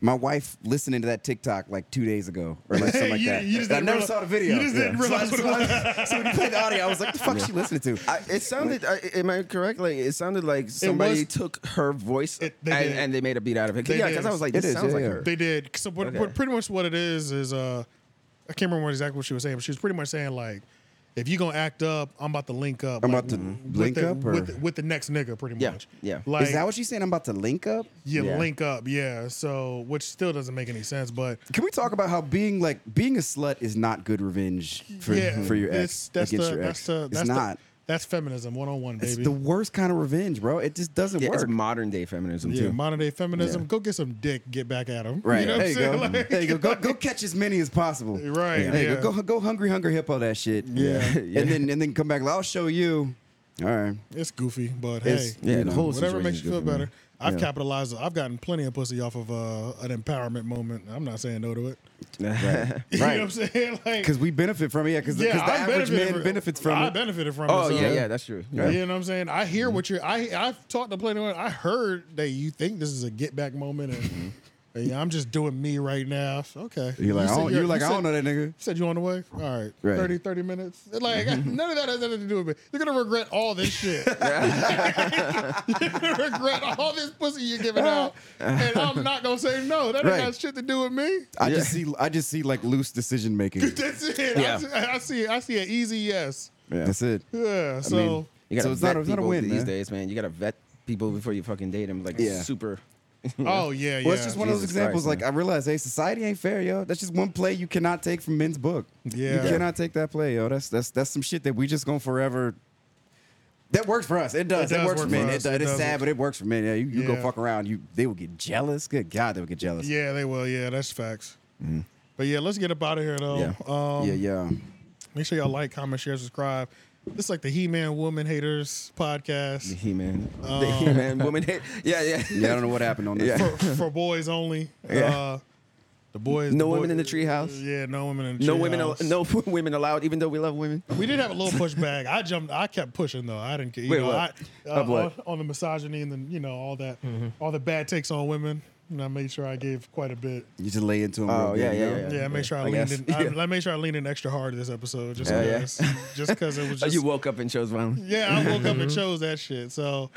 My wife listening to that TikTok like two days ago or (laughs) like something like You- that. you just And I didn't never realize- saw the video. you just didn't So I realize just- what (laughs) so when you played the audio, I was like, "The fuck is she listening to?" I, it sounded. I, am I correct? Like it sounded like somebody took her voice It- they and, did. and they made a beat out of it. 'Cause- They yeah, did. because I was like, It this is, sounds yeah, like yeah. her. They did. So, what, Okay. what pretty much what it is is uh, I can't remember exactly what she was saying, but she was pretty much saying like, if you gonna act up, I'm about to link up. I'm like, about to with link the, up, or- with, the, with the next nigga, pretty Yeah, much. yeah. Like is that what she's saying? I'm about to link up. you Yeah. link up? Yeah. So, which still doesn't make any sense, but Can we talk about how being like being a slut is not good revenge for, yeah, for your it's- ex That's against the, your that's ex? the, that's it's the- not. that's feminism one on one, it's baby. the worst kind of revenge, bro. It just doesn't Yeah, it's work. modern day feminism yeah, too. modern day feminism. Yeah. Go get some dick. Get back at him. (laughs) right. You know what there I'm you saying? go. Like- there you go. Go go catch as many as possible. Right, There you yeah. go. go go hungry hungry hippo that shit. (laughs) Yeah. Yeah. And then and then come back. like, I'll show you. All right. It's goofy, but It's- hey, yeah, you the know, whole whatever situation's makes you feel goofy, man. better. I've Yeah. capitalized. I've gotten plenty of pussy off of uh, an empowerment moment. I'm not saying no (laughs) to it. (laughs) You know what I'm saying? Like, Because we benefit from it. Yeah. Because yeah, the I average benefited man from- benefits from I it. benefited from oh it. so- yeah, yeah, that's true. Yeah. You know what I'm saying? I Mm-hmm. hear what you're. I I've talked to plenty of. I heard that you think this is a get back moment, and hey, I'm just doing me right now. Okay. Mm-hmm. You're like, You I said don't, you're like, you I don't said- know that nigga. Said you on the way? All right. Right. Mm-hmm. 30, 30 minutes. Like, (laughs) none of that has nothing to do with it. You're going to regret all this (laughs) shit. (laughs) You're going to regret all this pussy you're giving out. And I'm not going to say no. That Right. ain't got shit to do with me. I just see I just see like loose (laughs) decision making. That's it. I Yeah. see- I, see I see an easy yes. That's it. Yeah. So, mean, You gotta So it's vet not a- it's not a people win, these man. days, man. You gotta vet people before you fucking date them. Like Yeah. super. oh, yeah, yeah. Well, it's just one of those Jesus examples. Christ, like I realize, hey, society ain't fair, yo. That's just one play you cannot take from men's book. Yeah. you cannot take that play, yo. That's that's that's some shit that we just gonna forever. That works for us. It does. It, does works for work men. for It, us. does. It it's does sad, work. but it works for men. Yeah, you, you go Yeah. fuck around. You they will get jealous. Good God, they will get jealous. yeah, they will. Yeah, that's facts. But yeah, let's get up out of here, though. Yeah. Um, Mm-hmm. yeah, yeah. Make sure y'all like, comment, share, subscribe. This is like the He Man Woman Haters podcast. He man, Uh, the He man, woman. hate- (laughs) Yeah, yeah. Yeah, I don't know what happened on this. (laughs) Yeah. Yeah. for, for (laughs) boys only. Uh, the boys. No the boy- women in the treehouse. Yeah, no women in the No treehouse. women. al- No (laughs) women allowed. Even though we love women. We did have a little pushback. I jumped. I kept pushing though. I didn't. care. You Wait, know, what? I, uh, Of what? On, on the misogyny and then you know all that, all the bad takes on women. And I made sure I gave quite a bit. You just lay into him. Oh, real yeah, good, yeah, you know? yeah. Yeah, I made sure I, I leaned guess. in. I, (laughs) Yeah. I made sure I leaned in extra hard this episode just Yeah, yeah. because just because (laughs) it was Oh, just you woke up and chose violence. Yeah, I woke up Mm-hmm. and chose that shit. (laughs) So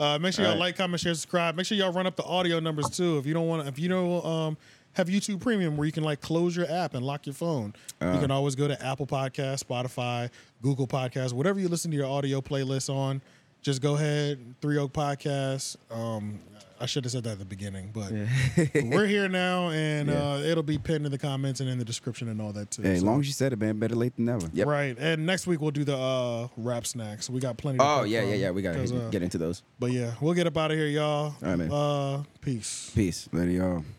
uh, make sure y'all all like, comment, share, subscribe. Make sure y'all run up the audio numbers too. If you don't want to, if you don't um, have YouTube Premium where you can like close your app and lock your phone, Uh. you can always go to Apple Podcasts, Spotify, Google Podcasts, whatever you listen to your audio playlist on. Just go ahead, Three Oak Podcast. Um, I should have said that at the beginning, but (laughs) we're here now, and uh, it'll be pinned in the comments and in the description and all that too. Hey, as So- long as you said it, man, better late than never. Yep. Right, and next week we'll do the uh, rap snacks. We got plenty. To Oh pick yeah, yeah, from, yeah. We gotta 'cause, hit- uh, get into those. but yeah, we'll get up out of here, y'all. right, man. Uh, peace. Peace. Later, y'all.